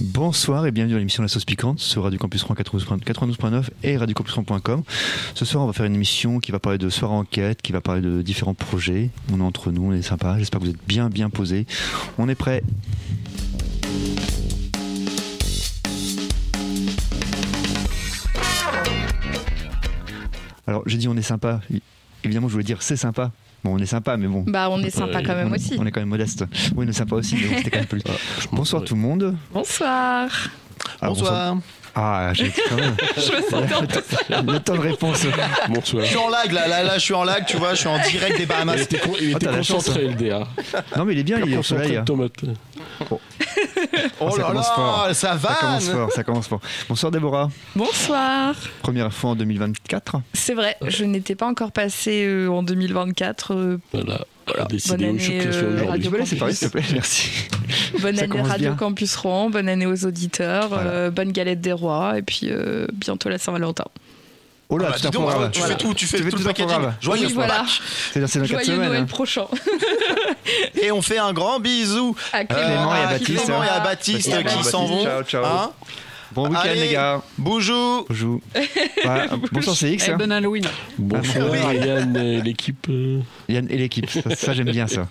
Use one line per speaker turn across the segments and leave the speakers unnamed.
Bonsoir et bienvenue dans l'émission La Sauce Piquante sur Radio Campus 92.9 et radiocampusron.com. Ce soir, on va faire une émission qui va parler de soirée enquête, qui va parler de différents projets. On est entre nous, on est sympa. J'espère que vous êtes bien, bien posés. On est prêts. Alors, j'ai dit on est sympa. Évidemment, je voulais dire c'est sympa. Bon, on est sympa, mais bon.
Bah, on est sympa
Ouais.
quand même
Euh, on,
aussi.
on est quand même modeste. Oui, on est sympa aussi, mais bon, c'était quand même plus. Bonsoir tout le monde.
Bonsoir.
Alors,
Bonsoir.
Ah, j'ai quand même.
Je me sentais en plus.
Le temps de réponse.
Bonsoir.
Je suis en lag là, là, là, je suis en lag, tu vois, je suis en direct des
Il
Bahamas.
était, con-
Ah,
il
Oh,
était
t'as la chance,
concentré,
hein.
LDA.
Non, mais il est bien, il est au
Concentré
soleil.
de tomate.
Ah,
Oh
ça
là
commence fort.
là, ça
Ça
va.
commence fort, ça commence fort. Bonsoir Déborah,
Bonsoir.
première fois en 2024.
C'est vrai, je n'étais pas encore passée euh, en 2024. euh,
Voilà. On a
Bonne
décidé où je
année,
classe
euh,
Ah, tu
aujourd'hui.
peux laisser parler s'il te plaît,
Ah
merci.
bonne
Ça
année
commence
Radio
bien.
Campus Rouen, bonne année aux auditeurs,
Voilà.
euh, bonne galette des rois, et puis euh, bientôt la Saint-Valentin.
Oh
Ah
là,
bah,
tout un
dis donc,
programme.
tu
Voilà.
fais tout, tu fais
Tu fais
tout le
tout un
packaging.
programme.
Joyeux
oui, voilà.
C'est-à-dire, c'est dans
Joyeux
quatre semaines.
Noël
hein.
prochain.
Et on fait un grand bisou
À
Ah, Clément et à
à
Baptiste.
Clément et à Baptiste
Baptiste,
qui
Baptiste,
s'en vont.
ciao, ciao.
Hein
Bon week-end
Allez.
les gars.
Bonjour.
Bonjour. Voilà, bonsoir c'est X.
Eh,
hein.
bon Halloween.
Ah,
Bonsoir, Yann et l'équipe. euh,
Yann et l'équipe, ça, ça, j'aime bien ça.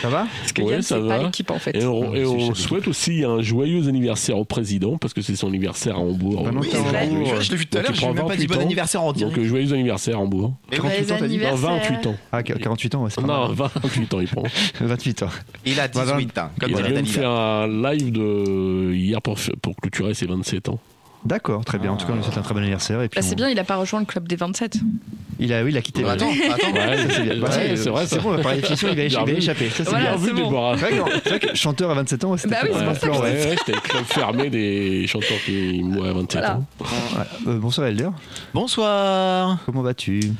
Ça va
Parce que
Ouais,
Yann,
ça
c'est pas
va.
l'équipe en fait.
Et oh. on, et
Ah,
on
c'est chez
souhaite aussi un joyeux anniversaire au président, parce que c'est son anniversaire à Hambourg.
Bah non,
Oui,
t'es en
aujourd'hui.
Hambourg.
je l'ai- je l'ai vu tout à
Donc,
l'heure,
il
je
prend
lui ai même pas dit
28
bon
ans.
anniversaire en direct.
Donc, euh, joyeux anniversaire à Hambourg.
Et
Comment-
ouais,
48
Joyeux
ans, t'as dit
Non,
anniversaire.
28 ans.
Ah, 48 ans, ouais, c'est pas
Non,
mal.
28 ans, il prend.
28 ans.
Il a
Bah,
18 ans. Comme
il a
Nathalie,
dû me
là.
faire un live de hier pour, pour clôturer ses 27 ans.
D'accord, très bien. En tout cas, on lui souhaite un très bon anniversaire. Et puis
Bah, c'est
on-
bien, il a pas rejoint le club des 27.
Il a, oui, il a quitté.
Bah, Attends, attends.
Ouais,
Ça, c'est bien. Bah,
ouais,
si,
c'est vrai,
C'est
ça.
bon, par définition, il va échapper.
Bien
Il va
vu.
échapper. Ça, c'est bien.
Voilà,
bien vu,
c'est bon.
Déborah.
C'est vrai que- c'est vrai que chanteur à 27 ans, c'était
Bah oui,
pas
c'est
un
pour ça que
plan,
je
ouais.
Ouais, j'étais club fermé des chanteurs qui hein. mouraient à 27
Voilà.
ans.
Ouais. Euh, bonsoir Elder,
Bonsoir.
comment vas-tu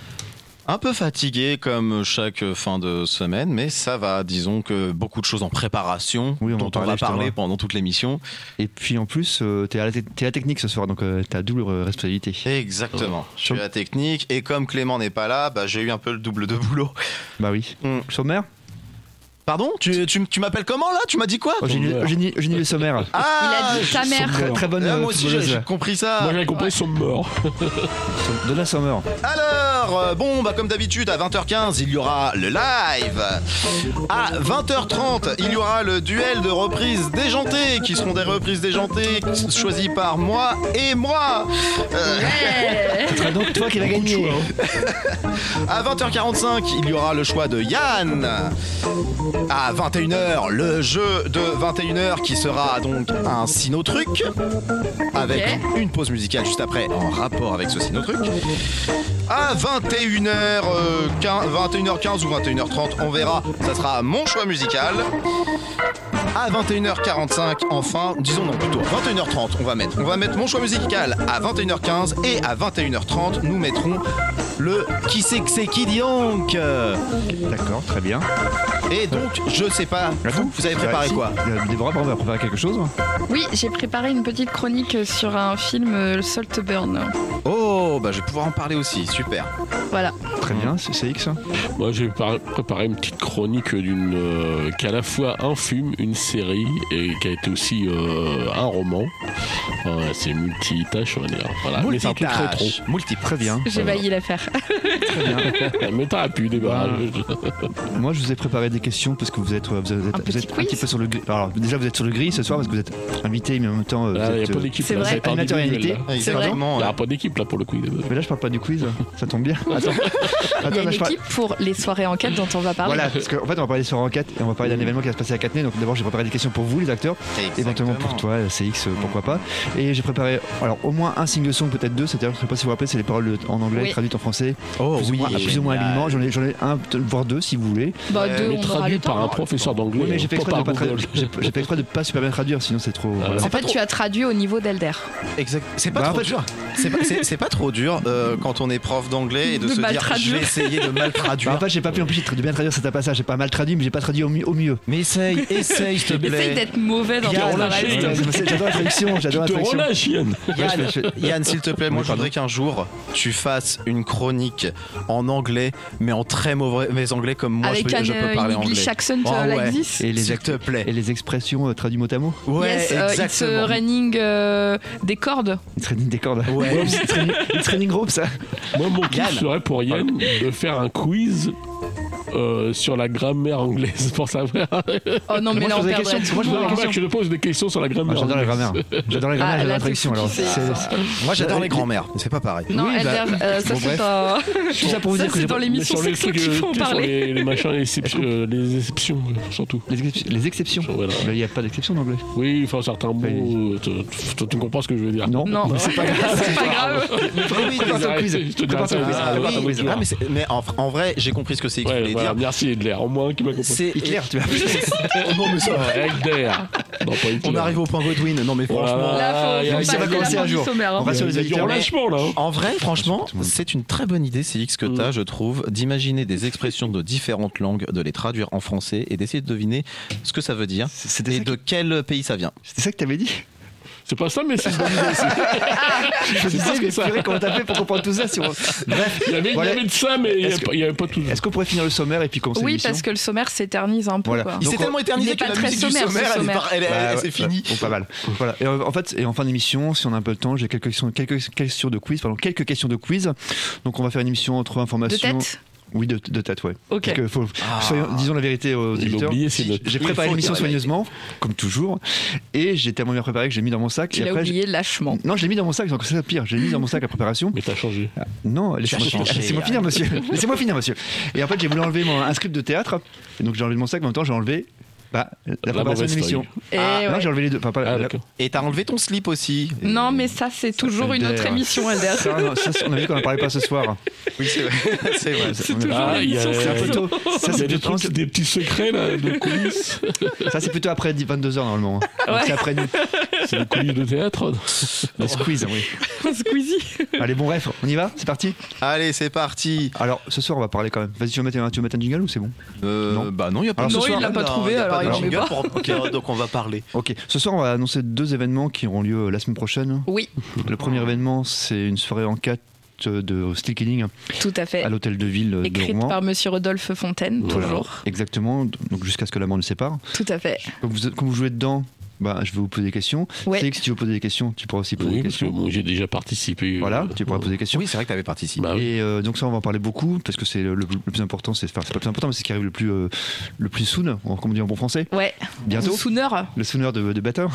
Un peu fatigué comme chaque fin de semaine, mais ça va. Disons que beaucoup de choses en préparation
Oui, on en
dont on
parlait
va
justement.
parler pendant toute l'émission.
Et puis en plus, euh, t'es à, la te- t'es à la technique ce soir, donc euh, t'as double euh, responsabilité.
Exactement.
Euh,
Je suis à la technique et comme Clément n'est pas là, bah, j'ai eu un peu le double de boulot.
Bah oui.
Mm.
Le Sommaire
Pardon Tu, tu- tu m'appelles comment là Tu m'as dit quoi
oh, J'ai
Sommaire.
nul- j'ai nul- j'ai nul le sommaire.
Ah
il a dit ta mère.
Très, très bonne
Ah,
euh,
moi aussi j'ai
footballeuse.
j'ai compris ça.
Moi j'avais compris, ils sont morts.
De la Sommer.
Alors, euh, bon, bah comme d'habitude, à 20h15, il y aura le live. À 20h30, il y aura le duel de reprises déjantées, qui seront des reprises déjantées choisies par moi et moi. Euh,
Ouais.
C'est donc toi qui vas
Beaucoup de
gagner.
choix, hein.
À 20h45, il y aura le choix de Yann. À 21h, le jeu de 21h qui sera donc un sino-truc. Avec une pause musicale juste après en rapport avec ce sino-truc. À 21h15 euh, 21h15 ou 21h30, on verra. Ça sera mon choix musical. À 21h45, enfin, disons non, plutôt 21h30, on va mettre. On va mettre mon choix musical à 21h15 et à 21h30, nous mettrons le qui c'est que c'est qui dit donc
D'accord, très bien.
Et donc, je sais pas, Ah,
Ah
vous, vous avez préparé
Ouais, si.
quoi
Euh, Déborah, pardon, on va préparer quelque chose
Oui, j'ai préparé une petite chronique sur un film, euh, Saltburn.
Oh, bah je vais pouvoir en parler aussi, super.
Voilà.
Très bien, c'est c'est
Ah,
X.
hein. Moi, j'ai par- préparé une petite chronique d'une euh, qui est à la fois un film, une série et qui a été aussi euh, un roman. Enfin, c'est multitâche, on va dire. Voilà. Mais c'est un truc rétro.
Multitâche.
Multiple. Ah, Très bien.
J'ai
Voilà.
failli la faire.
Très bien.
Mais t'aurais pu débarrasser.
Moi, je vous ai préparé des questions parce que vous êtes, euh, vous êtes, vous êtes
petit quiz
petit peu sur le gris. Alors, déjà, vous êtes sur le gris ce soir parce que vous êtes invité, mais en même temps, euh, vous
Là, il n'y a
êtes,
pas
euh,
d'équipe.
C'est
là,
vrai.
ça va être
Animateur
individuel,
réalité.
là. Il
Exactement.
n'y
Ah,
ouais.
aura pas d'équipe là pour le coup.
Mais là, je parle pas du quiz, ça tombe bien. Attends, Attends,
Il y
là,
a une
je parle-
équipe Ah pour les soirées enquêtes dont on va parler.
Voilà, parce qu'en fait, on va parler sur enquête et on va parler d'un événement qui va se passer à Catenay. Donc, d'abord, j'ai préparé des questions pour vous, les acteurs, éventuellement
Exactement.
pour toi, CX, euh, pourquoi pas. Et j'ai préparé, alors, au moins un single song, peut-être deux. C'est-à-dire, je sais pas si vous vous rappelez, c'est les paroles de- en anglais
Oui.
traduites en français,
Oh,
plus,
oui,
ou moins, plus ou moins
génial.
habilement. J'en ai, j'en ai un, peut-être, voire deux, si vous voulez.
Bah,
Ouais.
deux,
Mais
on aura
traduit
le temps.
par un professeur d'anglais.
Oui, mais j'ai fait
pas
exprès de
par
ne pas,
Google.
traduire- j'ai- j'ai fait exprès de pas super bien traduire, sinon c'est trop. voilà.
En fait, tu as traduit au niveau d'Elder.
Exact. C'est pas
Bah, en
trop
fait-
dur. C'est pas, c'est- c'est pas trop dur euh, quand on est prof d'anglais et de,
De
se
mal
dire
traduire.
je vais essayer de mal
Bah,
traduire.
en fait, j'ai pas pu empêcher de bien traduire cet passage. J'ai pas mal traduit, mais j'ai pas traduit au, mi- au mieux.
Mais essaye, essaye, s'il te
Essaye
plaît.
d'être mauvais dans
Bien,
ton
on l'a
travail.
fait.
Ouais, c'est- J'adore la traduction, j'adore la
Tu te
traduction.
relâches, Yann.
Ouais, je fais- je fais-
Yann, s'il te plaît, moi
Oui,
je voudrais qu'un jour tu fasses une chronique trucs en anglais, mais en très mauvais mais anglais comme moi
Avec
je, peux-
un
je peux parler
euh,
anglais.
English accent
Oh,
euh,
ouais.
like this.
Et les,
S'il te
actes-
plaît.
et les expressions euh, traduites mot à mot
Ouais,
yes, euh, it's
exactement.
euh, raining euh, des cordes.
It's raining des cordes.
Ouais.
It's raining- it's raining rope, ça.
Moi, mon kiff
Yann.
serait pour Yann de faire un quiz euh, sur la grammaire anglaise pour savoir.
Oh non,
Moi, je
mais là on
pose des
perdrait
questions.
tout
Moi,
le
pose
monde.
des
Je te pose des questions sur la
Ah,
grammaire.
j'adore les
anglaise.
grammaires. J'adore les grammaires,
Ah,
j'adore
là,
la
c'est
traduction.
fou,
Alors,
c'est-
c'est- c'est-
Moi j'adore les grands-mères, mais c'est pas pareil.
Non,
Oui,
elle
bah,
derrière, euh, ça
bon,
c'est
bref.
un-
tout ça pour vous
Ça,
dire que
c'est
j'ai
dans
pas-
les missions,
Sur les
c'est toi
trucs,
qu'il
euh,
faut en
tu sais, sur
parler.
les, les machins, les, excep- euh, les exceptions, euh, surtout.
les, ex- les exceptions.
Voilà.
Mais Il n'y a pas d'exception en anglais.
Oui, enfin, certains mots, euh, tu- tu tu comprends ce que je veux dire.
Non, Ah,
c'est pas grave.
c'est pas grave.
oui,
prépare ton quiz.
Je te dirai
Prépare ton
ça.
quiz.
Ah,
Ah,
Prépare
oui,
ton quiz.
ah, mais, c'est- mais en, en vrai, j'ai compris ce que c'est que tu
Ouais,
voulais
voilà,
dire.
merci Hitler, au moins qui m'a compris.
C'est Oh,
Hitler, tu vas
non, mais ça va.
Hitler Non, pas Hitler.
On arrive au point Godwin. Non, mais
Voilà.
franchement.
Là,
il y a-
faut-
ça
faut
va
passer
commencer
la
un
fin du
jour.
sommaires, hein.
On rassure les
Il y a du
auditeurs.
relâchement, là. hein.
En vrai, franchement,
tout le monde.
c'est une très bonne idée, CX, que t'as, je trouve, d'imaginer des expressions de différentes langues, de les traduire en français et d'essayer de deviner ce que ça veut dire
C'était
et
ça,
de quel pays ça vient.
c'était ça que t'avais dit
C'est pas ça, mais c'est une bonne idée.
Je me
pas ce
disais,
que
mais
ça.
purée, comment t'as fait pour comprendre tout ça si on- Bref,
Il y avait, il y
Voilà.
avait de ça, mais il y
Est-ce
avait
que-
pas- il y avait pas tout.
est-ce qu'on pourrait finir le sommaire et puis commencer
Oui,
l'émission
parce que le sommaire s'éternise un peu.
Voilà.
quoi.
Il
euh, Il s'est
Donc,
tellement
il
éternisé
est
que
pas
la
très
musique
sommaire,
du sommaire,
ce
elle est
sommaire.
par- elle est-
Bah,
elle-
ouais,
c'est fini.
ouais, bon, pas mal. Voilà. Et euh, en en fait, et en fin d'émission, si on a un peu le temps, j'ai quelques questions, quelques questions de quiz, pardon, quelques questions de quiz. Donc on va faire une émission entre
De
informations.
tête
Oui, de, de tête, ouais.
Ok.
Parce que faut-
Ah.
soyons- disons la vérité aux
Il a
auditeurs.
oublié, c'est notre-
J'ai
Il
préparé
faut
l'émission
dire la vérité.
soigneusement, comme toujours, et j'ai tellement bien préparé que j'ai mis dans mon sac.
Tu
et
l'as
après,
oublié lâchement.
j'ai- Non, je l'ai mis dans mon sac, donc c'est ça pire. J'ai mis dans mon sac à préparation.
Mais t'as changé.
Non, laissez-moi
as
finir,
changé,
laissez-moi finir, hein, monsieur. Laissez-moi finir, monsieur. Et en fait, j'ai voulu enlever mon, un script de théâtre, et donc j'ai enlevé de mon sac, mais en même temps, j'ai enlevé bah, la préparation de
mauvaise
l'émission.
Et
Ah,
ouais.
Non, j'ai enlevé les deux. Enfin, pas la-
Ah,
la-
d'accord.
Et t'as enlevé ton slip aussi.
Non, mais ça, c'est toujours une autre
Elder.
émission, Elder.
Ça, non, ça, on a vu qu'on en parlait pas ce soir.
Oui, c'est vrai. C'est vrai.
C'est
on a-
toujours
Ah, il y a-
l'émission.
C'est un peu
c'est-
tôt. Ça,
Il y
c'est
a des,
plutôt,
trucs, des petits secrets, là, de coulisses.
ça, c'est plutôt après 22h normalement.
Ah
Donc, C'est après nous.
C'est des coulisses de théâtre.
Le squeeze, oui.
Squeezie.
Allez, bon, bref, on y va C'est parti
Allez, c'est parti.
Alors, ce soir, on va parler quand même. Vas-y, tu veux mettre un, tu veux mettre un jingle ou c'est bon
Euh,
Non.
Bah non, il y a pas.
Alors, ce
de
Non, il
soir-
l'a pas trouvé,
y a
alors
pas
il
de
en met
jingle pour- ok, Donc on va parler.
Ok. Ce soir, on va annoncer deux événements qui auront lieu euh, la semaine prochaine.
Oui,
Le
Ah.
premier événement, c'est une soirée en 4 de Steel Killing
tout à fait.
à l'hôtel de ville euh, de
Écrite
Rouen.
par Monsieur Rodolphe Fontaine,
Voilà.
toujours.
Exactement, donc jusqu'à ce que la mort nous sépare.
Tout à fait.
Quand vous, quand vous jouez dedans, bah, je vais vous poser des questions.
Ouais.
C'est que si tu veux poser des questions, tu pourras aussi poser
Oui,
des
parce que
questions.
moi, j'ai déjà
Euh,
participé. euh,
Voilà, tu pourras poser des questions.
Oui, c'est vrai que t'avais participé.
Ah
Bah oui.
Et euh, donc ça, on va en parler beaucoup parce que c'est le, le plus important. C'est enfin, c'est pas le plus important, mais c'est ce qui arrive le plus euh, le plus soon, on- comme on dit en bon français.
Ouais.
Bientôt.
Ou Sooner.
Le sooner de, de batteur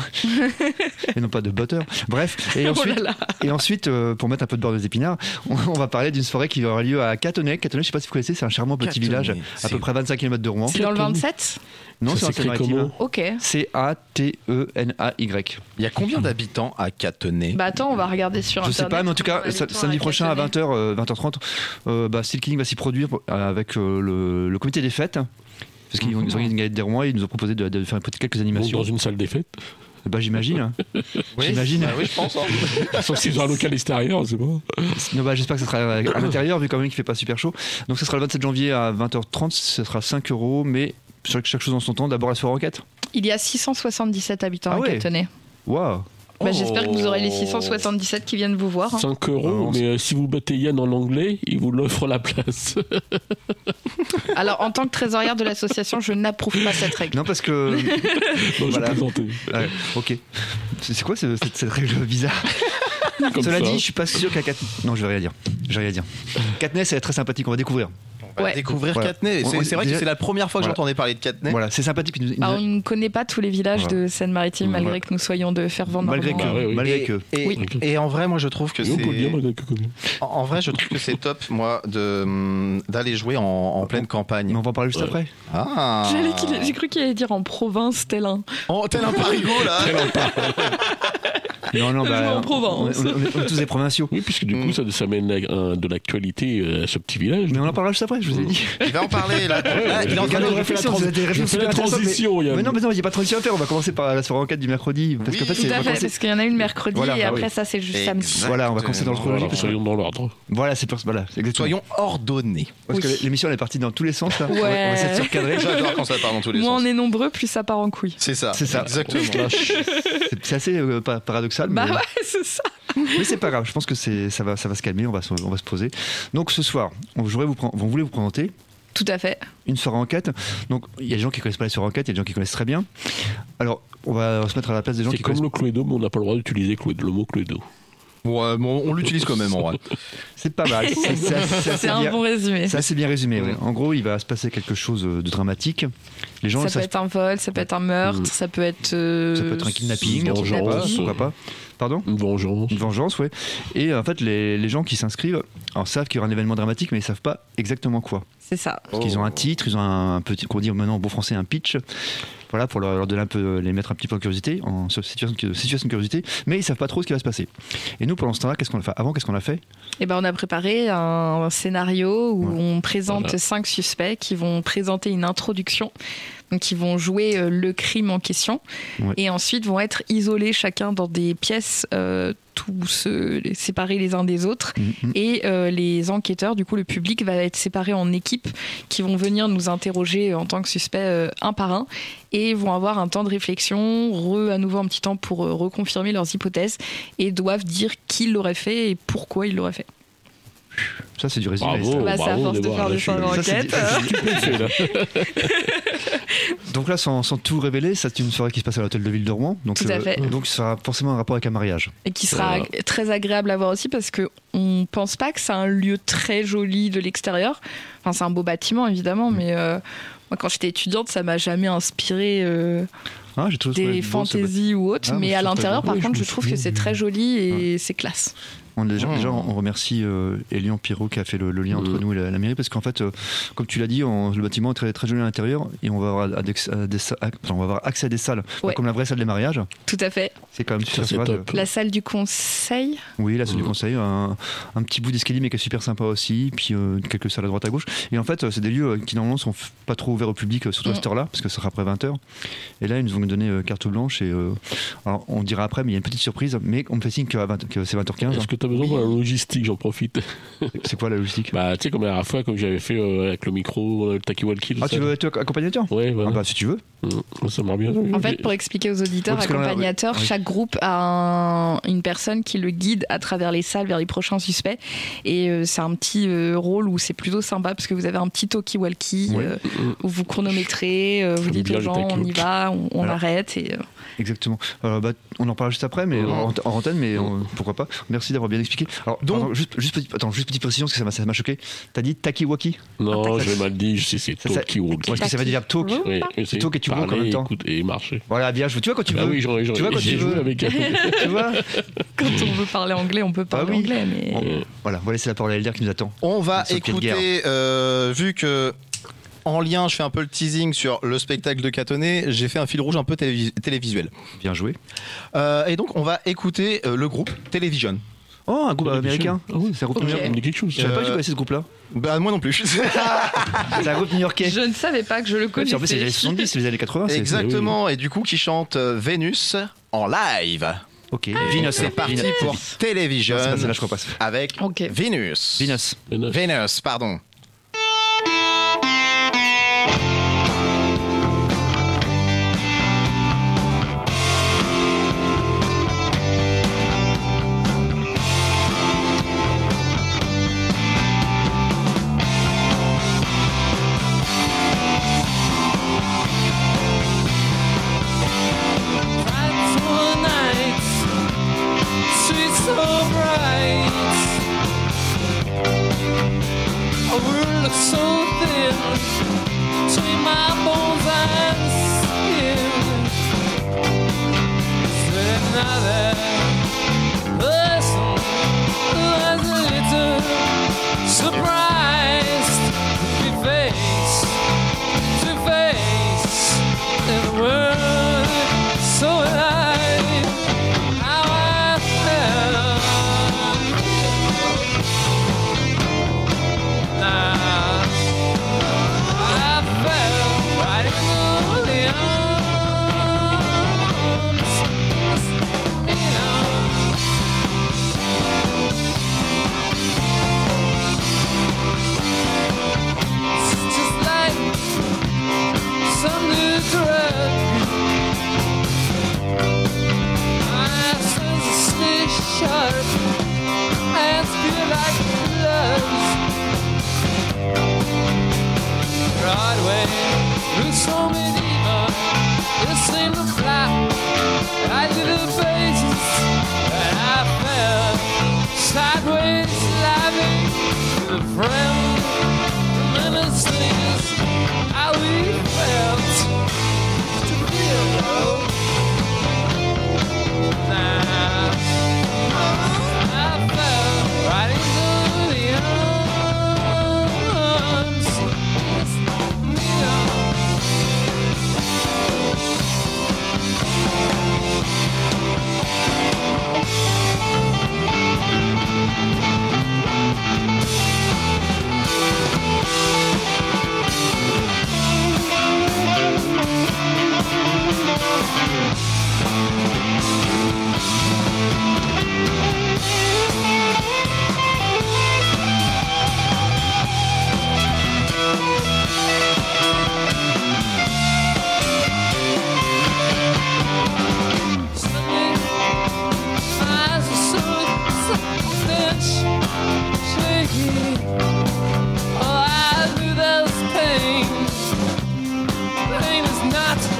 et non pas de batteur. Bref. Et
oh
ensuite,
là là.
et ensuite euh, pour mettre un peu de beurre des épinards, on, on va parler d'une soirée qui aura lieu à Catonnet. Catonnet, je sais pas si vous connaissez, c'est un charmant petit
Catonnet,
village à
c'est-
peu près à 25 km de Rouen.
C'est dans le
Catony.
27
Non,
Ça
c'est un
s'écrit
alternative.
comment
Ok.
C A T E N A Y.
Il y a combien d'habitants à Catenay
Bah attends, on va regarder sur
Je
Internet.
sais pas, mais en tout cas,
Allez,
sa-
toi,
samedi prochain à
Catonnet.
20h, 20h30, euh, bah, Steel King va s'y produire pour- euh, avec euh, le, le comité des fêtes. Parce qu'ils ont ils ont organisé une galette des Rois et ils nous ont proposé de, de faire peut-être quelques
Donc,
animations.
dans une salle des fêtes.
Bah, j'imagine. J'imagine.
oui, je pense. hein.
Sauf s'ils ont un local extérieur, c'est bon.
Non, bah, J'espère que ça sera à l'intérieur, vu quand même qu'il fait pas super chaud. Donc, ça sera le 27 janvier à 20h30, ce sera 5 euros, mais chaque, chaque chose en son temps. D'abord, la soirée enquête.
Il y a 677 habitants
Ah
à
ouais.
Catonnet.
Waouh!
Bah, J'espère que vous aurez les
Oh.
677 qui viennent vous voir. hein.
5 euros,
Vraiment,
mais euh, si vous battez Yann en anglais, il vous l'offre la place.
Alors, en tant que trésorière de l'association, je n'approuve pas cette règle.
Non, parce que.
non,
Voilà.
je plaisantais.
Ouais, ok. C'est c'est quoi ce- cette, cette règle bizarre?
Comme
Cela
ça.
dit, je suis pas sûr qu'à Cat... Non, je vais rien dire. Je vais rien dire. Katniss, elle est très sympathique, on va découvrir.
On va
Ouais.
Découvrir
Voilà.
Catenay.
On- on-
C'est c'est vrai que
déjà-
c'est la première fois que
Voilà.
j'entendais parler de Catenay.
Voilà, c'est sympathique. puis nous-
Alors, Bah, on ne connaît pas tous les villages de Seine-Maritime,
Voilà.
malgré que nous soyons de fervents
malgré que,
Normands.
Ah ouais, oui.
malgré
Et-
que.
Et,
Oui.
et en vrai, moi, je trouve que
Et on peut le dire,
c'est.
madame Cocomie.
En, en vrai, je trouve que c'est top, moi, de hum, d'aller jouer en, en pleine
Mais
campagne.
on va en parler juste
Ouais.
après.
Ah.
J'allais qu'il- J'ai cru qu'il allait dire en province, tel un.
Oh, tel un parigo là.
Non, non,
Je vais en
on-
Provence.
bah, On, on- on- on est tous des provinciaux.
Oui, puisque du coup,
Hmm.
Mm.
ça, ça mène à- à de l'actualité euh, à ce petit village.
Mais on en parlera juste après, je vous ai dit.
Il va en parler là. Là, Ah, il est en train de
Regardez,
réfléchir.
vous avez des
Je
réflexions
fais la
super intéressantes,
transition,
Mais,
Yann.
mais non, mais non, il n'y a pas de transition à faire. On va commencer par la soirée enquête du mercredi. Parce qu'en
Oui,
fait,
Tout
c'est- on
à
va
fait,
commencer-
parce qu'il y en a eu le mercredi
Voilà,
et
bah
après
oui.
ça c'est juste samedi.
Voilà, on va commencer dans le chronologie,
Voilà,
parce que-
soyons dans l'ordre.
Voilà, c'est pour- voilà, c'est exactement.
Soyons ordonnés.
Parce
Oui.
que l'émission elle est partie dans tous les sens là. On va- On va
Ouais.
essayer de se recadrer.
J'adore quand ça part dans tous les
Moins
sens.
on est nombreux, plus ça part en couille.
C'est ça.
C'est ça.
Exactement.
C'est- C'est assez euh, pa- paradoxal.
Bah
mais-
ouais, c'est ça.
Mais c'est pas grave, je pense que c'est- ça va, ça va se calmer, on va se, on va se poser. Donc ce soir, on, voudrait vous, pré- on voulait vous présenter
Tout à fait.
une soirée enquête. Donc il y a des gens qui connaissent pas les soirées enquête, il y a des gens qui connaissent très bien. Alors on va se mettre à la place des gens
C'est
qui
comme
connaissent.
le Cluedo, mais on n'a pas le droit d'utiliser Cluedo- le mot Cluedo.
Bon, euh, bon, on l'utilise quand même en vrai.
C'est pas mal. C'est- c'est assez- c'est assez
C'est un
bien-
bon résumé.
c'est
Ça,
assez bien résumé. ouais. En gros, il va se passer quelque chose de dramatique. Les gens, ça, Mm.
peut être un vol, ça peut être un meurtre, ça peut être. euh,
ça peut être un kidnapping, un truc
vengeance.
comme ça, pourquoi pas. Pardon
Une vengeance.
Une vengeance, ouais. Et en fait, les, les gens qui s'inscrivent alors, savent qu'il y aura un événement dramatique, mais ils savent pas exactement quoi.
C'est ça.
Parce qu'ils ont un titre, ils ont un, petit, qu'on dit maintenant en bon français, un pitch. Voilà, pour leur, leur donner un peu, euh, les mettre un petit peu en curiosité, en situation, de- situation de curiosité, mais ils savent pas trop ce qui va se passer. Et nous, pendant ce temps-là, qu'est-ce qu'on a fait Avant, qu'est-ce qu'on a fait
Et ben, on a préparé un scénario où
Ouais.
on présente
Voilà.
cinq suspects qui vont présenter une introduction, donc qui vont jouer euh, le crime en question,
Ouais.
et ensuite vont être isolés chacun dans des pièces, euh, tous euh, les- séparés les uns des autres.
Mhm.
Et euh, les enquêteurs, du coup, le public va être séparé en équipes qui vont venir nous interroger euh, en tant que suspects euh, un par un et vont avoir un temps de réflexion, re, à nouveau un petit temps pour euh, reconfirmer leurs hypothèses et doivent dire qui l'aurait fait et pourquoi il l'aurait fait.
Ça, c'est du résumé.
Bravo,
ça.
Bah, c'est à
Oh, bravo,
force de
Déborah,
faire
là,
des
je suis-
soirées
Ça, c'est
enquête.
du- ça, c'est du-
C'est là.
Donc là, sans, sans tout révéler, ça c'est une soirée qui se passe à l'hôtel de ville de Rouen. Donc, euh,
Tout à fait.
donc ça aura forcément un rapport avec un mariage.
Et qui sera
Voilà.
ag- très agréable à voir aussi parce que on pense pas que c'est un lieu très joli de l'extérieur. Enfin, c'est un beau bâtiment évidemment,
Mm.
mais euh, moi quand j'étais étudiante, ça m'a jamais inspiré euh,
Ah, j'ai toujours trouvé
des
beau, ce bâtiment.
fantaisies ou autres.
Ah, mais
mais
je trouve
à
très
l'intérieur,
bien.
par
Oui, je
contre, je
me
trouve que
souviens.
c'est très joli et c'est classe.
On, déjà,
Mmh.
déjà, on remercie euh, Elian Pirot qui a fait le, le lien entre
Mmh.
nous et la, la mairie parce qu'en fait, euh, comme tu l'as dit, on- le bâtiment est très, très joli à l'intérieur et on va avoir, à des, à des sa- enfin, on va avoir accès à des salles, Pas
Ouais.
comme la vraie salle des mariages.
Tout à fait.
C'est quand même
Ça,
super
c'est
sympa de-
top.
La salle du conseil.
Oui, la salle du
Mmh.
conseil, un, un petit bout d'escalier mais qui est super sympa aussi, puis euh, quelques salles à droite à gauche. Et en fait, euh, c'est des lieux euh, qui normalement sont f- pas trop ouverts au public, euh, surtout à
Mmh.
cette heure-là, parce que ça sera après 20h. Et là, ils nous ont donné euh, carte blanche et euh, alors, on dira après, mais il y a une petite surprise, mais on me fait signe qu'à 20 que c'est 20h15.
Est-ce que tu as besoin
Oui.
pour la logistique J'en profite.
hein. C'est quoi la logistique
Bah, tu sais, comme la dernière fois, comme j'avais fait euh, avec le micro, euh, le Taki Walkie.
Ah, tu veux être accompagnateur
Ouais, voilà.
Ah bah si tu veux.
Mmh, Ça m'aurait bien.
En fait, pour expliquer aux auditeurs,
Ouais, parce que là, on a-
accompagnateurs,
oui.
chaque groupe a un- une personne qui le guide à travers les salles vers les prochains suspects. Et euh, c'est un petit euh, rôle où c'est plutôt sympa parce que vous avez un petit talkie-walkie
Ouais.
euh, où vous chronométrez, euh, vous
J'aime
dites
bien
aux
le
gens on y
talkie-walkie.
va, on, on
Voilà.
arrête. Et, euh,
Exactement. Euh, bah, on en parle juste après, mais
Mmh.
en, en antenne, mais on- pourquoi pas. Merci d'avoir bien expliqué. Alors,
Donc-
pardon, juste, juste petite, attends, juste petite précision, parce que ça m'a- ça m'a choqué. T'as dit Takiwaki
Non,
Attaque.
je l'ai mal dit, je sais, c'est
Ça, ça-
Talkie Walkie.
Parce que ça veut dire talk.
Oui, c'est
toi qui tu
parler,
walk en même temps.
écoute, et marcher.
Voilà, bien joué. Tu vois quand tu
Bah
veux.
oui, j'en ai
tu vois quand tu
j'ai joué
veux.
avec elle.
Tu vois
quand on veut parler anglais, on peut
Bah oui.
parler anglais. Mais...
Bon, Voilà, on va laisser la parole à Elder qui nous attend.
On va
Sauf qu'il y a de
écouter, euh, vu que en lien, je fais un peu le teasing sur le spectacle de Catonnet, j'ai fait un fil rouge un peu télévis- télévisuel.
Bien joué.
Euh, et donc, on va écouter euh, le groupe Television.
Oh, un groupe américain.
Ah oui,
C'est un groupe
Ok.
new
On
yorkais.
me dit quelque chose.
Je savais pas que
Euh,
tu connaissais ce groupe-là.
Bah, moi non plus.
C'est un groupe new-yorkais.
Je ne savais pas que je le connaissais.
En fait, c'est les années 70, c'est les années 80. c'est-
Exactement, et du coup, qui chante euh, Vénus en live.
Ok.
Et
Venus,
C'est parti
Venus.
pour Television
Non, C'est pas celle-là, je crois pas.
avec
Ok.
Vénus.
Venus.
Vénus.
Vénus, pardon.
Surprised to be face to face in a world so alive. How I felt. Now, I fell right into the arms, the arms It's just like some new drug. My senses sharp. uh,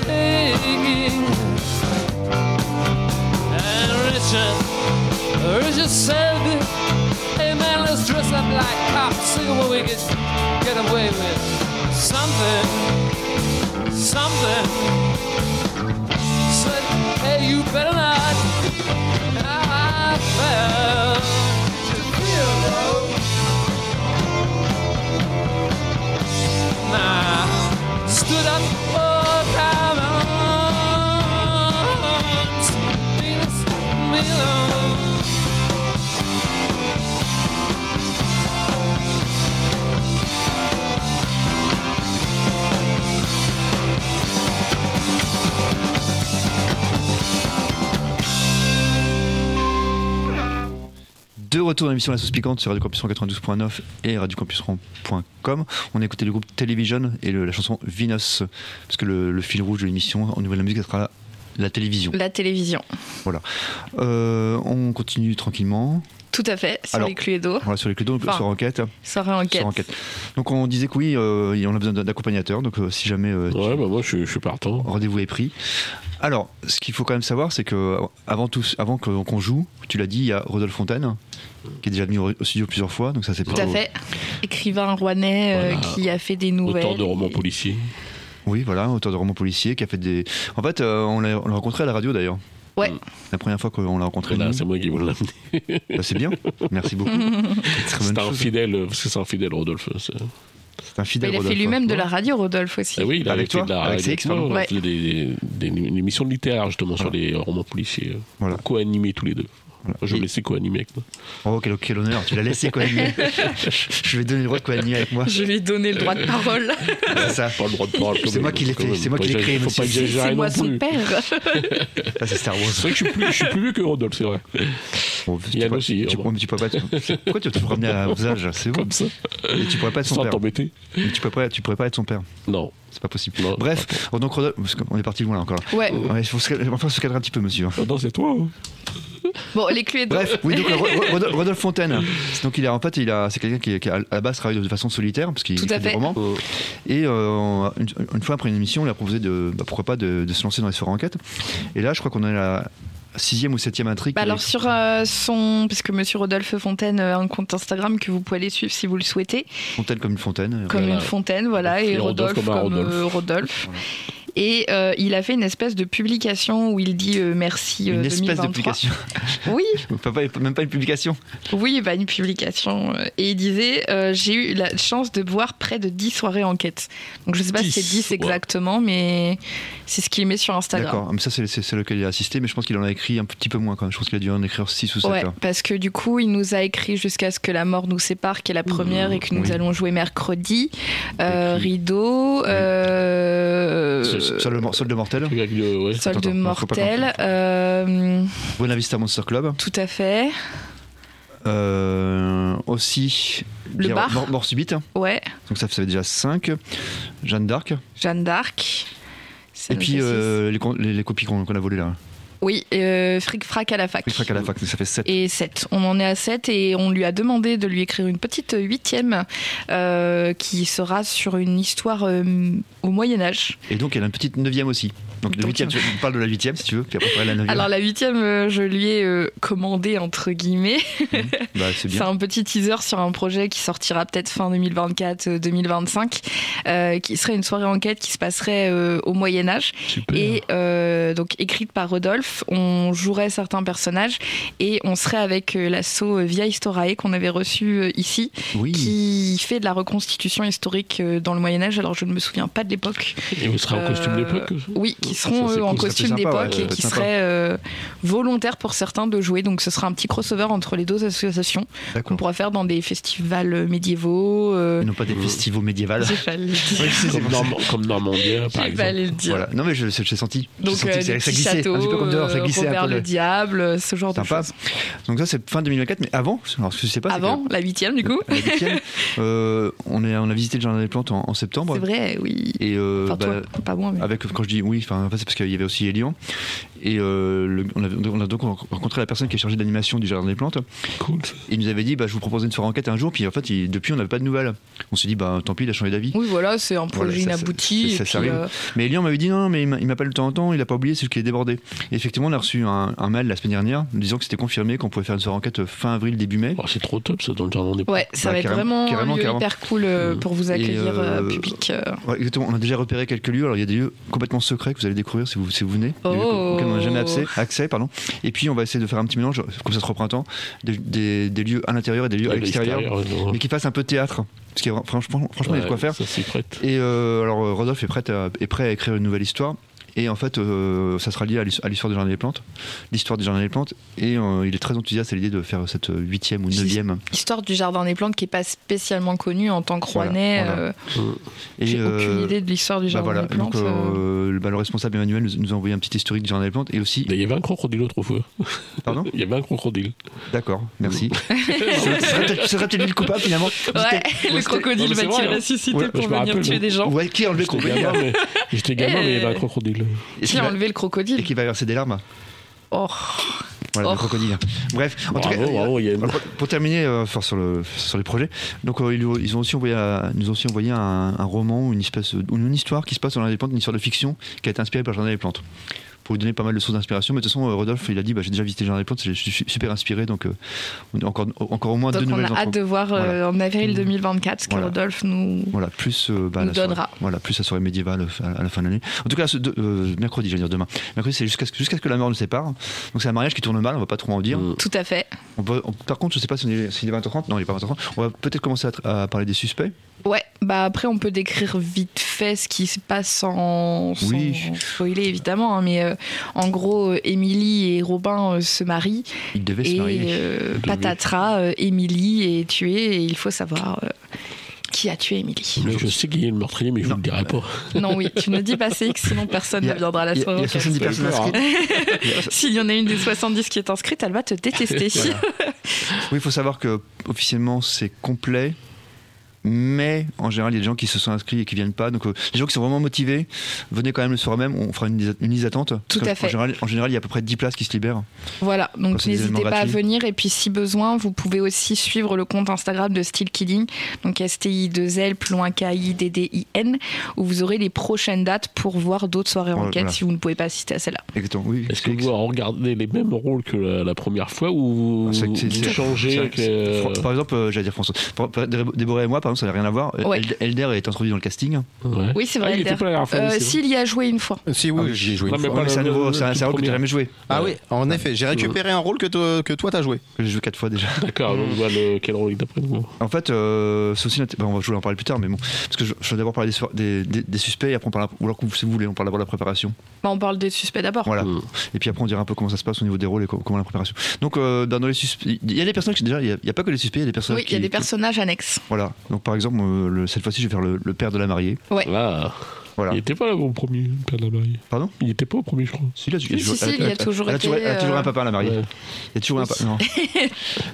digging. And Richard, Richard said, Hey man, let's dress up like cops, see what we can get away with. Something, something. Said, Hey, you better not. And I felt Shapiro. Nah, stood up for diamonds. Venus, Milo.
De retour dans l'émission La Sauce Piquante sur Radio Campus 92.9 et radiocampusron.com. On a écouté le groupe Television et le- la chanson Venus, parce que le, le fil rouge de l'émission, au niveau de la musique, ça sera la télévision.
La télévision.
Euh, on continue tranquillement.
Tout à fait, sur
Alors,
les Cluedo.
Voilà, sur les clés donc
Enfin,
sur enquête.
Soirée enquête.
Sur enquête. Donc on disait que oui, euh, on a besoin d'un- d'accompagnateur. Donc euh, si jamais euh, tu-
Ouais, bah moi, je, je suis partant.
rendez-vous est pris. Alors, ce qu'il faut quand même savoir, c'est que euh, avant tout, avant que- qu'on joue, tu l'as dit, il y a Rodolphe Fontaine qui est déjà venu au au studio plusieurs fois. Donc ça, c'est
Tout à
plutôt-
fait. Écrivain rouennais euh,
Voilà.
qui a fait des nouvelles.
Auteur de romans
et-
policiers.
Oui, voilà, auteur de romans policiers qui a fait des. En fait, euh, on l'a on l'a rencontré à la radio d'ailleurs.
Ouais.
La première fois qu'on l'a rencontré.
Là,
nous.
Mm. c'est moi qui vous l'amener.
Bah, c'est bien. Merci beaucoup. Très bonne
C'est un
chose.
fidèle, euh, parce que c'est un fidèle, Rodolphe. c'est-
C'est un
Bah,
fidèle.
il a fait
Rodolphe,
lui-même
hein.
de la radio, Rodolphe aussi.
Ah oui, il a
Avec
fait
toi,
de la
avec
radio,
ses experts,
il a
ouais.
fait des, des, des émissions littéraires justement sur les romans policiers, euh,
Voilà.
co-animés tous les deux.
Voilà. Et-
Je vais laisser co-animer avec moi.
Oh, quel, quel honneur. Tu l'as laissé co-animer. Je vais donner le droit de co-animer avec moi.
Je lui ai donné le droit de parole.
C'est ça.
Pas le droit de parler.
C'est moi qui l'ai
quand
fait,
même.
c'est moi qui l'ai
Faut
créé,
pas
monsieur.
C'est
exagérer
c'est moi
non
son
plus.
père.
Ah, c'est Star Wars.
C'est vrai que je suis plus, je suis plus vieux que Rodolphe, c'est vrai.
Bon, tu
Yann
pourrais-
aussi,
Tu,
au revoir.
mais tu pourrais pas. tu- pourquoi tu veux te ramener à vos âges C'est bon.
Comme ça,
Et tu pourrais Hein pas être son
sans
père.
t'embêter.
Mais Tu pourrais pas, tu pourrais pas être son père.
Non.
C'est pas possible.
Non,
Bref, oh, donc Rodolphe, parce qu'on est parti loin là encore.
Ouais.
Ouais, faut se cal- enfin, se cadrer un petit peu, monsieur.
Non, c'est toi. hein.
Bon, les Cluedo.
Bref, oui, donc, Ro- Ro- Rodolphe- Rodolphe Fontaine. Donc il a en fait, il a, c'est quelqu'un qui, qui, à la base travaille de façon solitaire parce qu'il
Tout
fait
à
des
fait.
romans. Et euh, une, une fois après une émission, on lui a proposé de, bah, pourquoi pas de, de se lancer dans les soirées enquêtes. Et là, je crois qu'on est à la sixième ou septième intrigue.
Bah alors sur euh, son, parce que Monsieur Rodolphe Fontaine euh, a un compte Instagram que vous pouvez aller suivre si vous le souhaitez,
Fontaine comme une fontaine.
comme
Voilà.
une fontaine, voilà, et,
Et Rodolphe
Rodolphe comme,
comme un
euh, Rodolphe. Et euh, il a fait une espèce de publication où il dit euh, merci euh,
Une espèce de
2023.
publication.
Oui,
Pas- pas- Même pas une publication.
oui, bah une publication. euh, Et il disait euh, j'ai eu la chance de boire près de 10 soirées enquête. Donc je sais pas si c'est
10,
10
wow.
exactement, mais c'est ce qu'il met sur Instagram.
D'accord, mais ça c'est, c'est- c'est lequel il a assisté, mais je pense qu'il en a écrit un petit peu moins quand même. Je pense qu'il a dû en écrire 6 ou 7
Ouais, parce que du coup, il nous a écrit jusqu'à ce que la mort nous sépare, qui est la première, et que nous
Mmh, Oui.
allons jouer mercredi. Euh,
Et puis-
Rideau, euh,
Solde, mor- Solde mortel,
Avec le- euh, ouais.
Solde
Attends, attends, non, faut pas
mortel,
confondre.
euh,
Buena Vista Monster Club,
tout à fait.
euh, aussi
Le
Guerre-
bar.
mort, Mort subite, hein.
Ouais,
donc ça fait déjà 5, Jeanne d'Arc,
Jeanne d'Arc. Ça
et
nous
puis
fait six.
euh, les, con- les- les copies qu'on, qu'on a volées là,
Oui, euh, Fric Frac à la fac.
Fric Frac à la fac, donc ça fait 7.
Et 7. On en est à 7 et on lui a demandé de lui écrire une petite huitième euh, qui sera sur une histoire euh, au Moyen-Âge.
Et donc elle a une petite 9ème aussi. Donc le
Donc, euh,
huitième, tu tu parles de la 8 si tu veux, puis après on parlera de la 9
Alors la huitième, euh, je lui ai euh, commandé entre guillemets.
bah, c'est
C'est
bien.
un petit teaser sur un projet qui sortira peut-être fin euh, 2024-2025, euh, qui serait une soirée enquête qui se passerait euh, au Moyen Âge
Super.
et euh, donc écrite par Rodolphe. On jouerait certains personnages et on serait avec euh, l'assaut Via Historae qu'on avait reçu euh, ici,
Oui,
qui fait de la reconstitution historique euh, dans le Moyen Âge. Alors je ne me souviens pas de l'époque.
Et vous serez en costume
Euh,
d'époque aussi
Oui,
Oh,
qui
Ça,
seront
c'est
eux,
cool,
en
ça peut
costume
être sympa, ouais,
d'époque et
ça peut
qui
être sympa.
seraient euh, volontaires pour certains de jouer. Donc ce sera un petit crossover entre les deux associations qu'on
d'accord.
pourra faire dans des festivals euh, médiévaux. euh,
Et non pas des festivals médiévaux.
j'ai failli le dire.
Oui, c'est- c'est
Comme,
pour ça.
Normand- comme Normandien, par
J'ai
exemple.
failli le dire.
Voilà. Non mais je, je- j'ai senti, J'ai
Donc
senti
euh,
que
des
ça, ça
petits
glissait, un petit peu
châteaux,
comme dehors, ça
euh,
glissait un
Robert
peu. le-
le Diable, euh, ce genre de
Sympa.
choses.
Donc ça c'est fin 2024, mais avant, alors ce que je sais pas, c'est que-
Avant, la huitième du coup.
à la huitième, euh, on, est, on a visité le jardin des plantes en, en septembre.
C'est vrai, oui.
Et euh,
Enfin
bah,
toi, pas moi, mais...
avec, quand je dis oui, enfin, en fait, c'est parce qu'il y avait aussi Elian. Et euh, le- on, avait- on a donc rencontré la personne qui est chargée d'animation du Jardin des Plantes.
Cool.
Il nous avait dit bah, Je vous propose une soirée enquête un jour. Puis en fait, il- depuis, on n'avait pas de nouvelles. On s'est dit bah, Tant pis, il a changé d'avis.
Oui, voilà, c'est un projet
Voilà, ça, ça-
inabouti.
ça, ça
et puis,
arrive.
euh,
Mais Elian m'avait dit non, non, mais il m'a- il m'appelle de temps en temps, il a pas oublié, c'est qu'il est débordé. Et effectivement, on a reçu un, un mail la semaine dernière nous disant que c'était confirmé qu'on pouvait faire une soirée enquête fin avril, début mai.
Oh, c'est trop top ça dans le jardin des
ouais, ça
Bah,
va être
carrément-
vraiment
carrément,
un lieu
carrément.
hyper cool euh,
Mmh.
pour vous accueillir
euh,
euh, public. euh.
Ouais, exactement, on a déjà repéré quelques lieux. Alors, il y a des lieux complètement secrets que vous allez découvrir si vous, si vous venez, des lieux
Oh.
auxquels on n'a jamais accès. accès pardon. Et puis, on va essayer de faire un petit mélange, comme ça sera au printemps, des, des- des lieux à l'intérieur et des lieux à
Ouais,
l'extérieur,
l'extérieur, ouais.
mais qui fassent un peu théâtre. Parce que franchement, franchement il y a de quoi
Ouais,
faire.
Ça s'y prête.
Et euh, alors euh, Rodolphe est prêt, à, est prêt à écrire une nouvelle histoire. Et en fait, euh, ça sera lié à l'his- à l'histoire du Jardin des Plantes. L'histoire du Jardin des Plantes. Et euh, il est très enthousiaste à l'idée de faire cette euh, huitième ou
Si-
neuvième.
Histoire du Jardin des Plantes qui n'est pas spécialement connue en tant que
Voilà,
Rouennais.
voilà.
euh,
Et
J'ai aucune
euh,
idée de l'histoire du
bah
Jardin
voilà.
des
Donc,
Plantes. euh.
euh, bah, le responsable Emmanuel nous, nous a envoyé un petit historique du Jardin des Plantes. Et aussi.
Mais Il y avait un crocodile l'autre fois.
Pardon
Il y avait un crocodile.
D'accord, merci. Ce serait peut-être- ce serait peut-être lui le coupable finalement.
Ouais,
Ouais,
le
c'était- Non,
crocodile va
mais c'est
t
vrai, hein.
ressusciter
Ouais,
pour
je me
venir
rappelle,
tuer
moi.
des gens
Ouais, qui a enlevé
J'étais
qu'on
gamin, mais... J'étais gamin, mais il y
Eh.
avait un crocodile.
Et qui
Qui a
va-
enlevé le
et
crocodile
qui va verser des larmes.
Oh,
Voilà, le
Oh.
crocodile. Bref, en tout
Bravo,
cas,
bravo, il y a
Alors, Bah, pour- Pour terminer, euh, enfin, sur, le, sur les projets, donc, euh, ils, ils ont aussi envoyé à- ils nous ont aussi envoyé un, un roman ou une, espèce, ou une histoire qui se passe dans le Jardin des plantes, une histoire de fiction qui a été inspirée par le Jardin des plantes. Pour vous donner pas mal de sources d'inspiration, mais de toute façon, euh, Rodolphe, il a dit bah, J'ai déjà visité le Jardin des plantes, je suis su- super inspiré, donc euh, on a encore, encore au moins
donc
deux
on
nouvelles
a hâte
entreprises.
de voir euh, en avril 2024 ce que
Mm. Voilà.
Rodolphe nous.
Voilà, plus, euh, bah,
Nous
la soirée-
donnera.
voilà, plus la soirée médiévale euh, à à la fin de l'année. En tout cas, ce- de- euh, mercredi, je vais dire demain. Mercredi, c'est jusqu'à ce, que- jusqu'à ce que la mort nous sépare. Donc c'est un mariage qui tourne mal, on va pas trop en dire.
Mm.
Tout à fait.
On peut- on- par contre, je sais pas si il est, s'il est 20h30. Non, il est pas 20h30. On va peut-être commencer à tr- à, parler des suspects.
Ouais, bah après on peut décrire vite fait ce qui se passe sans, sans
Oui.
spoiler évidemment, hein, mais euh, en gros, euh, Émilie et Robin euh, se marient
Il devait se
et
marier.
euh,
Devait.
patatras, euh, Émilie est tuée et il faut savoir euh, qui a tué Émilie.
Mais je sais qu'il y a le meurtrier, mais je
Non. Euh,
vous le dirai pas.
non, oui, tu ne dis pas CX sinon personne
Il y
ne
a-
viendra à la
Il y a, il y
soirée.
a 70
Ça
personnes
fait peur,
inscrites. Il y a-
S'il y en a une des 70 qui est inscrite, elle va te détester.
Voilà.
Oui, il faut savoir que officiellement c'est complet. Mais en général, il y a des gens qui se sont inscrits et qui viennent pas. Donc, euh, les gens qui sont vraiment motivés, venez quand même le soir même. On fera une, liste- une liste d'attente.
Tout
Parce qu'en-
à fait.
En général, en général, il y a à peu près 10 places qui se libèrent.
Voilà,
Comme
donc
c'est des
n'hésitez
événements
pas à
gratuits.
venir et puis si besoin, vous pouvez aussi suivre le compte Instagram de Still Killing, donc STI2L, plus loin K-I-D-D-I-N, où vous aurez les prochaines dates pour voir d'autres soirées
Voilà,
enquêtes
voilà.
si vous ne pouvez pas assister à celle-là.
Exactement. Oui.
Est-ce que
c'est-
vous regardez les mêmes rôles que la, la première fois ou vous,
Ah, c'est- c'est-
vous
c'est-
changez
c'est-
avec,
c'est-
euh,
Fran- Par exemple, euh, j'allais dire François. Par- par- Dé- Déborah et moi, par exemple, ça n'a rien à voir.
Ouais.
Eld- Elder est introduit dans le casting.
ouais.
Oui, c'est
Ah,
vrai,
il était pas la dernière fois, oui,
Euh,
c'est vrai.
S'il y a joué une fois.
Si,
Ah
oui, j'y ai joué.
Non,
une
mais
fois.
Ouais,
pas
mais c'est un
le-
nouveau,
le
c'est un,
tout
c'est un rôle que j'ai
premier.
jamais joué.
Ah oui, en effet, j'ai récupéré un rôle que, te- que toi t'as joué.
J'ai joué quatre fois déjà.
D'accord, donc voilà le- quel rôle il t'a pris bon.
En fait, euh, c'est aussi. l'int- bah, on va je voulais en parler plus tard, mais bon. Parce que je, je vais d'abord parler des, soir- des, des- des suspects, et après on parle. Ou alors, si vous voulez, on parle d'abord de la préparation.
Bah, on parle des suspects d'abord.
Voilà.
Mm.
Et puis après, on dira un peu comment ça se passe au niveau des rôles et co- comment la préparation. Donc, euh, dans les suspects. Il y a des personnes qui. Déjà, il n'y a, il y a pas que les suspects, il y a des personnes.
Oui, il y a
qui-
des personnages annexes.
Voilà. Donc, par exemple, euh, le- cette fois-ci, je vais faire le, le père de la mariée.
Là,
Voilà.
Ah, il était pas là au premier, le père de la mariée.
Pardon
Il était pas au premier, je crois.
Si, là, tu-
Si, si, si, il y a toujours
elle,
été,
elle a toujours
euh,
un papa à la mariée.
Ouais.
Ah, Il y a toujours un papa. Non.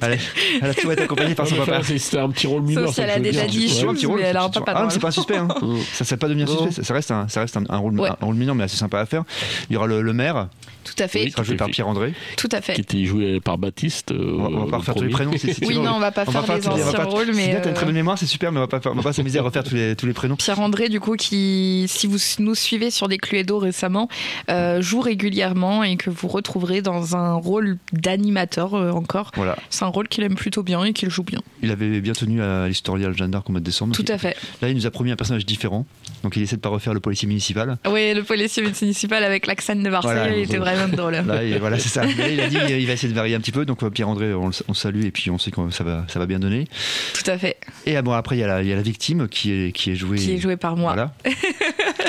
elle, est- elle a toujours été accompagnée par son
Ouais, mais
papa.
enfin, c'est- C'était un petit rôle mineur.
Sauf si
ça,
elle a
je veux
déjà
dire.
dit,
Ouais.
je suis
un petit
mais
rôle,
elle a
c'est
un
toujours-
papa
Ah,
dans
mais c'est
la-
pas un suspect. hein.
Mm.
Ça ne pas devenir
Non.
suspect. Ça- Ça reste un, ça reste un, un rôle,
Ouais.
un rôle mineur, mais assez sympa à faire. Il y aura le, le maire,
Tout à fait,
qui sera joué par Pierre André.
tout à fait.
Qui était joué par Baptiste. euh,
On va, on va pas
le
refaire tous les
premier.
prénoms. si- si tu
Oui,
veux.
non, on va pas
On
faire les
tous les- on va
anciens
pas-
rôles, mais.
Sylvia, t'as une très
euh,
bonne mémoire, c'est super, mais on va pas, faire- on va pas s'amuser à refaire tous les, tous les prénoms.
Pierre André, du coup, qui, si vous nous suivez sur des Cluedo récemment, euh, joue régulièrement et que vous retrouverez dans un rôle d'animateur euh, encore.
Voilà,
C'est un rôle qu'il aime plutôt bien et qu'il joue bien.
il avait bien tenu à l'historial Jeanne d'Arc au mois de décembre.
Tout à fait.
Là, il nous a promis un personnage différent, donc il essaie de pas refaire le policier municipal.
Oui, le policier municipal avec l'accent de Marseille,
Voilà,
il était
bon.
vraiment drôle.
Là, et voilà, c'est ça. Mais là, il a dit il va essayer de varier un petit peu, donc euh, Pierre-André, on, le on le salue et puis on sait que ça va, ça va bien donner.
Tout à fait.
Et ah, bon, après, il y, a la- il y a la victime qui est, qui est jouée.
Qui est joué par moi.
Voilà.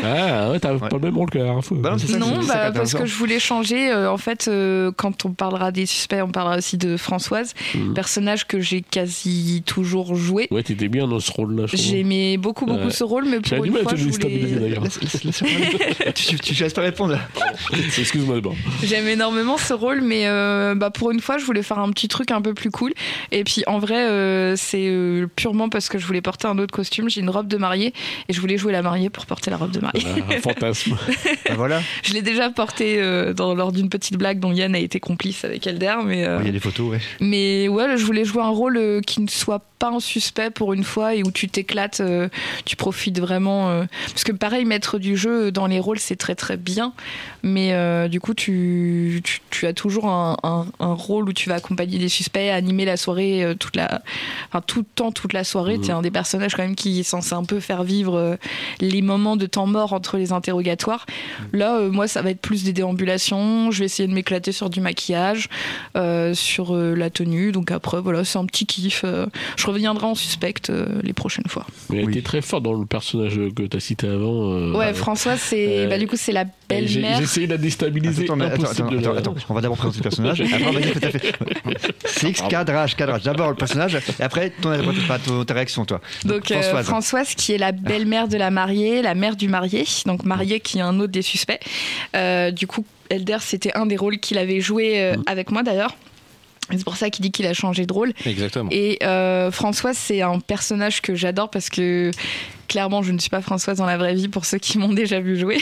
Ah, ouais, t'as
Ouais.
pas le même rôle que la dernière fois.
Bah non, c'est ça,
Non,
c'est ça qui est
bah, parce
intéressant.
que je voulais changer. euh, en fait, euh, quand on parlera des suspects, on parlera aussi de Françoise,
Mhm.
personnage que j'ai quasi toujours joué.
Ouais, t'étais bien dans ce rôle-là. je trouve.
J'aimais beaucoup, beaucoup
Ouais.
ce rôle, mais
J'ai
pour
du
une
mal à
fois,
te
je
déstabiliser
voulais.
d'ailleurs.
Laisse- laisse- laisse- tu, tu, tu laisses pas répondre là.
Excuse-moi d'abord.
J'aime énormément ce rôle, mais euh, bah, pour une fois, je voulais faire un petit truc un peu plus cool. Et puis en vrai, euh, c'est euh, purement parce que je voulais porter un autre costume. J'ai une robe de mariée et je voulais jouer la mariée pour porter la robe de marier.
Un fantasme.
Ah, voilà.
Je l'ai déjà porté euh, dans, lors d'une petite blague dont Yann a été complice avec Elder, mais, euh,
Il y a des photos, ouais.
mais ouais, je voulais jouer un rôle euh, qui ne soit pas un suspect pour une fois et où tu t'éclates, euh, tu profites vraiment. euh, parce que pareil, maître du jeu dans les rôles, c'est très très bien, mais euh, du coup, tu, tu, tu as toujours un, un- un rôle où tu vas accompagner des suspects, animer la soirée, euh, toute la, enfin, tout le temps, toute la soirée.
Mhm.
Tu es un des personnages quand même qui est censé un peu faire vivre euh, les moments de temps mort entre les interrogatoires. Là, euh, moi, ça va être plus des déambulations. Je vais essayer de m'éclater sur du maquillage, euh, sur euh, la tenue. Donc après, voilà, c'est un petit kiff. euh, je reviendrai en suspect euh, les prochaines fois.
Mais elle
Oui.
était très forte dans le personnage que tu as cité avant. euh,
Ouais,
euh,
François, c'est
euh,
bah, du coup c'est la
et j'ai
belle-mère.
j'ai essayé de la déstabiliser.
Attends, mais attends,
impossible
attends,
de la-
attends, attends. on va d'abord présenter le personnage. Après, vas-y, tout à fait. C'est X, cadrage, cadrage. D'abord le personnage, et après ton, ton- ta réaction, toi.
Donc euh, Françoise. qui est la belle-mère de la mariée, la mère du marié, donc mariée qui est un autre des suspects. Euh, du coup, Elder, c'était un des rôles qu'il avait joué
Mm.
euh, avec moi d'ailleurs. Et C'est pour ça qu'il dit qu'il a changé de rôle.
Exactement.
Et euh, Françoise, c'est un personnage que j'adore parce que clairement, je ne suis pas Françoise dans la vraie vie pour ceux qui m'ont déjà vu jouer.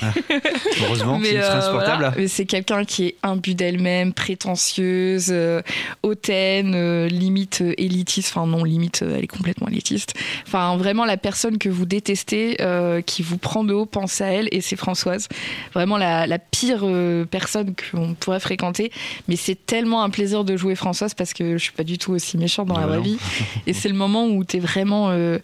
Heureusement, c'est
Mais, euh,
transportable.
voilà. Mais c'est quelqu'un qui est imbu d'elle-même, prétentieuse, euh, hautaine, euh, limite euh, élitiste. Enfin, non, limite, euh, elle est complètement élitiste. Enfin, vraiment la personne que vous détestez, euh, qui vous prend de haut, pensez à elle, et c'est Françoise. Vraiment la, la pire euh, personne qu'on pourrait fréquenter. Mais c'est tellement un plaisir de jouer Françoise parce que je suis pas du tout aussi méchante dans
Ah
la
bah
vraie
non.
vie. Et c'est le moment où t'es vraiment. euh,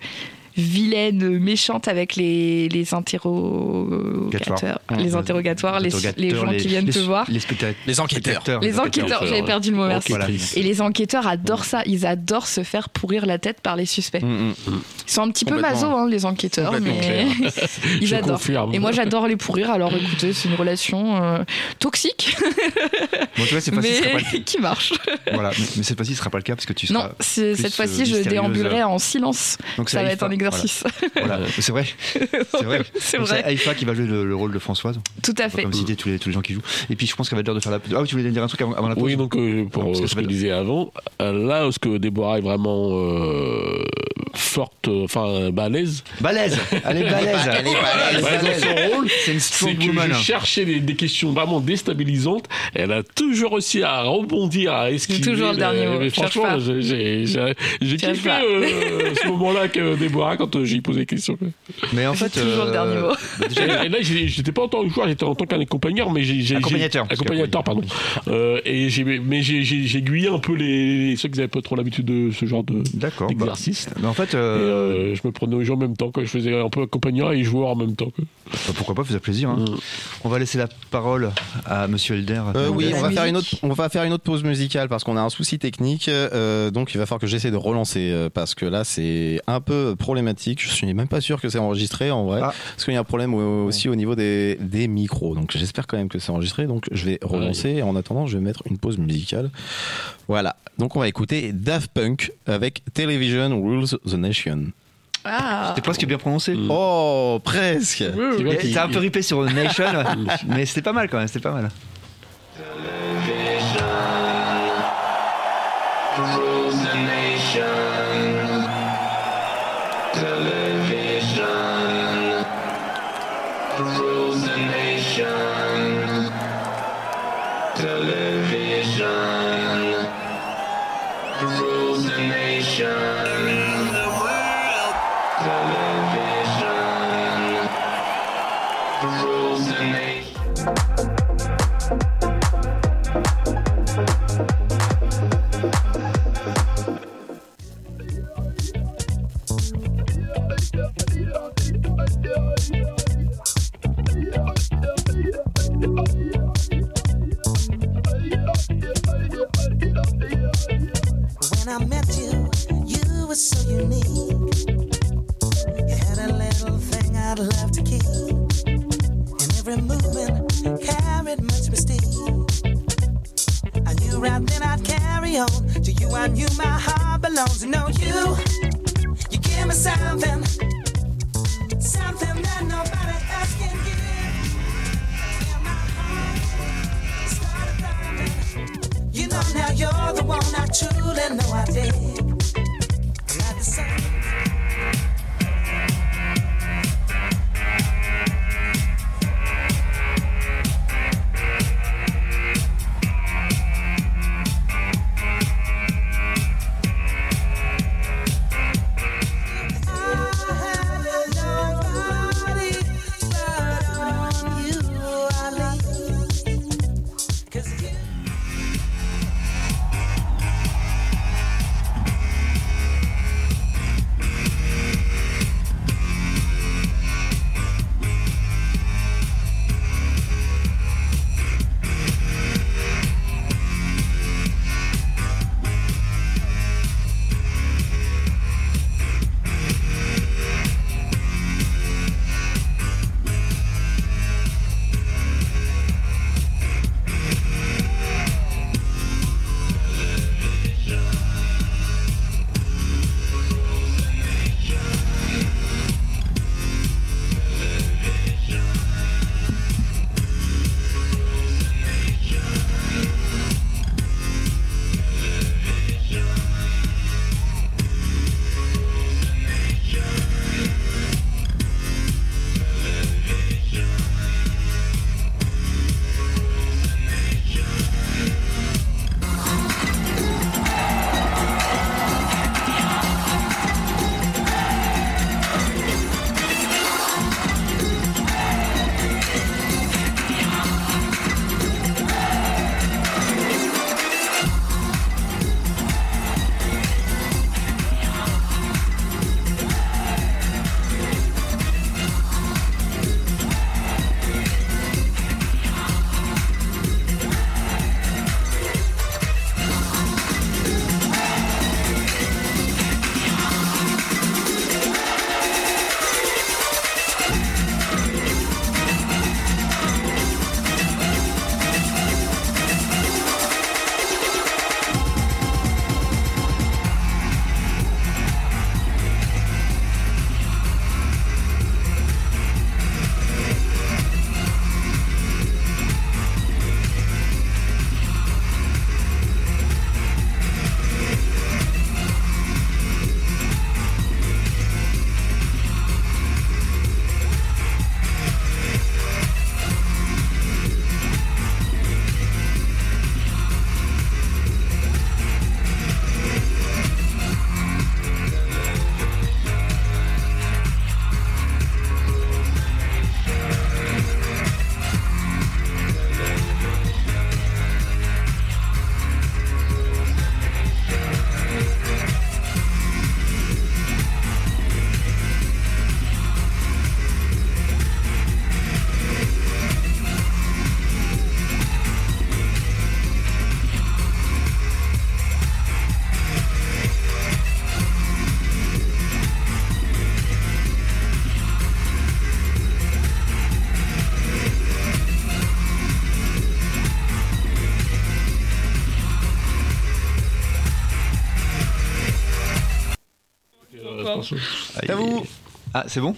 vilaine, méchante avec les, les interrogatoires,
Gatoire.
les interrogatoires, les, les gens qui viennent te voir.
Les spectateurs.
Les enquêteurs.
Les enquêteurs,
enquêteurs,
j'avais
ouais.
perdu le mot, merci.
Voilà.
Enquêtrice.
Et les enquêteurs adorent ça, ils adorent se faire pourrir la tête par les suspects.
Mm,
Ils sont un petit peu
Complètement.
maso, hein, les enquêteurs,
Complètement
mais ils
Je
adorent.
confirme.
Et moi j'adore les pourrir, alors écoutez, c'est une relation euh, toxique,
Bon, tu vois, cette fois-ci, ce sera
mais
pas le-
qui marche.
voilà. Mais- mais cette fois-ci, ce sera pas le cas parce que tu
Non,
seras.
c'est-
plus,
cette
euh,
fois-ci je
mystérieuse.
déambulerai en silence,
Donc c'est
ça va
Haïfa.
être un exercice.
Voilà. Voilà. C'est vrai. C'est vrai.
c'est
Donc,
vrai,
Haïfa qui va jouer le, le rôle de Françoise.
tout à
On va
fait.
Comme citer tous les, tous les gens qui jouent. Et puis je pense qu'elle va être l'heure de faire la. Ah oui, tu voulais dire un truc avant, avant la pause
Oui, donc euh, pour
Non, parce
euh,
que
ce
ça
que
va
je
être-
disais avant, euh, là où ce que Déborah est vraiment euh, forte, euh, enfin euh, balèze,
Balèze Elle est balèze
Elle est balèze.
balèze. C'est une
c'est
strong
que
woman.
je cherchais des, des questions vraiment déstabilisantes. Elle a toujours réussi à rebondir, à esquiver.
toujours le
les-
dernier mot,
mais
cherche
Franchement,
pas.
j'ai- j'ai j'ai- j'ai
Cherche
kiffé
pas.
euh, ce moment-là que Déborah quand euh, j'y posais des questions.
Mais en
C'est
fait.
toujours le
euh,
dernier mot.
bah, déjà,
Et là, et là, j'ai- j'étais pas en tant que joueur, j'étais en tant qu'accompagnateur, mais j'ai j'ai- j'ai-
Accompagnateur, parce
accompagnateur, pardon. Euh, et j'ai mais j'ai j'ai- j'ai aiguillé un peu les, les- ceux qui n'avaient pas trop l'habitude de ce genre de
D'accord. bah.
d'exercice.
Mais en fait,
Et,
euh,
euh, je me prenais aux gens en même temps, quoi. je faisais un peu accompagnant et joueur en même temps. Quoi.
bah, pourquoi pas, faisait plaisir. hein.
Euh,
On va laisser la parole à Monsieur Elder.
Euh, oui,
La
on va, faire une autre,
musique.
on va faire une autre pause musicale parce qu'on a un souci technique. euh, donc il va falloir que j'essaie de relancer euh, parce que là c'est un peu problématique. Je suis même pas sûr que c'est enregistré en vrai.
Ah.
Parce qu'il y a un problème au- aussi au niveau des, des micros. Donc j'espère quand même que c'est enregistré. Donc je vais relancer et en attendant je vais mettre une pause musicale. Voilà. Donc on va écouter Daft Punk avec Television Rules the Nation.
Ah.
C'était presque bien prononcé.
Mm.
Oh, presque
tu vois qu'il- euh,
T'as un peu ripé sur Nation, mais c'était pas mal quand même, c'était pas mal.
When I met you, you were so unique. You had a little thing I'd love to keep. And every movement carried much mystique. I knew right then I'd carry on. To you, I knew my heart belongs. You know, you, you give me something, something that nobody else can give. And my heart started thumping. You know now you're the one I truly know I did. Like the sun.
hein.
attention.
À vous.
Ah, c'est bon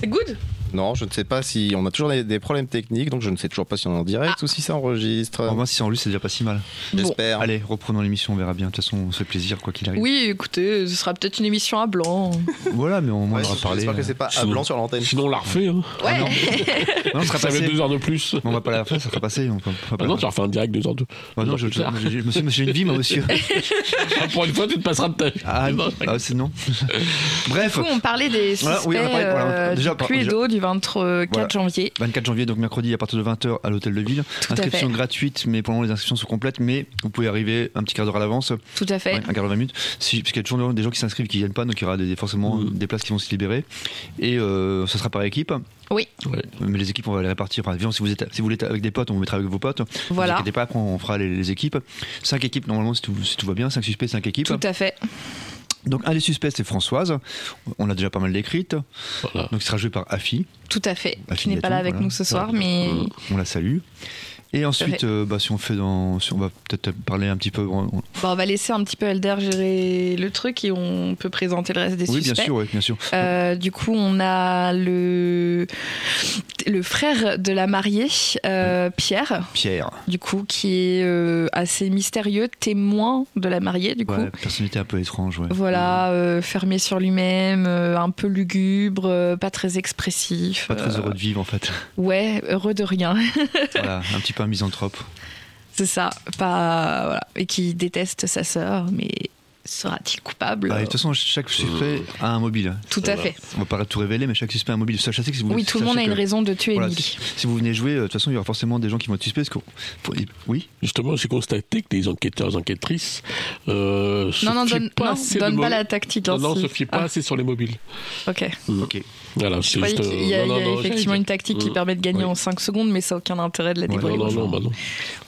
C'est good
Non, je ne sais pas si on a toujours des, des problèmes techniques, donc je ne sais toujours pas si on est en direct ou si ça enregistre.
En Oh, moi, si c'est en lui, c'est déjà pas si mal.
J'espère.
Allez, reprenons l'émission, on verra bien. De toute façon, on se fait plaisir, quoi qu'il arrive.
Oui, écoutez, ce sera peut-être une émission à blanc.
Voilà, mais au moins,
Ouais,
on aura
surtout,
parlé.
J'espère que c'est pas à
Sinon-
blanc sur l'antenne.
Sinon, on la refait. Hein.
Ah non. Non, on sera
Ça fait
passé.
deux heures de plus.
Mais on va pas la faire, ça sera passé. On peut- on peut pas
Ah non,
la-
tu refais un direct deux heures de
Ah non,
deux
je,
heures plus tard.
je- je- monsieur, monsieur, j'ai une vie, moi, monsieur.
Ah, Pour une fois, tu te passeras de ta.
Ah, ah, c'est non. Bref,
Du coup, on parlait des suspects
Voilà, oui, on parlait- voilà,
euh,
déjà,
du
par-
Cluedo du 24
Voilà.
janvier.
24 janvier, donc mercredi, à partir de 20h à l'hôtel de ville.
Tout à
Inscription
fait.
gratuite, mais pour le moment, les inscriptions sont complètes. Mais vous pouvez arriver un petit quart d'heure à l'avance.
Tout à fait.
Ouais, un quart d'heure, 20 minutes. Si, parce qu'il y a toujours des gens qui s'inscrivent qui viennent pas, donc il y aura des, forcément
Mhm.
des places qui vont se libérer. Et euh, ça sera par équipe.
Oui.
Ouais.
Mais les équipes, on va les répartir. Par exemple, si vous, êtes, si vous voulez être avec des potes, on vous mettra avec vos potes. Vous
Voilà.
inquiétez pas, après, on fera les, les équipes. 5 équipes, normalement, si tout, si tout va bien, 5 suspects, 5 équipes.
Tout à fait.
Donc un des suspects, c'est Françoise. On a déjà pas mal décrite.
Voilà.
Donc, il sera joué par Afi.
Tout à fait.
Ah,
Qui n'est pas
Fignaton,
là avec
voilà. Euh,
nous ce soir, mais
On la salue. Et ensuite, euh, bah, si on fait dans, si on va peut-être parler un petit peu. on- on-
bon, on va laisser un petit peu Elder gérer le truc et on peut présenter le reste des
Oui,
suspects.
bien sûr, oui, bien sûr.
Euh, du coup, on a le, le frère de la mariée, euh, Pierre,
Pierre,
du coup, qui est euh, assez mystérieux, témoin de la mariée, du coup.
ouais, personnalité un peu étrange, ouais.
Voilà, euh, fermé sur lui-même, euh, un peu lugubre, euh, pas très expressif.
Pas très
euh,
heureux de vivre en fait.
ouais, heureux de rien,
voilà, un petit peu un misanthrope.
c'est ça. Pas, voilà. Et qui déteste sa sœur, mais sera-t-il coupable
Bah, et de toute façon, chaque suspect a un mobile.
Tout à fait.
On va pas tout révéler, mais chaque suspect a un mobile. Sachez que si vous
Oui, tout le monde a
sachez
une
que-
raison de tuer
voilà,
Emily.
si, si vous venez jouer, euh, de toute façon, il y aura forcément des gens qui vont être suspects. Parce que... faut- Oui,
Justement, j'ai constaté que les enquêteurs et enquêtrices. Euh, se
Non, non,
fient
donne
pas,
non,
assez de
donne
mo-
pas la tactique.
Non,
hein,
non,
si-
se fie pas
Ah,
assez sur les mobiles.
ok.
ok.
Voilà,
Je
c'est
croyais
juste.
qu'il y a,
euh, non,
il y a
non, non,
effectivement
j'ai-
une tactique qui
Mm.
permet de gagner
Oui.
en 5 secondes, mais ça n'a aucun intérêt de la
Ouais.
débrouiller.
Non, non, non, bah non.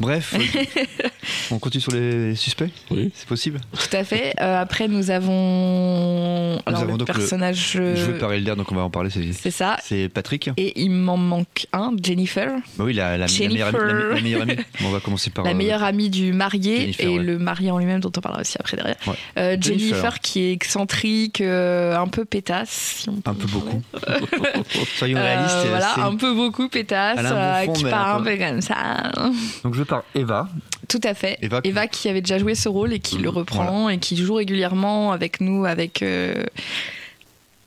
Bref, euh, on continue sur les suspects
Oui.
C'est possible
Tout à fait. Euh, après, nous avons. Alors,
avons
le
donc le-
personnage. euh,
Joué par Elder, donc on va en parler. C'est,
C'est ça.
c'est Patrick.
Et il m'en manque un, Jennifer,
Bah oui, la, la- la meilleure amie. la- la meilleure amie. Bon, on va commencer par.
la
euh,
meilleure amie du marié
Jennifer,
et
ouais.
le marié en lui-même, dont on parlera aussi après derrière.
Ouais.
Euh, Jennifer.
Jennifer.
qui est excentrique, euh, un peu pétasse. si on peut
Un peu
dire.
beaucoup. Soyons
Euh,
réalistes. euh,
voilà,
c'est-
un peu beaucoup pétasse,
Elle a un bon
euh,
fond,
qui
mais elle a
part un
pas-
peu comme ça.
Donc je vais par Eva.
Tout à fait.
Eva qui-
Eva,
Mmh,
qui avait déjà joué ce rôle et qui le reprend et qui joue régulièrement avec nous, avec euh,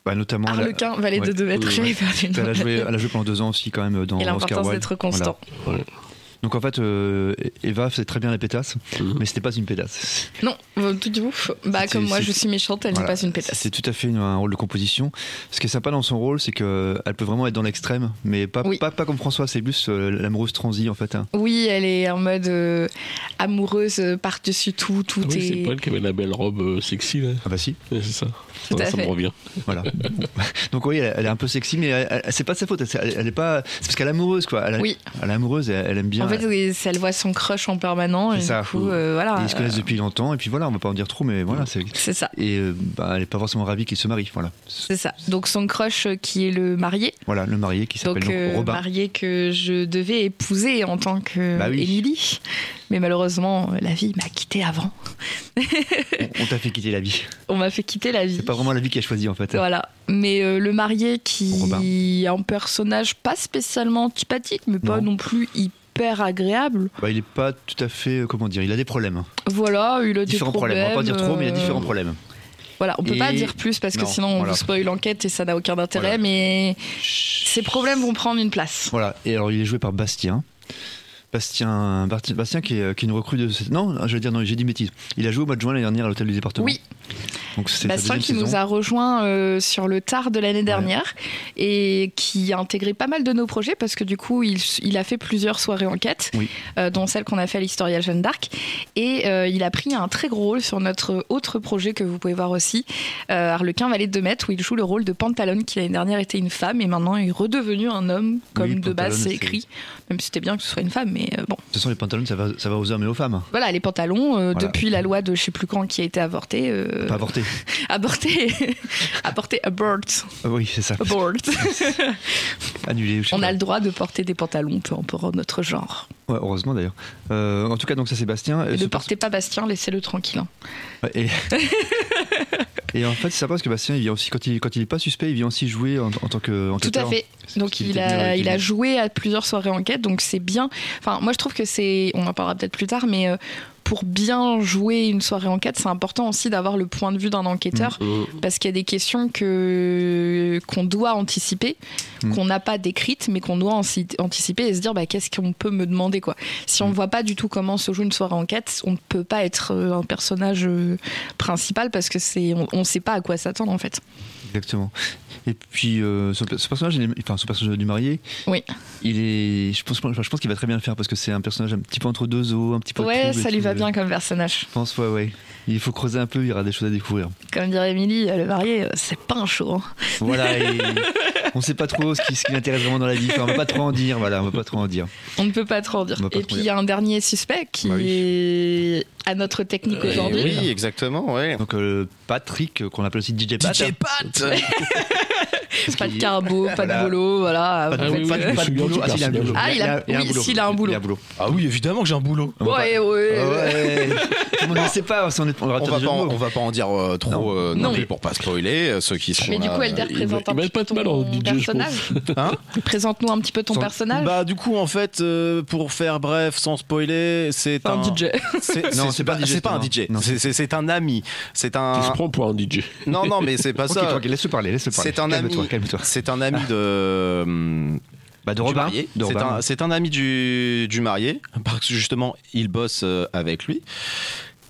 Bah, notamment. elle a-
Harlequin, Valet
ouais.
de 2 mètres.
Oui,
J'avais perdu
Elle
le
a,
nom.
joué, elle a joué pendant deux ans aussi quand même dans
Et
Oscar
l'importance
Wilde.
d'être constant.
Voilà.
Voilà. Donc en fait, euh, Eva faisait très bien la pétasse,
Mhm.
mais c'était pas une pétasse.
Non, euh, tout du ouf. Bah,
C'est-
comme moi,
c'est-
je suis méchante, elle
Voilà.
n'est pas une pétasse.
C'est tout à fait une- un rôle de composition. Ce qui est sympa dans son rôle, c'est que elle peut vraiment être dans l'extrême, mais pas,
Oui.
pas, pas comme François, c'est plus euh, l'amoureuse transie en fait. hein.
Oui, elle est en mode euh, amoureuse euh, par-dessus tout, tout
Ah oui, c'est
est.
Paul qui avait la belle robe euh, sexy, là.
Ah bah si,
Ouais, C'est ça.
Tout
Ouais,
à
ça
fait.
me revient.
voilà. Donc oui, elle, elle est un peu sexy, mais elle- elle- c'est pas de sa faute. Elle, elle- elle est pas, c'est parce qu'elle est amoureuse quoi. Elle,
Oui.
elle est amoureuse, et elle, elle aime bien. hein.
En fait, oui, c'est- elle voit son crush en permanent et
C'est ça.
du coup, euh,
Et
voilà.
ils se connaissent depuis longtemps, et puis voilà, on va pas en dire trop, mais voilà, c'est.
C'est ça,
Et euh, bah, elle est pas forcément ravie qu'il se marie, voilà.
c'est ça. Donc son crush euh, qui est le marié,
Voilà, le marié qui s'appelle donc
donc euh,
Robin.
marié que je devais épouser en tant que
Bah oui.
Émilie. mais malheureusement euh, la vie m'a quitté avant.
On t'a fait quitter la vie.
On m'a fait quitter la vie.
C'est pas vraiment la vie qu'elle a choisie en fait.
Voilà. Mais euh, le marié
Robin.
qui est un personnage pas spécialement antipathique, mais pas
Non.
non plus hyper agréable.
Bah, il est pas tout à fait, euh, comment dire, il a des problèmes.
Voilà, il a des
différents problèmes.
problèmes.
On va pas dire trop, mais il y a
euh,
différents problèmes.
Voilà, on peut pas
Et-
dire plus parce que
Non,
sinon on
voilà.
vous spoil l'enquête et ça n'a aucun intérêt,
Voilà.
mais ces problèmes vont prendre une place.
Voilà, et alors il est joué par Bastien. Bastien, Bart- Bastien qui, est, euh, qui est une recrue de. cette- Non, je vais dire, non, j'ai dit bêtise. Il a joué au mois de juin l'année dernière à l'hôtel du département.
Oui,
donc c'est sa
Bastien
deuxième
qui
saison.
nous a rejoint euh, sur le tard de l'année dernière et qui a intégré pas mal de nos projets parce que du coup il, il a fait plusieurs soirées enquêtes,
Oui.
euh, dont celle qu'on a fait à l'Historia Jeanne d'Arc. Et euh, il a pris un très gros rôle sur notre autre projet que vous pouvez voir aussi, euh, Harlequin Valet de Maître, où il joue le rôle de Pantalone qui l'année dernière était une femme et maintenant est redevenu un homme, comme
Oui,
de base
Pantalone,
c'est
c'est-
écrit, même si c'était bien que ce soit une femme, mais euh, bon.
De toute façon, les pantalons, ça va, ça va aux hommes et aux femmes. hein.
Voilà, les pantalons, euh,
Voilà.
depuis la loi de je sais plus quand qui a été avortée. euh,
Pas avortés.
abortée. abortée, abort.
Ah oui, c'est ça.
Abort.
Annulé. je sais
On
pas.
a le droit de porter des pantalons, peu importe notre genre.
Ouais, heureusement d'ailleurs. Euh, en tout cas, donc ça c'est Bastien.
Et
Ce
ne portez pas Bastien, laissez-le tranquille. hein.
Ouais, Et, Et en fait, c'est sympa parce que Bastien, il vient aussi, quand il, quand il est pas suspect, il vient aussi jouer en, en tant que
Tout à
enquêteur.
fait.
C'est ce
Donc
euh, qu'il
il
était venu
a,
avec
il
lui.
a joué à plusieurs soirées enquête, donc c'est bien. Enfin, moi je trouve que c'est, on en parlera peut-être plus tard, mais euh, pour bien jouer une soirée enquête, c'est important aussi d'avoir le point de vue d'un enquêteur,
Euh,
parce qu'il y a des questions que qu'on doit anticiper,
Mm.
qu'on n'a pas décrites, mais qu'on doit anci- anticiper et se dire bah, qu'est-ce qu'on peut me demander quoi. Si
Hmm.
on ne voit pas du tout comment se joue une soirée enquête, on ne peut pas être euh, un personnage euh, principal parce que c'est, on ne sait pas à quoi s'attendre en fait.
Exactement. Et puis, euh, son, ce personnage, il est- enfin, son personnage du marié,
Oui.
il est, je pense, je pense qu'il va très bien le faire parce que c'est un personnage un petit peu entre deux eaux, un petit peu.
Ouais,
trouble et
ça lui
tout.
va bien comme personnage.
Je pense, ouais, ouais. Il faut creuser un peu, il y aura des choses à découvrir.
Comme dirait Émilie, euh, le marié, euh, c'est pas un show. hein.
Voilà. et on sait pas trop ce qui, ce qui l'intéresse vraiment dans la vie. Enfin, on va pas trop en dire, voilà, on va pas trop en dire.
On ne peut pas trop en dire.
On va pas
Et
trop
puis
dire.
il y a un dernier suspect qui
Bah oui.
est à notre technique
Euh,
aujourd'hui.
oui.
Eh Oui, exactement, ouais.
Donc, euh, Patrick, euh, qu'on appelle aussi DJ Pat.
DJ Pat
Pas de carbo, pas
Voilà.
de boulot, voilà.
Pas de,
Ah
En fait,
oui,
pas
oui,
de-
je me
pas de
souviens
boulot.
du
Ah, si, il a un
personnage.
boulot.
Ah, il a-
il a un
oui,
boulot.
s'il a un boulot.
Il a un boulot.
Ah oui, évidemment que j'ai un boulot.
on va pas-
Ouais, ouais, ouais.
Ah
ouais. Tout le monde ne sait pas, on, est, on aura
On
peut-être
va,
des
pas en,
jeux de
on
mots.
va pas en dire euh, trop euh, non,
Non,
plus
mais-
pour pas spoiler euh, ceux qui sont
Mais du
là,
coup, Elder
euh,
il va-
présente un
il va
petit
être pas
peu
de mal en
ton
DJ, je
personnage.
Hein
Présente-nous un petit peu ton
Sans-
personnage.
Bah du coup en fait euh, pour faire bref sans spoiler c'est
Enfin,
Bah, un
DJ.
C'est,
Non,
non,
c'est
c'est
pas
pas,
un DJ,
c'est pas un
non.
DJ.
Non.
C'est, c'est- c'est un ami. C'est
Tu
ah.
se
un.
prends pour un DJ.
Non, non, mais c'est pas
Ok,
ça.
ok, laisse-le parler, laisse-le parler.
C'est un
calme-toi,
ami.
Calme-toi.
C'est un ami de. hum,
Bah, de
du
Robin.
marié.
de
C'est
Robin.
un, c'est un ami du, du marié parce que justement il bosse euh, avec lui.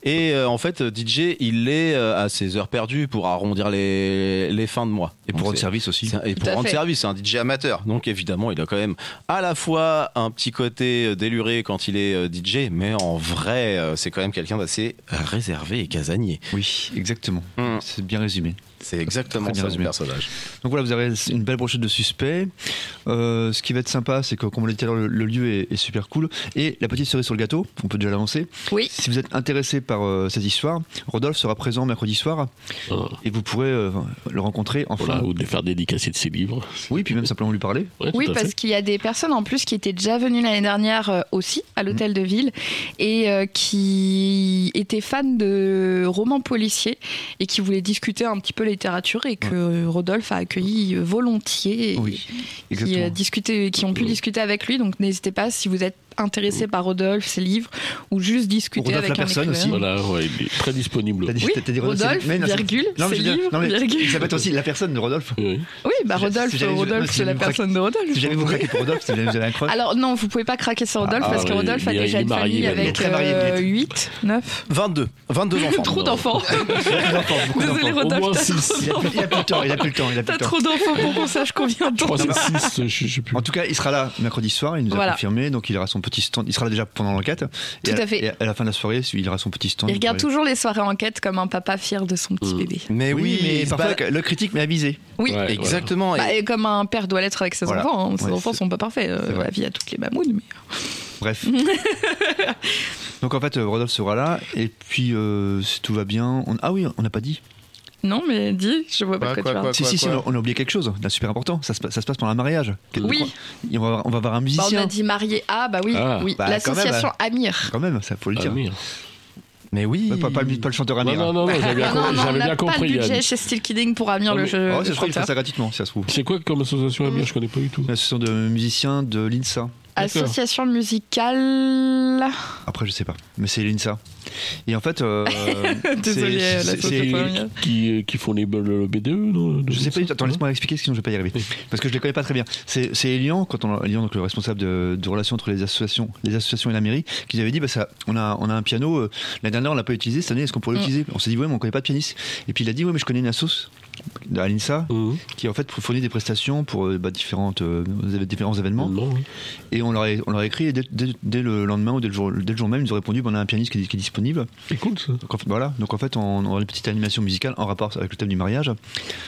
Et euh, en fait, euh, DJ, il est euh, à ses heures perdues pour arrondir les, les fins de mois.
Et pour
Donc,
rendre
c'est-
service aussi.
c'est un- Et
Tout
pour
à
rendre
fait.
service, c'est un DJ amateur. Donc évidemment, il a quand même à la fois un petit côté euh, déluré quand il est euh, DJ, mais en vrai, euh, c'est quand même quelqu'un d'assez réservé et casanier.
Oui, exactement.
Mm.
C'est bien résumé.
C'est exactement
Très bien
ça
résumé.
le personnage.
Donc voilà, vous avez une belle brochette de suspects. Euh, ce qui va être sympa, c'est que, comme on l'a dit tout à l'heure, le- le lieu est, est super cool. Et la petite cerise sur le gâteau, on peut déjà l'annoncer.
Oui.
Si vous êtes intéressé par euh, cette histoire, Rodolphe sera présent mercredi soir
Hein,
et vous pourrez euh, le rencontrer enfin.
voilà, ou de lui faire dédicacer de ses livres.
Oui, puis même simplement lui parler.
Ouais, Ah, tout
Oui,
à fait.
parce qu'il y a des personnes en plus qui étaient déjà venues l'année dernière euh, aussi
Mm.
à l'hôtel de ville et euh, qui étaient fans de romans policiers et qui voulaient discuter un petit peu littérature et que euh, Rodolphe a accueilli euh, volontiers et
Oui,
qui, euh,
exactement.
discutaient- qui ont pu
Oui.
discuter avec lui. Donc n'hésitez pas si vous êtes intéressé par Rodolphe, ses livres ou juste discuter
Rodolphe
avec
la
un
personne
écrivain.
aussi.
Voilà, ouais, il est très disponible.
T'as dit-
Oui,
t'as dit Rodolphe, c'est-
Rodolphe,
mais non, c'est-
virgule,
Non, mais
ses
je veux dire-
livres,
non, mais-
virgule.
Ça peut être aussi la personne de Rodolphe.
Oui.
Oui, bah
Si jamais-
Rodolphe,
si jamais-
Rodolphe,
si
c'est la
jamais vous
personne de Rodolphe.
Si jamais vous craquez pour Rodolphe, c'est bien, vous avez un crush.
Alors non, vous pouvez pas craquer sur Rodolphe
Ah,
parce que
ah, ouais,
Rodolphe a
il est-
déjà
il est
une
marié
famille
maintenant.
Il est
avec
très marié,
euh,
il
8, 9.
22. 22 enfants.
Trop d'enfants. Désolé
d'enfants. Au moins
Rodolphe,
six.
Il a, plus, il a plus le temps, il a plus le temps, il a plus
t'as
le temps.
trop d'enfants pour qu'on sache combien de
Je
temps.
crois que c'est 6, je je sais plus.
En tout cas, il sera là mercredi soir, il nous a
Voilà.
confirmé, donc il aura son petit stand. Il sera là déjà pendant l'enquête.
Tout
Et
à fait.
Et à la fin de la soirée, il aura son petit stand.
Il regarde
Ouais.
toujours les soirées enquête comme un papa fier de son petit
Mm.
bébé.
Mais
Eh Oui,
oui,
mais
il se
parfois
balade-
le critique mais avisé.
Oui.
Ouais,
Exactement.
Bah,
Et-
et comme un père doit l'être avec ses
Voilà.
enfants, hein. ses
Ouais,
enfants
c'est-
sont pas parfaits. euh,
c'est vrai.
la vie à toutes les mamounes. mais-
Bref. donc en fait, euh, Rodolphe sera là, et puis euh, si tout va bien. on- Ah oui, on n'a pas dit.
Non, mais dis, je vois pas
Bah,
de quoi,
quoi,
tu
quoi,
parles.
si, si, si, on a- on a oublié quelque chose, là, super important. Ça se, pa- ça se passe pendant un mariage.
Oui,
Et on, va, avoir- on va voir un
Bah, on
musicien.
a dit marié à, bah oui,
Ah.
oui.
Bah, quand même,
l'association Amir.
Quand même, ça faut le
Ah,
dire.
merde.
Mais oui.
Ouais, pas, pas le, pas le chanteur
Non,
Amir.
non, non, non, j'avais bien,
Non,
com-
non, on
j'avais bien
n'a pas
compris.
le budget
Yann.
chez Steel Kidding pour Amir,
Non,
le
mais-
jeu.
Oh, ça, je crois qu'il fait
chanteur.
ça gratuitement, si ça se trouve.
C'est quoi comme association Amir Je connais pas du tout.
Euh,
Une association de musiciens de l'INSA.
Association musicale.
Après, je sais pas, mais c'est l'INSA. Et en fait, euh,
Désolée,
c'est-
la
c'est-
sauce au
c'est-
poivre. Amir.
Qui, euh, qui font les, le, le BDE non, de-
Je sais pas du tout. Attends, laisse-moi expliquer, sinon je vais pas y arriver. Parce que je les connais pas très bien. C'est c'est Elian, quand on, Elian, donc le responsable de, de relations entre les associations, les associations et la mairie, qui nous avait dit, bah ça, on a, on a un piano. euh, L'année dernière, on l'a pas utilisé. Cette année, est-ce qu'on pourrait
Mm.
l'utiliser On s'est dit, ouais, mais on connaît pas de pianiste. Et puis il a dit, ouais, mais je connais une assoce à l'INSA
Mhm.
qui en fait fournit des prestations pour euh, bah, différentes euh, différents événements.
Non, hein. oui.
Et on leur a, on leur a écrit et dès, dès- dès le lendemain ou dès le jour, dès le jour même, ils ont répondu, bah, on a un pianiste qui, est- qui est disponible.
C'est cool ça.
Donc en fait, voilà, donc en fait, on, on aura une petite animation musicale en rapport avec le thème du mariage.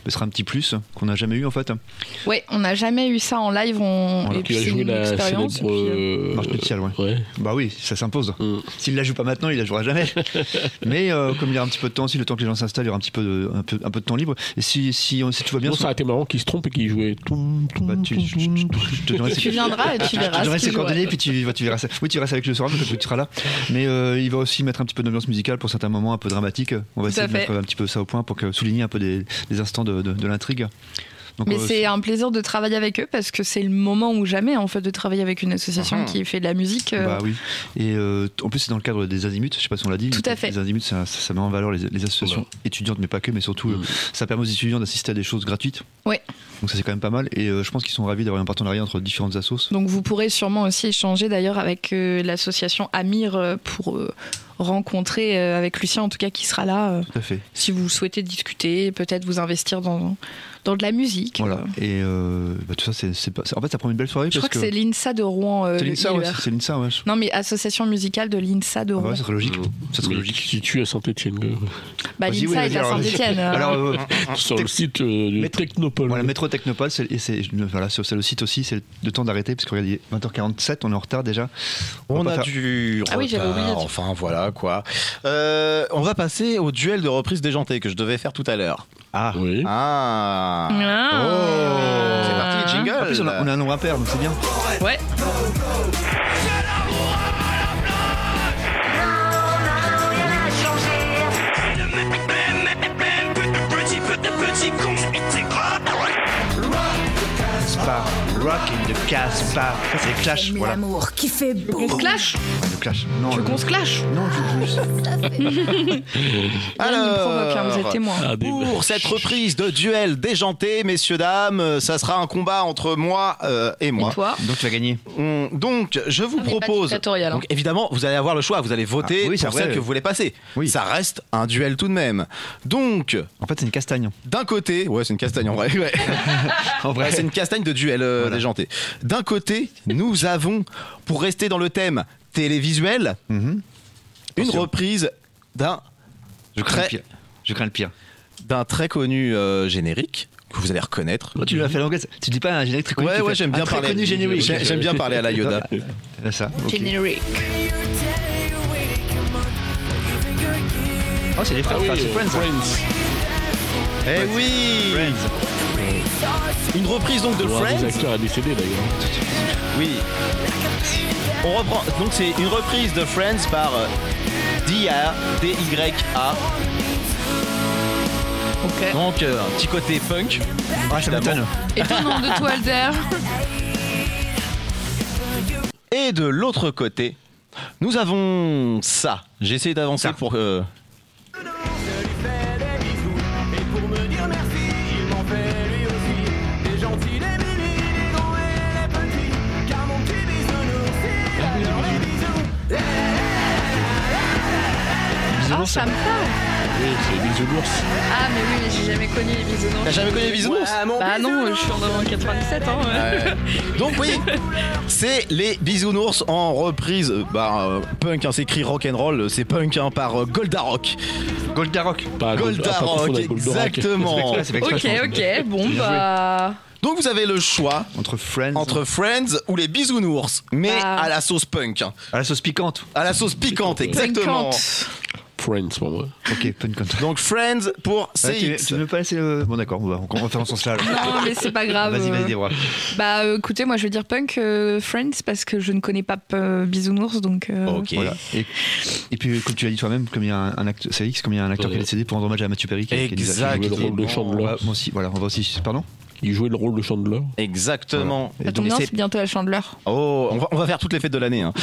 Ce sera un petit plus qu'on n'a jamais eu en fait.
Ouais, on n'a jamais eu ça en live. On...
Voilà.
et
Qui
puis
a
c'est
joué
une
la
expérience.
célèbre.
et puis, euh,
euh,
Marche spéciale, ouais.
Ouais.
Bah oui, ça s'impose.
Mm.
S'il la joue pas maintenant, il la jouera jamais. Mais euh, comme il y a un petit peu de temps, si le temps que les gens s'installent, il y aura un petit peu de, un peu, un peu de temps libre. Et si si, si, si tu vas bien.
Bon, ça aurait été marrant qu'il se trompe et qu'il jouait. Toum, toum,
Bah, tu, je- je- je- je te donnerai ses-
Tu viendras et tu
je te
verras.
donnerai ses
ce qu'il joue,
coordonnées,
ouais.
puis tu, vas- tu verras ça. Oui, tu verras avec le soir, parce que tu seras là. Mais euh, il va aussi mettre un petit peu d'ambiance musicale pour certains moments un peu dramatiques. On va
Tout à
essayer de
fait.
mettre un petit peu ça au point pour que, souligner un peu des, des instants de, de- de l'intrigue. Donc,
Mais
euh,
c'est un plaisir de travailler avec eux parce que c'est le moment ou jamais en fait de travailler avec une association
Mhm.
qui fait de la musique. euh,
Bah oui. Et euh, t- en plus, c'est dans le cadre des Azimuts, je sais pas si on l'a dit.
Tout à
mais
fait.
Les Azimuts, ça, ça- ça met en valeur les, les associations étudiantes, mais pas que, mais surtout, euh,
Mm.
ça permet aux étudiants d'assister à des choses gratuites.
Ouais.
Donc ça, c'est quand même pas mal. Et euh, je pense qu'ils sont ravis d'avoir un partenariat entre différentes assos.
Donc vous pourrez sûrement aussi échanger d'ailleurs avec euh, l'association Amir euh, pour euh, rencontrer euh, avec Lucien en tout cas qui sera là euh,
Tout à fait.
si vous souhaitez discuter, peut-être vous investir dans, dans de la musique.
Voilà.
Euh,
Et euh, bah, tout ça, c'est, c'est pas- c'est- en fait, ça prend une belle soirée
Je crois
parce
que, c'est l'INSA de Rouen. euh,
c'est
le
l'INSA, ouais,
IUR.
c'est l'INSA, ouais. je-
Non mais association musicale de l'INSA de
Ah
Rouen.
ouais, ça serait logique. Ça serait
Mais
logique.
Qui tue à Saint-Etienne
bah,
Vas-y, oui,
L'INSA
vas-y,
est à hein.
alors, vas-y.
Saint-Etienne.
Alors, euh,
Sur le
Tec-
site euh, du
Métro-
Technopole.
voilà, métro Technopole, c'est, et c'est, voilà, sur- c'est le site aussi, c'est le temps d'arrêter, parce que regarde, il est 20h47, on est en retard déjà.
On
va
a
pas faire-
du retard,
Ah oui, j'avais oublié.
enfin voilà quoi. Euh, on va passer au duel de reprise déjantée que je devais faire tout à l'heure.
Ah,
Oui.
Ah Oh.
Ah.
C'est parti, jingle
En plus, on a, on a un nombre impair, donc c'est bien.
Ouais.
Casbah, Rockin' the Casbah. Ça, c'est Clash,
Mais
voilà.
l'amour qui fait beau.
On
oh.
se clash
Le Clash. Non,
Tu veux
le-
qu'on se clash
Non, je je-
Yann, il me provoque, hein, vous
Alors,
êtes témoin.
Ah, des-
Oh,
Pour cette reprise de duel déjanté, messieurs, dames, euh, ça sera un combat entre moi euh, et moi.
Et toi
Donc tu vas gagner.
On- donc, je vous
On n'est pas
propose.
dictatorial, hein.
Donc, évidemment, vous allez avoir le choix. Vous allez voter
Ah, oui, c'est
pour
vrai.
celle que vous voulez passer.
Oui.
Ça reste un duel tout de même. Donc,
En fait, c'est une castagne.
d'un côté, ouais, c'est une castagne en vrai. ouais.
En
Ouais,
vrai,
c'est une castagne de duel euh,
Voilà.
déjanté. D'un côté, nous avons, pour rester dans le thème télévisuel,
Mhm.
une
Attention.
reprise d'un
je crains le
très-
pire. Je crains le pire.
d'un très connu euh, générique que vous allez reconnaître.
Toi, tu l'as fait à l'anglaise. Tu dis pas un générique très connu.
Ouais,
tu
ouais,
fais
j'aime
un
bien
très
parler.
connu générique.
J'ai- J'aime bien parler à la Yoda.
Là, ça. ok.
Générique.
Oh, c'est les frères.
Ah oui,
enfin, c'est
euh,
Friends.
Friends.
Eh oui
Friends.
Une reprise donc de
Dont un des
Friends.
acteurs a décédé d'ailleurs.
Oui. On reprend. Donc c'est une reprise de Friends par euh, D.A. D-Y-A.
Ok.
Donc euh, un petit côté punk.
Ah, ça m'étonne.
Et ton nom de toi, Alder
Et de l'autre côté, nous avons ça. J'ai essayé d'avancer pour. euh,
Ah, ça me parle.
Oui, c'est les bisounours.
Ah, mais oui, mais j'ai jamais connu les bisounours.
T'as jamais connu les bisounours
Bah non, je suis en avant 97, hein.
Donc oui, c'est les bisounours en reprise. euh, Bah euh, punk, hein, c'est écrit rock and roll, c'est punk hein, par euh, Goldarock.
Goldarock. ah,
Pas à confondre
Goldarock,
avec Goldorak.
exactement.
Ouais, hein, c'est avec
Ok,
ça, je pense.
ok, bon bah.
Donc vous avez le choix
Entre Friends.
entre Friends ou les bisounours, mais
Bah.
à la sauce punk, hein.
À Ah, la sauce piquante.
à la sauce piquante, exactement.
Piquante.
Friends pour moi.
Ok, punk contre.
Donc Friends pour
Ah, tu,
CX.
tu veux pas laisser le. Bon, d'accord, on va, on va faire en ce sens-là. alors.
Non, mais c'est pas grave.
Vas-y, vas-y, débrouille.
Bah euh, écoutez, moi je veux dire punk euh, Friends parce que je ne connais pas euh, Bisounours donc. euh,
Ok.
Voilà. Et, et puis, comme tu l'as dit toi-même, comme il y a un, un acte- c'est X, comme il y a un acteur qui est
Ouais.
décédé pour rendre hommage à Mathieu Perry. Qui, qui nous a-
Jouer Euh, le rôle de
On
Chandler.
va, moi aussi, voilà, on va aussi. Pardon
Il jouait le rôle de Chandler.
Exactement.
Ça tombe
Et
bien,
c'est-
c'est bientôt la chandeleur.
Oh, on va, on va faire toutes les fêtes de l'année. hein.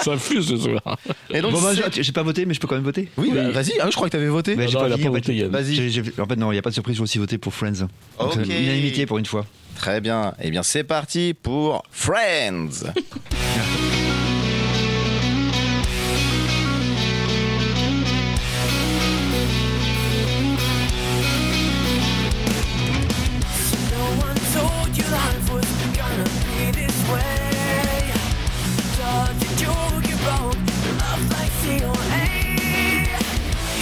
Ça fuse ce soir.
Et donc,
Bon, bah,
c'est-
j'ai- J'ai pas voté, mais je peux quand même voter
oui, bah, vas-y, hein, je crois que t'avais voté.
Mais j'ai
Ah non,
pas
il a
fini,
pas
en fait.
voté, Yann.
Vas-y.
J'ai- j'ai fait- en fait, non, il n'y a pas de surprise, j'ai aussi voté pour Friends. Donc, c'est
Ok.
Unanimité pour une fois.
Très bien. Eh bien, c'est parti pour Friends.
No one told you life was gonna be this way. Thought that you could roam love like COA.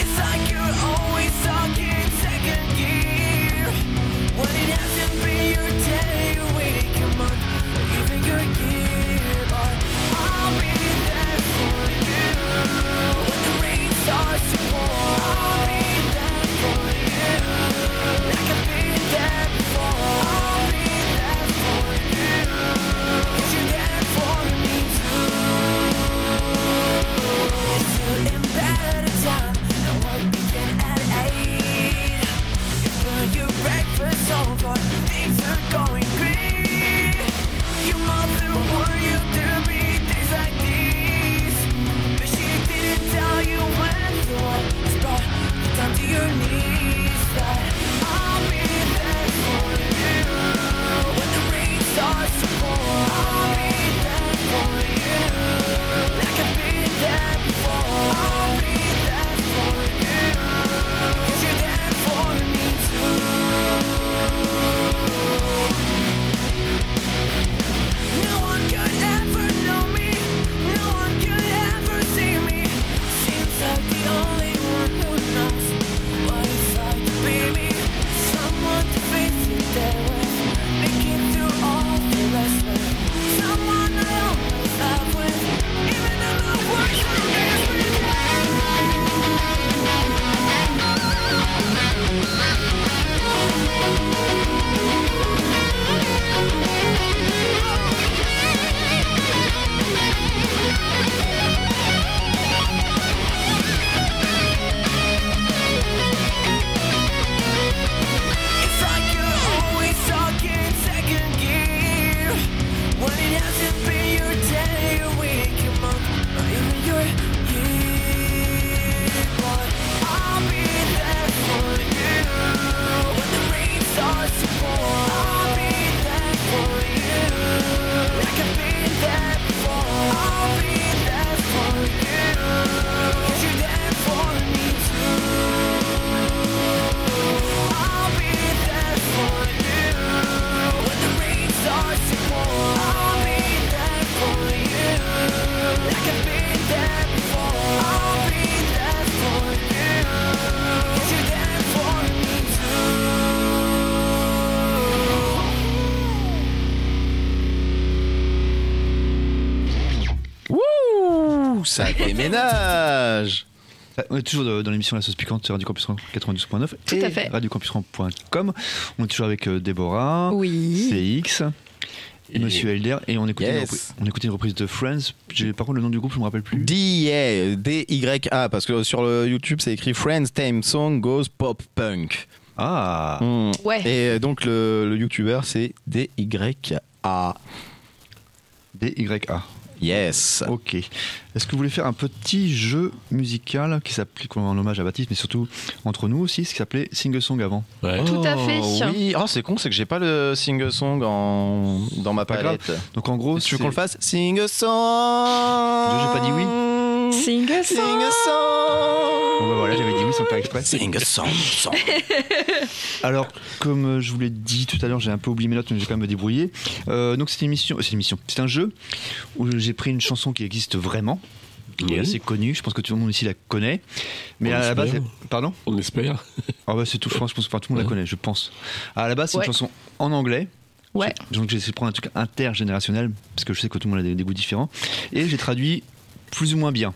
It's like you're always stuck in second gear. When it hasn't been your day, your week, your month, or even your year. But
Wouh, ça déménage
On est toujours de- dans l'émission La Sauce Piquante sur Radio Campus 92.9
Tout
et
à fait.
radiocampusrand.com. On est toujours avec euh, Déborah,
Oui.
CX,
Et-
Monsieur Elder et on écoutait,
Yes.
une, repri- on écoutait une reprise de Friends. J'ai- Par contre, le nom du groupe, je me rappelle plus.
DYA, D-Y-A, parce que sur le YouTube, c'est écrit Friends Time Song Goes Pop Punk.
Ah
Hmm.
Ouais.
Et donc, le, le YouTuber, c'est D-Y-A.
D-Y-A.
Yes.
Ok. Est-ce que vous voulez faire un petit jeu musical qui s'applique en hommage à Baptiste, mais surtout entre nous aussi, ce qui s'appelait Sing Song avant
Ouais.
Tout à
Oh,
fait.
Oui. Oh, c'est con, c'est que j'ai pas le sing-song en... dans ma
Pas grave.
palette.
Donc en gros,
Tu veux
c'est-
qu'on le fasse Sing-a-song
J'ai pas dit
oui.
Sing a song.
Sing-a-song
Bon, bah voilà, j'avais dit oui sans le faire exprès.
Sing-a-song. song.
Alors, comme euh, je vous l'ai dit tout à l'heure, j'ai un peu oublié mes notes, mais j'ai quand même me débrouiller. Euh, donc, c'est une émission, c'est une émission, c'est un jeu où j'ai pris une chanson qui existe vraiment. qui est
Oui.
assez connue, je pense que tout le monde ici la connaît. Mais
On
à la base,
l'espère.
elle- pardon
On espère.
Ah bah c'est tout, je pense, je pense que enfin, tout le monde la connaît, je pense. À la base, c'est
Ouais.
une chanson en anglais.
Ouais.
Donc j'ai essayé de prendre un truc intergénérationnel, parce que je sais que tout le monde a des, des goûts différents. Et j'ai traduit plus ou moins bien.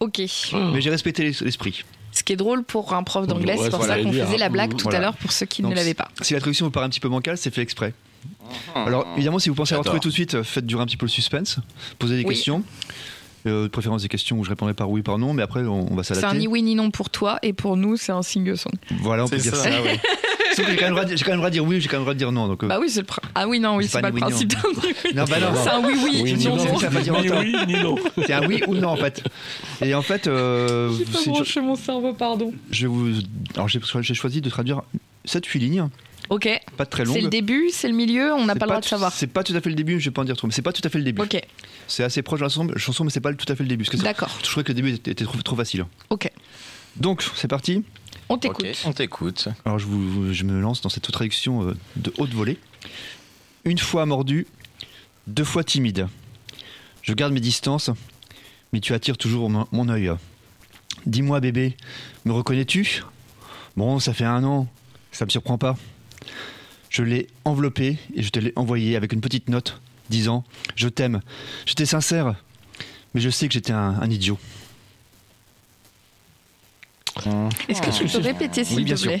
Ok.
Oh.
Mais j'ai respecté l'es- l'esprit.
Ce qui est drôle pour un prof d'anglais,
Ouais,
c'est pour
voilà,
ça qu'on
dire,
faisait la blague
mm,
tout
voilà.
à l'heure pour ceux qui
Donc,
ne l'avaient pas.
Si la traduction vous paraît un petit peu bancale, c'est fait exprès. Alors évidemment, si vous pensez avoir
Ah.
trouvé
J'adore.
tout de suite, euh, faites durer un petit peu le suspense, posez des
Oui.
questions. Euh, de préférence des questions où je répondrai par oui par non, mais après on, on va
C'est un ni
s'adapter.
oui ni non pour toi et pour nous c'est un single song.
Voilà, on peut
C'est
dire
ça.
ça. ouais. Sauf que j'ai quand même le droit de- j'ai quand même le droit de dire oui, j'ai quand même le droit de dire non. Donc, euh,
Bah oui c'est le pr- ah oui non oui
C'est
c'est
pas
pas,
ni
le
oui,
principe d'un
non, bah non.
c'est un oui oui,
Oui,
et
ni
non,
non,
non.
c'est ça, pas dire
ni
autant.
oui, ni non.
C'est un oui ou non en fait. Et en fait, euh,
J'ai pas
c'est une cho-
branché mon cerveau pardon.
je vous, alors j'ai j'ai choisi de traduire 7-8 lignes,
Ok c'est
pas très longues.
le début c'est le milieu on n'a
C'est
pas le droit de
tout-
savoir.
C'est pas tout à fait le début, je vais pas en dire trop, mais c'est pas tout à fait le début.
Ok
C'est assez proche de la chanson- chanson, mais c'est pas tout à fait le début. Parce que c'est-
d'accord
je trouvais que le début était, était trop, trop facile.
ok
Donc, c'est parti.
on t'écoute.
Ok, on t'écoute.
Alors, je, vous- je me lance dans cette traduction euh, de haute volée. Une fois mordu, deux fois timide. Je garde mes distances, mais tu attires toujours mon, mon œil. Dis-moi, bébé, me reconnais-tu Bon, ça fait un an, ça me surprend pas. Je l'ai enveloppé et je te l'ai envoyé avec une petite note disant Je t'aime, j'étais sincère, mais je sais que j'étais un, un idiot.
Est-ce que Ah. tu peux répéter s'il
Oui, bien
te
sûr.
plaît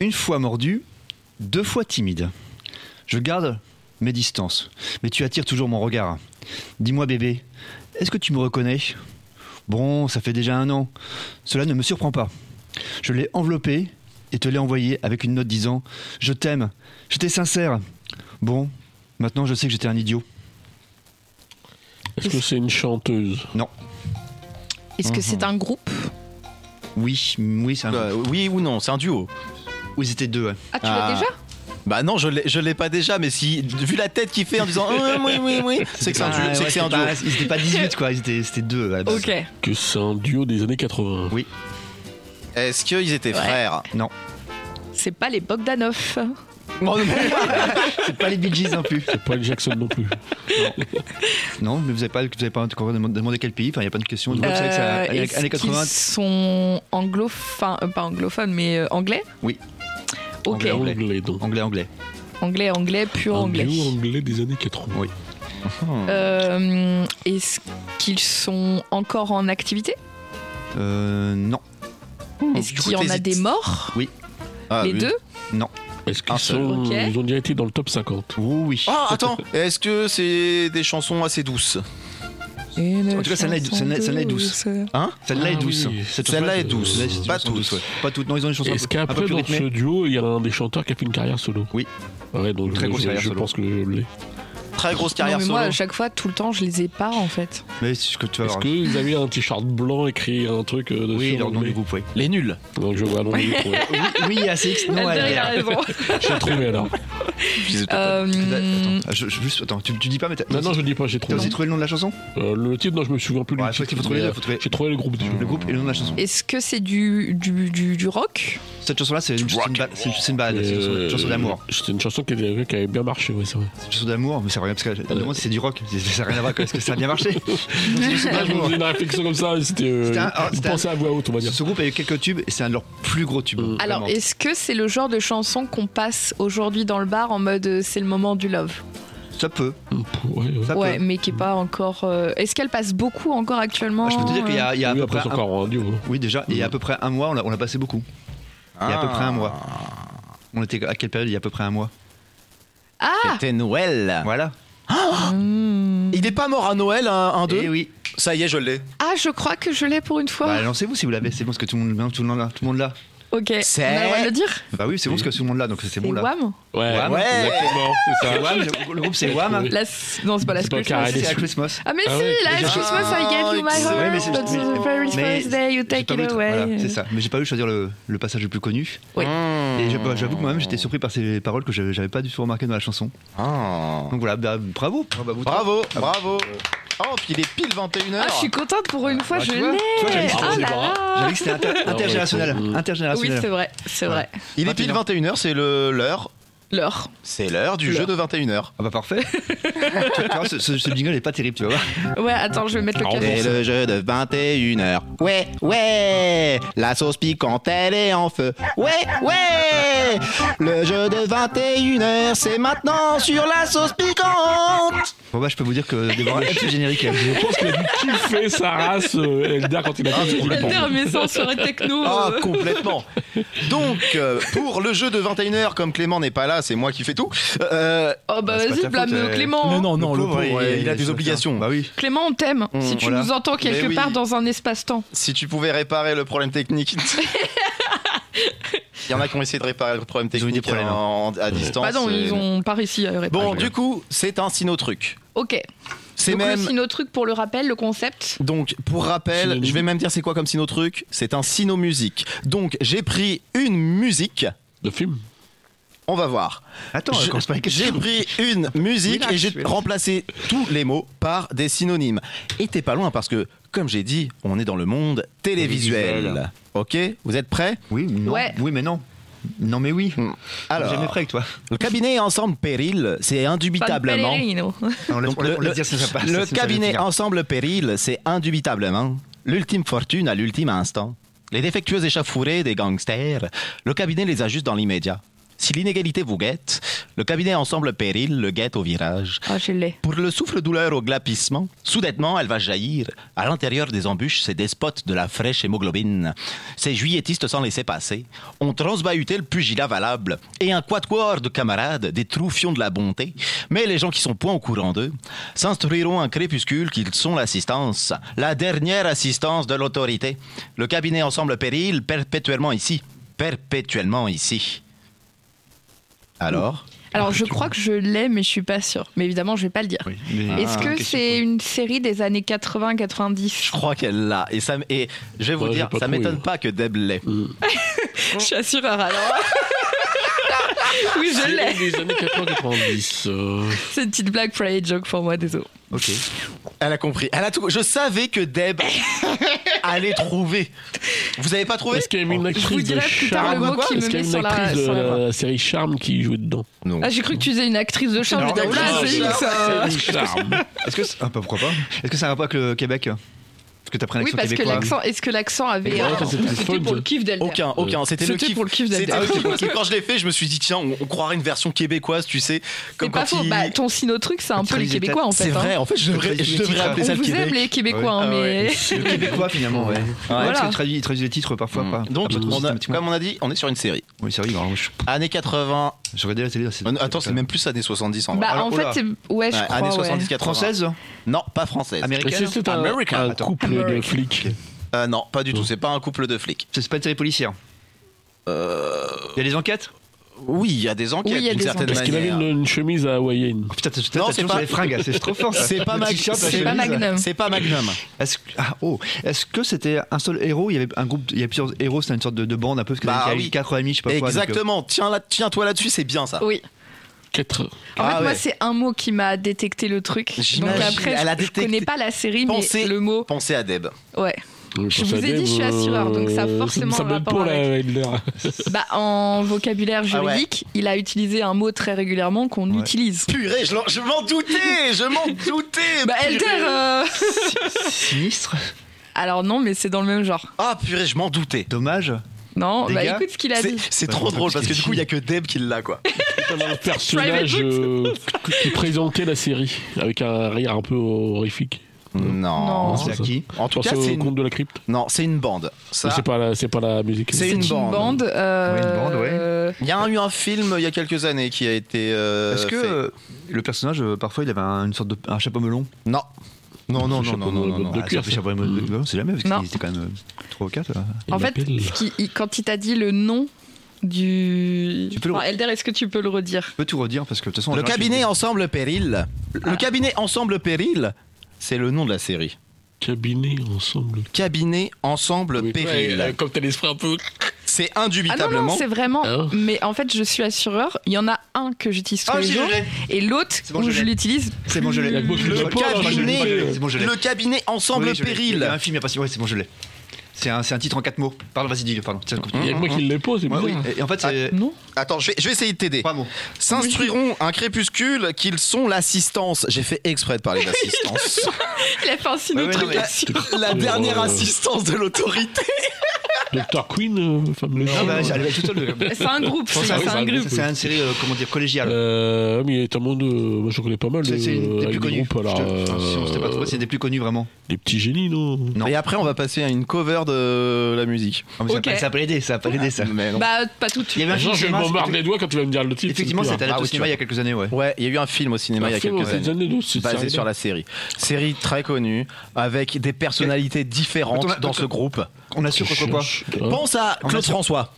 Une fois mordu, deux fois timide. Je garde mes distances, mais tu attires toujours mon regard. Dis-moi bébé, est-ce que tu me reconnais Bon, ça fait déjà un an. Cela ne me surprend pas. Je l'ai enveloppé et te l'ai envoyé avec une note disant ⁇ Je t'aime, j'étais sincère ⁇ Bon, maintenant je sais que j'étais un idiot.
Est-ce que c'est une chanteuse
Non.
Est-ce que c'est un groupe
Oui, oui, c'est un...
Euh, oui ou non, c'est un duo.
Oui, c'était deux. ouais.
Ah tu
Ah.
l'as déjà
Bah non, je l'ai je l'ai pas déjà, mais si vu la tête qu'il fait en disant oui, oui, oui, oui, c'est que c'est un
Ah,
duo. C'est
ouais,
que c'est un
c'était
duo.
pas- Ils étaient pas 18 quoi, ils étaient, c'était deux. à la base.
Ok
Que c'est un duo des années 80
Oui.
Est-ce qu'ils étaient
Ouais.
frères
Non,
c'est pas les
Ah,
Bogdanov.
c'est pas les Bee Gees non plus.
C'est pas les Jackson non plus.
Non, mais vous n'avez pas, vous avez pas encore demandé quel pays, enfin il n'y a pas de question. Donc, vous savez que c'est
Euh,
années-
est-ce
années
qu'ils
80,
sont anglophones, euh, pas anglophones, mais euh, anglais
Oui.
Ok,
Anglais,
anglais,
Anglais.
Anglais donc.
anglais, anglais.
anglais, pur
Un
anglais.
duo anglais des années 80.
Oui.
Euh, Est-ce qu'ils sont encore en activité
Euh, non, Hmm,
Est-ce
du coup,
qu'il y en a
t'hésites.
des morts
Ah,
Les
oui.
deux
Est-ce
Un
Ah,
qu'ils
seul.
sont,
Ok.
ils ont déjà été dans le top 50
oh, oui.
Oh, attends, est-ce que c'est des chansons assez douces
En tout cas, celle-là est dou- celle-là- celle-là est douce. Celle-là
Ah
est douce.
oui,
Cette
celle-là
chanson-
est douce.
Celle-là, c'est une
Pas
chanson douce,
toutes.
ouais. Pas toutes. Non, ils ont une chanson un
Est-ce
peu- un peu
qu'après,
plus
dans ce
rythmée.
duo, il y a un des chanteurs qui a fait une carrière solo
Oui.
Ouais, donc
Très
je,
grosse
je-
carrière
je
solo.
pense que je l'ai.
Très grosse
Non,
carrière
mais
solo.
moi, à chaque fois, tout le temps, je les ai pas en fait.
Mais c'est ce que tu vas
Est-ce
voir.
qu'ils avaient un t-shirt blanc écrit un truc euh, dessus
Oui,
en
leur nom
anglais
du groupe, oui.
Les nuls.
Donc je vois non, du groupe, ouais.
Oui, ACX, non,
Alter, il a
Alter.
raison.
J'ai trouvé alors.
Je sais pas.
Euh,
Attends, je- je- juste- attends, tu, tu dis pas, mais t'as
Non, non, je dis pas, j'ai
t'as
trouvé.
aussi trouvé le nom de la chanson
Euh, le titre, non, je me souviens plus
Ouais, Mmh.
du
faut-
titre.
faut trouver
mais,
les deux, faut trouver-
J'ai trouvé le groupe. déjà.
Le groupe et le nom de la chanson.
Est-ce que c'est du, du, du, du rock
Cette chanson-là, c'est une, c'est une, ba- c'est une- c'est une balade, Ah, c'est une chanson-
Euh,
une chanson d'amour.
C'était une chanson qui avait, qui avait bien marché, ouais, c'est vrai.
C'est une chanson d'amour, mais ça revient parce que
Euh.
la demande, c'est du rock. C'est- Ça n'a rien à voir. quoi. Est-ce que ça a bien marché Non, c'est une chanson
Là, je me
d'amour.
faisais une réflexion comme ça, c'était. Euh,
C'était un- ah,
vous
c'était un-
pensez à voix haute, on va dire.
Ce groupe a eu quelques tubes et c'est un de leurs plus gros tubes.
Mm.
vraiment.
Alors, est-ce que c'est le genre de chanson qu'on passe aujourd'hui dans le bar en mode euh, c'est le moment du love
ça peut.
Ouais, ouais.
Ça
Ouais,
peut.
mais qui est pas encore. euh, Est-ce qu'elle passe beaucoup encore actuellement
Ah, Bah, Je peux te dire qu'il y a, il y a à
Oui,
peu
après,
près
c'est
un-
encore en radio. hein.
Oui, déjà, il y a à peu près un mois, on l'a, on l'a passé beaucoup. Il y a à peu près un mois. On était à quelle période Il y a à peu près un mois.
Ah
C'était Noël.
Voilà.
Hmm.
Il n'est pas mort à Noël, hein, un, un deux
Eh oui.
Ça y est, je l'ai.
Ah, je crois que je l'ai pour une fois.
Bah, lancez-vous si vous l'avez. C'est bon, parce que tout le monde, maintenant, tout le monde l'a. Tout le monde l'a.
ok, on
C'est-
a le droit de le dire
Bah oui, c'est bon, parce que tout le monde l'a, donc c'est
C'est
bon là.
Wham
Ouais,
Wham.
Ouais.
exactement, c'est ça.
C'est Wham, le le groupe c'est Wham.
Oui. Ah,
La s- Non, c'est pas la
C'est pas
Christmas.
Carré
C'est à
Sous.
Christmas.
Ah mais
Ah
si,
ouais.
la
Ah,
Christmas, I gave you my
c'est-
Ouais, mais
heart,
c'est-
but
mais-
the very
mais
first day you
j'ai
take
pas
it
voulu tra- voilà,
away.
c'est ça. Mais j'ai pas voulu choisir le, le passage le plus connu.
Oui.
Et je- bah, j'avoue que moi-même j'étais surpris par ces paroles que j'avais j'avais pas du tout remarqué dans la chanson.
Ah.
Donc voilà, bah, bravo. Bravo.
Bravo, bravo. Oh, puis il est pile 21h.
Ah, je suis contente pour une fois,
bah,
je
tu vois,
l'ai.
tu vois, j'avais dit
Ah
que
là
J'avais
là.
dit que c'était
Ah
inter- intergénérationnel.
Mm.
Oui,
Intergénérationnel.
c'est vrai, c'est vrai.
Il est pile 21h, c'est le- l'heure.
L'heure.
C'est l'heure du
L'heure.
jeu de 21h.
ah bah parfait. tu, tu vois, ce, ce- ce jingle est pas terrible, tu vois.
Ouais, attends, je vais mettre le
Ah, on
cadre.
va-
C'est le jeu de 21h. Ouais, ouais. La sauce piquante, elle est en feu. Ouais, ouais. Le jeu de 21h, c'est maintenant sur la sauce piquante.
Bon bah je peux vous dire que Déborah aime ce générique. elle.
Je pense qu'il a dû kiffer sa race, euh, Eldar, quand il a fait
Le dernier sens sur un techno.
Ah,
euh,
complètement. Donc, euh, pour le jeu de 21h, comme Clément n'est pas là, c'est moi qui fais tout. Euh,
Oh bah
Bah, c'est pas
vas-y,
ta
blâme
faute,
euh,
euh,
Clément. hein.
non, le pauvre, il- il a
se
des
fait
obligations.
faire. Bah oui.
Clément, on t'aime. Si tu
voilà.
nous entends quelque
Mais oui.
part dans un espace-temps.
Si tu pouvais réparer le problème technique. Il y en a qui ont essayé de réparer le problème
Ils ont eu
technique euh,
des problèmes, hein.
en- à distance. euh,
Bah non,
et-
ils ont pas réussi à répondre.
Bon, du coup, c'est un sinotruc.
Ok.
C'est
Donc le
même.
sinotruc pour le rappel, le concept.
Donc, pour rappel,
Synonyme.
je vais même dire c'est quoi comme sinotruc C'est un sino-musique. Donc, j'ai pris une musique.
De film
On va voir.
Attends,
Je-
je commence pas avec
J'ai pris une musique
Relax,
et j'ai
relax.
remplacé tous les mots par des synonymes. Et t'es pas loin parce que, comme j'ai dit, on est dans le monde télévisuel.
Télévisuel.
Ok Vous êtes prêts
Oui, non.
Ouais.
Oui, mais non. Non, mais oui.
Hmm. Alors,
Jamais prêt avec toi.
le cabinet Ensemble Péril, c'est indubitablement.
Fan Pellerino.
On laisse-
Donc,
on laisse-
le-
on laisse dire si ça passe,
le
si ça
cabinet
vient.
Ensemble Péril, c'est indubitablement l'ultime fortune à l'ultime instant. Les défectueux échafourés des gangsters, le cabinet les ajuste dans l'immédiat. Si l'inégalité vous guette, le cabinet Ensemble Péril le guette au virage.
Ah, je l'ai.
Pour le souffle-douleur au glapissement, soudainement, elle va jaillir. À l'intérieur des embûches, c'est despote de la fraîche hémoglobine. Ces juilletistes sans laisser passer ont transbahuté le pugilat valable et un quatuor de camarades, des troufions de la bonté. Mais les gens qui sont point au courant d'eux s'instruiront en crépuscule qu'ils sont l'assistance, la dernière assistance de l'autorité. Le cabinet ensemble péril, perpétuellement ici. Perpétuellement ici. Alors
Alors je crois que je l'ai, mais je suis pas sûre. Mais évidemment, je vais pas le dire.
Oui, mais-
Est-ce que
question.
c'est une série des années
Je
80-90
crois qu'elle l'a. Et, ça, m- et je vais vous
Ouais, j'ai
dire,
pas
ça
trouvé.
m'étonne pas que Deb l'ait.
Je suis assureur alors. oui, je l'ai.
Des années 90. euh,
C'est une petite blague private joke pour moi, désolé.
Ok.
Elle a compris. Elle a tout... Je savais que Deb allait trouver. Vous avez pas trouvé
Est-ce qu'il y a une
Je
actrice
vous dirai
de
plus tard le
Charme
mot
quoi
qui me
Est-ce qu'il y a
met
une
sur la,
actrice de
sur la voie.
la série Charme qui jouait dedans
Non.
Ah, j'ai cru que tu faisais une actrice de charme.
Alors,
j'étais, oh là,
actrice
c'est
de
une, ça.
Série Charme.
Est-ce que c'est- ah, bah, pourquoi pas Est-ce que ça a un rapport avec le Québec Parce que t'as pris un
Oui,
accent
parce que
québécois.
l'accent, est-ce que l'accent avait.
Ouais,
Ah,
ça, c'était
C'était
fun,
pour
ça.
le kiff d'Elder.
Aucun, aucun. C'était le
C'était
kiff.
pour le kiff d'Adèle.
C'était le kiff, parce que quand je l'ai fait, je me suis dit, tiens, on, on croirait une version québécoise, tu sais.
C'est
Comme
pas
quand
faux.
il-
Bah, ton sinotruc, c'est un
Quand
peu les
ils étaient-
Québécois en fait.
C'est
hein.
vrai, en fait, je devrais, je devrais appeler
On
ça le
vous aime
Québec.
les Québécois,
Ah
hein,
ouais.
mais.
Le québécois finalement, ouais.
Voilà.
Parce qu'il traduit, il traduit les titres parfois pas.
Hmm.
Ah,
Donc,
pas trop
on a-
systématiquement.
comme on a dit, on est sur une série.
Oui, c'est vrai, alors, je,
Années 80.
je regardais la télé. là, c'est-
Attends, c'est même plus années 70 en vrai.
Bah, en
oh
fait,
là.
c'est- ouais, je
Ouais,
crois.
années
ouais.
70-80.
Française
Non, pas française.
Est-ce
Américaine
que c'est un,
American.
un
Attends.
couple de
American.
flics
Euh, non, pas du tout. C'est pas un couple de flics.
C'est pas une série policière.
Euh.
Il y a des enquêtes
Oui, il y a des enquêtes
Oui, il y a
d'une
des
certaine
enquêtes.
Est-ce qu'il avait
manière.
une, une chemise à hawaïenne
Oh, Putain, t'as
Non,
t'as
c'est
toujours
pas-
sur les fringues, c'est trop fort ça.
C'est pas,
Le
Mag-
t-shirt, la
c'est
chemise.
pas Magnum.
C'est pas Magnum.
Est-ce que- ah, oh, est-ce que c'était un seul héros Il y avait un groupe, il y a plusieurs héros, c'était une sorte de, de bande un peu, parce qu'il y
Bah
avait
oui.
quatre amis, je sais pas quoi. donc, euh,
Oh.
Exactement. Tiens là, tiens-toi là-dessus, c'est bien ça.
Oui.
Quatre.
En
Ah
fait, moi,
ouais.
c'est un mot qui m'a détecté le truc. Donc
J'imagine.
après,
Elle a
je, je
détecté.
connais pas la série,
Pensez-
mais le mot,
Pensez à Deb.
ouais. Je vous ai dit, je suis
euh,
assureur, donc ça a forcément
ça
un
me
rapport
pour
avec.
la Hitler.
Bah, en vocabulaire
Ah ouais.
juridique, il a utilisé un mot très régulièrement qu'on
Ouais.
utilise.
Purée, je l'en- je m'en doutais, je m'en doutais.
Bah,
purée.
Elder euh,
Sinistre.
Alors non, mais c'est dans le même genre.
Ah purée, je m'en doutais.
Dommage.
Non,
Des
bah
gars,
écoute ce qu'il a
C'est-
dit.
C'est
Bah,
trop
attends,
drôle
parce
parce que
que
du
j'ai-
coup, il y a que Deb qui l'a quoi.
Comme un personnage euh, qui présentait la série avec un rire un peu horrifique. Hein,
Non.
Non.
C'est à
ça.
qui
En tout
Pensez
cas, Oh, c'est
au
une...
conte de la crypte.
non, c'est une bande.
Mais
Ça.
C'est pas la, c'est pas la musique.
C'est
C'est une
une
bande.
bande.
euh,
Ouais, une bande, ouais.
euh,
Il y a un- eu un film il y a quelques années qui a été. euh,
Est-ce que
fait.
euh, le personnage, euh, parfois, il avait un, une sorte de un chapeau melon
Non. Non, non,
Ce
non, non,
chapeau
non,
de-
non, non.
de-
Ah,
cuir,
c'est un
ça.
chapeau melon, on sait jamais, parce
Non.
qu'il était quand même 3 ou euh. 4.
Il
En fait,
m'appelle.
ce qui- il- quand il t'a dit le nom du...
Tu peux le-
Enfin, Elder, est-ce que tu peux le redire
Je peux tout redire, parce que de toute façon...
Le
en général,
cabinet
tu-
Ensemble Péril.
Ah.
Le cabinet Ensemble Péril, c'est le nom de la série.
cabinet ensemble. euh,
Cabinet Ensemble Péril.
comme t'as l'esprit un peu.
C'est
Ah non,
indubitablement.
non, c'est vraiment...
Ah.
Mais en fait, je suis assureur, il y en a un que j'utilise tous
Ah,
les
j'y
jours,
vais.
et l'autre
bon,
où
je
je
l'ai.
l'utilise...
C'est bon, je l'ai.
plus-
Le
Le
cabinet.
C'est bon, je l'ai.
le cabinet
Oui,
Ensemble
je l'ai. Il y a
Péril.
un film, il y a pas si... Ouais, c'est bon, je l'ai. C'est un, c'est un titre en 4 mots. Pardon, vas-y, dis-le, pardon. Tiens,
Il y a que moi qui le pose, c'est
Ouais,
bizarre.
oui. Et, et en fait, c'est...
Non
Attends, je vais, je vais essayer de t'aider.
3 mots.
S'instruiront un crépuscule qu'ils sont l'assistance. J'ai fait exprès de parler d'assistance.
Il a fait un signe
Ouais, ouais,
truc
non, mais-
là-dessus.
La Oh. dernière
Euh,
assistance de l'autorité.
Dr. Queen, euh, femme le
Non,
chien,
bah,
euh,
j'allais tout seul. le-
C'est un groupe,
Pense
c'est
à-
oui,
c'est un
ça-
groupe.
C'est une série, euh, comment dire, collégiale.
Euh, mais il y a tellement de. Moi, je connais pas mal.
C'est c'est
euh,
une des
avec
plus connues.
groupes, alors,
Je te- enfin, si on
euh,
s'était pas trouvé, c'est une des plus connues vraiment.
Des petits génies, non
Non.
Et après, on va passer à une cover de la musique.
Ah, mais ça a
Ok.
pas- Ça a pas aidé, ça a pas aidé ça.
Mais non.
Bah, pas tout de
Il y
suite.
avait un film
Genre, je vais me
cinéma,
bombarder
c'était-
les doigts quand tu vas me dire le titre.
Effectivement, c'était
Ah,
adapté au
oui,
cinéma
tu
il y a quelques années, ouais.
Ouais, il y a eu un film au cinéma il y a quelques années. Basé sur la série. Série très connue, avec des personnalités différentes
Attends,
dans
attends.
ce groupe.
On
hein.
assure contre quoi
Pense à
On
Claude
est sur-
François.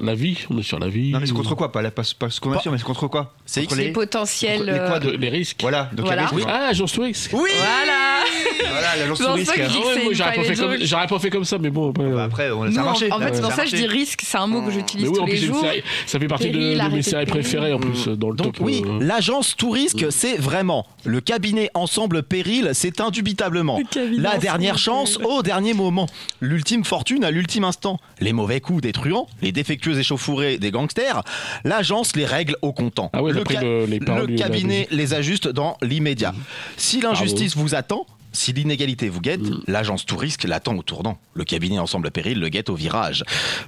La vie, on est sur la vie.
Non, mais c'est contre quoi Pas la- pas- pas ce qu'on assure, mais c'est contre quoi
C'est
Contre
X.
Les potentiels...
Les
euh,
quoi
De- Les risques.
Voilà, donc il y
Voilà.
avait-
Oui. Ah, Jean Stouex
Oui
euh, Voilà
Voilà, la lance
Non,
au risque.
c'est pas que
Ah
je dis
ouais,
c'est
moi,
une
j'aurais pas, fait
private
comme-
joke.
j'aurais pas fait comme ça, mais bon. après,
Bah,
euh,
Après, on-
Non,
ça a
en-
marché.
En fait, c'est
Ça
pour
a
ça que je dis
marché.
risque, c'est un mot que j'utilise
Mais oui, en
tous les
plus, c'est une
jours.
série- ça fait partie
Perry,
de, de
l'arrêté
mes
de
séries
Perry.
préférées en plus dans le
Donc
top.
oui,
euh,
l'agence Tourisque, c'est vraiment le cabinet Ensemble Péril, c'est indubitablement
Le cabinet
la
Ensemble
dernière
Péril.
chance au dernier moment, l'ultime fortune à l'ultime instant, les mauvais coups des truands, les défectueux échauffourés des gangsters, l'agence les règles au comptant.
Ah ouais,
le,
d'après le- les paroles
le
du- de la
cabinet
musique.
les ajuste dans l'immédiat. Si l'injustice vous attend, si l'inégalité vous guette, l'agence tout risque l'attend au tournant. Le cabinet ensemble péril le guette au virage.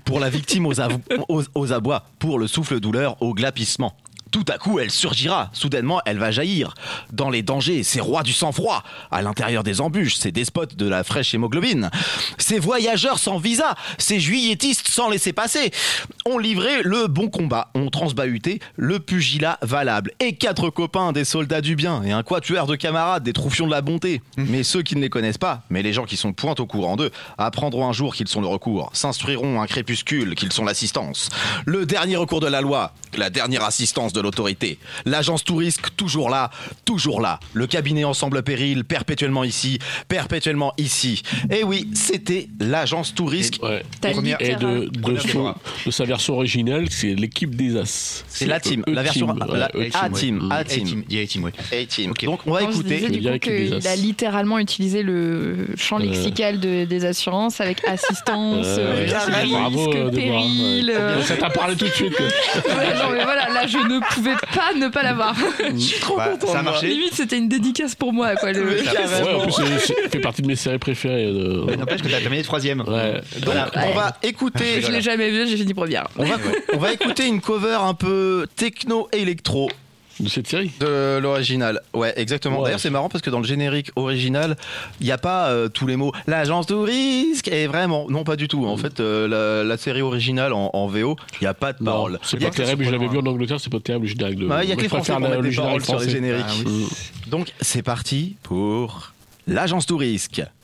Pour la victime aux, avou- aux- aux abois, pour le souffle douleur au glapissement. Tout à coup, elle surgira. Soudainement, elle va jaillir. Dans les dangers, c'est roi du sang-froid. À l'intérieur des embûches, c'est despote de la fraîche hémoglobine. Ces voyageurs sans visa, ces juilletistes sans laisser passer, ont livré le bon combat, ont transbahuté le pugilat valable. Et quatre copains, des soldats du bien, et un quatuor de camarades, des troufions de la bonté. Mais ceux qui ne les connaissent pas, mais les gens qui sont point au courant d'eux, apprendront un jour qu'ils sont le recours, s'instruiront un crépuscule qu'ils sont l'assistance. Le dernier recours de la loi, la dernière assistance de l'autorité. L'agence tout risque, toujours là, toujours là. Le cabinet ensemble péril, perpétuellement ici, perpétuellement ici. Et oui, c'était l'agence tout risque.
ouais.
T'as hein.
Première-
Et de, de
Première
son-
fois.
de sa version originale, c'est l'équipe des As.
C'est la team,
eux
la version
team, ouais,
la-
eux team.
A-team,
ouais.
A-team.
A-team, Il y a A-Team, ouais.
A-Team.
Ok.
Donc on va
Quand je
écouter.
disais,
Le
du
gars
coup
qui les
qu'il a
asse.
littéralement utilisé le champ
Euh.
lexical de- des assurances avec assistance,
Euh,
euh,
carrément.
Bravo,
risque,
Deborah.
péril.
Ouais.
euh,
Ça t'a parlé tout de suite. quoi.
Ah,
ouais, non, mais voilà, là je ne pouvais pas ne pas l'avoir.
Bah, Ça a marché.
Limite, c'était une dédicace pour moi, quoi. le-
Le carrément.
Ouais, en plus, c'est- c'est- fait partie de mes séries préférées. euh,
Mais N'empêche que t'as terminé troisième.
Ouais.
Donc,
Voilà.
on va écouter.
Ah, Je l'ai jamais vu, j'ai fini première.
On va, on va écouter une cover un peu techno-électro
De cette série
de l'original. Ouais, exactement.
Ouais.
D'ailleurs, c'est marrant parce que dans le générique original, il n'y a pas euh, tous les mots l'agence de risque et vraiment. Non, pas du tout. En fait, euh, la, la série originale en, en VO, il n'y a pas de
Non,
paroles.
C'est
Il y a
pas
que-
terrible, je l'avais vu en Angleterre, c'est pas terrible. le générique de-
Ouais, Il y a
Moi,
que les
je
Français
préfère
qui
la-
mettent
le
des paroles
générique
sur les
français.
génériques.
Ah
Donc, c'est parti pour l'agence de risque.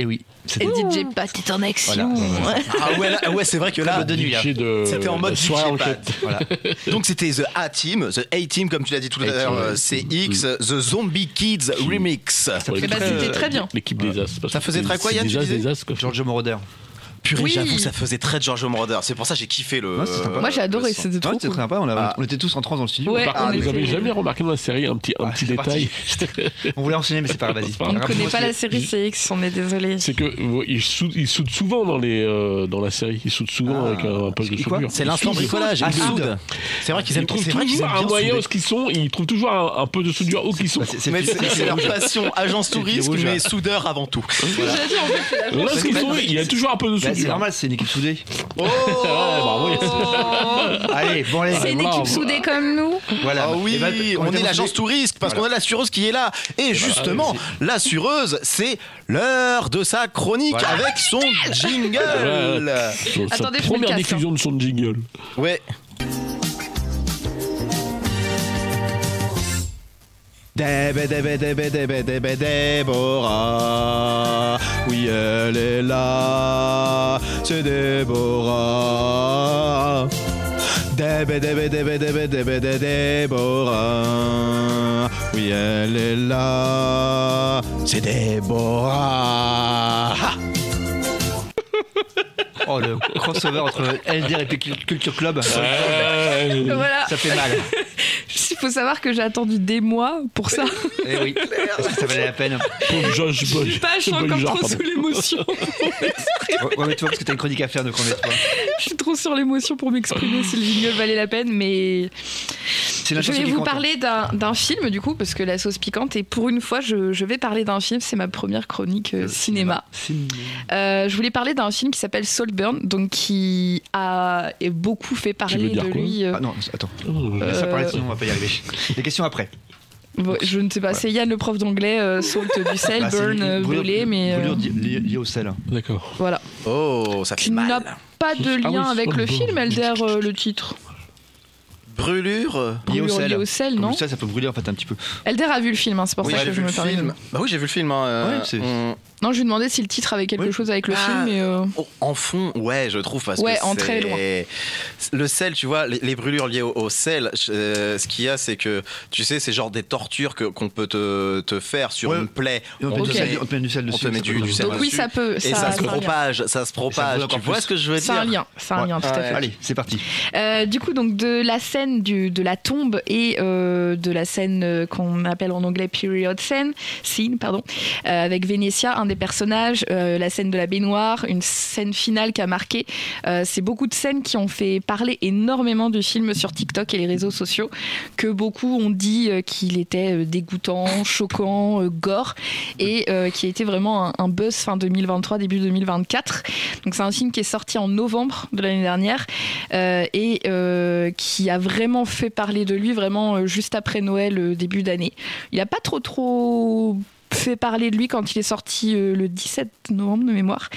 Et oui, c'était
Et DJ Pat est en action.
Voilà.
Ah ouais, là- ah ouais, c'est vrai que là.
Club de nuit, là.
Obligé de-
C'était Euh, en mode
de soirée
DJ
en
Pat.
quête.
Voilà.
Donc c'était The A-Team, The A-Team comme tu l'as dit tout à l'heure,
A-Team,
euh,
ouais.
CX, The Zombie Kids Remix.
Ouais,
bah,
l'équipe-
c'était très bien.
L'équipe des As. parce
Ça
que
faisait
c'est-
très quoi,
c'est
Yann,
Des
tu
As,
disais
des As, quoi.
Giorgio Moroder.
Purée,
Oui.
j'avoue, ça faisait très Giorgio Moroder. C'est pour ça que j'ai kiffé le.
Ouais, c'est sympa.
Moi j'ai adoré,
le son.
c'était
Ouais,
trop
c'était
cool.
très sympa, on, avait-
Ah.
on était tous en transe dans le studio.
Ouais,
Par
on
contre, vous
était-
avez jamais remarqué dans la série un petit, un
Ah,
petit
c'est
détail
On voulait enseigner, mais c'est pas vas-y.
On ne
Raconte-moi
connaît
ce
pas
que-
la série CX, on est désolé.
C'est que euh, ils soudent, ils soudent souvent dans les euh, dans la série, ils soudent souvent
Ah.
avec un, un peu de
Ils quoi
soudure.
C'est l'instant
Ils soudent.
bricolage.
Ah,
ils soudent.
soude.
C'est vrai qu'ils
Ah, Ils
aiment
trouvent
c'est vrai qu'ils
toujours
aiment
un
bien
moyen où
souder.
ce qu'ils sont, ils trouvent toujours un, un peu de soudure où qu'ils sont.
Bah, c'est-
Mais
c'est-
C'est c'est leur passion, agence touriste,
rouge,
mais
ouais.
soudeur avant tout.
Là, ce qu'ils sont, il y a toujours un peu de
Bah, c'est
soudure.
normal, c'est une équipe soudée.
Oh
bravo, Yann.
Allez, bon, allez.
C'est une
Voilà, on-
équipe soudée comme nous.
Voilà.
Ah oui,
Eh ben,
on
était
est l'agence
soudés.
touriste parce qu'on a l'assureuse qui est là. Et justement, l'assureuse, c'est l'heure de sa chronique
Voilà.
avec son jingle.
Voilà. Sur sa
Attendez, je me
première
casse,
diffusion de son jingle.
Ouais. Débe, débe, débe, débe, débe, Déborah. Oui, elle est là. C'est Déborah. Débe, débe, débe, débe, débe, dé- Déborah. Oui, elle est là. C'est Déborah. Ah,
Oh, le crossover entre LDR et puis Cul- Culture Club.
Voilà.
Ça fait mal.
Il faut savoir que j'ai attendu des mois pour ça.
Eh oui. Parce que ça valait la peine.
Pauvre Josh Boy.
Je suis pas, je suis
Boy
encore
Jar,
hein, trop
pardon.
sous l'émotion.
Ouais, mais toi, parce que t'as une chronique à faire, donc on est toi.
Je suis trop sur l'émotion pour m'exprimer si le jingle valait la peine, mais
C'est
je
l'intention
vais
qui
vous
compte. hein.
parler d'un d'un film du coup, parce que la sauce piquante, et pour une fois, je, je vais parler d'un film, c'est ma première chronique euh,
Le
cinéma.
Cinéma.
Euh, je voulais parler d'un film qui s'appelle Saltburn, donc qui a est beaucoup fait parler
veux dire
de
quoi
lui. euh,
Ah non, attends.
Euh,
Ça
Euh,
paraît, sinon on va pas y arriver. Les questions après.
Ah,
bon, je ne sais pas, c'est Yann le prof d'anglais, euh, salt du sel,
Bah, c'est
burn,
une- une
euh,
brûlure-
brûler, mais euh,
brûlure di- li- liée au sel.
D'accord.
voilà.
Oh, ça fait
Qui n'a
mal.
pas de
Ah oui,
lien avec le
Saltburn.
film, LDR, euh, le titre.
Brûlure.
Liée au
Brûlure
sel.
liée au sel, non
Le sel, ça peut brûler en fait un petit peu.
Elder a vu le film, hein, c'est pour
Oui,
ça
j'ai
que je
vu
me
le
permets. de-
film. Bah oui, j'ai vu le film. hein, euh,
Ouais, c'est-
on-
Non, je lui demandais si le titre avait quelque
Oui.
chose avec le
Ah.
film, mais euh,
oh, en fond, ouais, je trouve parce
Ouais,
que
en très
c'est- Le sel, tu vois, les, les brûlures liées au, au sel, je- euh, ce qu'il y a, c'est que tu sais, c'est genre des tortures que qu'on peut te, te faire sur
Ouais.
une plaie.
Et on,
On
peut
te
met du sel,
met-
on te met du sel
on
dessus.
te met
ça
du,
peut-
du sel
donc oui,
dessus.
ça peut.
Et ça,
ça,
se
ça a un lien.
propage, ça se propage.
encore
Tu vois
plus.
ce que je veux
C'est un
dire
lien, c'est un
Ouais.
lien, tout à
Ouais.
fait.
Allez, c'est parti.
Euh, du coup, donc de la scène du, de la tombe et euh, de la scène euh, qu'on appelle en anglais period scene, scene pardon, euh, avec Vénétia, un des personnages, euh, la scène de la baignoire, une scène finale qui a marqué. Euh, c'est beaucoup de scènes qui ont fait parler énormément du film sur TikTok et les réseaux sociaux, que beaucoup ont dit euh, qu'il était euh, dégoûtant, choquant, euh, gore, et euh, qui a été vraiment un, un buzz fin 2023, début 2024. Donc c'est un film qui est sorti en novembre de l'année dernière euh, et euh, qui a vraiment fait parler de lui vraiment euh, juste après Noël euh, début d'année. Il n'a pas trop trop fait parler de lui quand il est sorti euh, le 17 novembre de mémoire.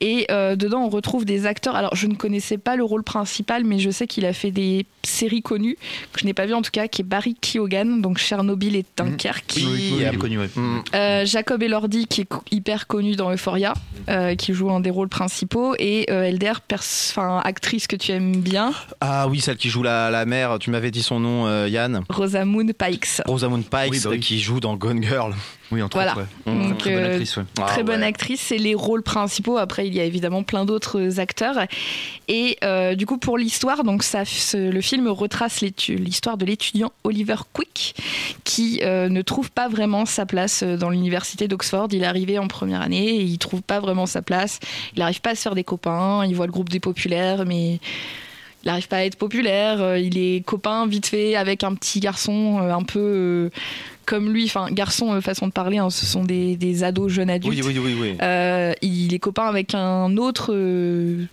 Et euh, dedans, on retrouve des acteurs. Alors, je ne connaissais pas le rôle principal, mais je sais qu'il a fait des séries connues que je n'ai pas vues en tout cas, qui est Barry Keoghan, donc Chernobyl et Dunkerque.
Oui, oui, il est connu, ouais.
Hmm.
Euh, Jacob Elordi, qui est co- hyper connu dans Euphoria, euh, qui joue un des rôles principaux, et euh, Elder, pers- enfin, actrice que tu aimes bien,
Ah oui, celle qui joue la, la mère, tu m'avais dit son nom, euh, Yann.
Rosamund Pike.
Rosamund Pike,
Oui, bah oui.
qui joue dans Gone Girl.
Oui, entre
Voilà.
autres, ouais.
Mmh.
Donc,
Très bonne
euh,
actrice, ouais.
Ah
très bonne
ouais.
actrice, c'est les rôles principaux. Après, il y a évidemment plein d'autres acteurs. Et euh, du coup, pour l'histoire, donc ça, ce- le film retrace l'étu- l'histoire de l'étudiant Oliver Quick, qui euh, ne trouve pas vraiment sa place euh, dans l'université d'Oxford. Il est arrivé en première année et il trouve pas vraiment sa place. Il n'arrive pas à se faire des copains. Il voit le groupe des populaires, mais il n'arrive pas à être populaire. Euh, Il est copain vite fait avec un petit garçon euh, un peu. euh, comme lui, enfin garçon euh, façon de parler, hein, ce sont des, des ados jeunes adultes.
Oui, oui, oui, oui.
Euh, il est copain avec un autre euh,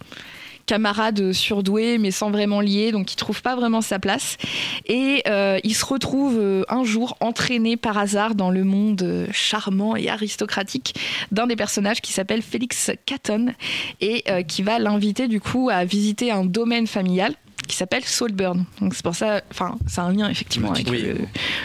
camarade surdoué, mais sans vraiment lier, donc il trouve pas vraiment sa place. Et euh, il se retrouve euh, un jour entraîné par hasard dans le monde euh, charmant et aristocratique d'un des personnages qui s'appelle Félix Catton et euh, qui va l'inviter du coup à visiter un domaine familial qui s'appelle Saltburn. Donc c'est pour ça, enfin, ça a un lien effectivement avec
Oui.
le,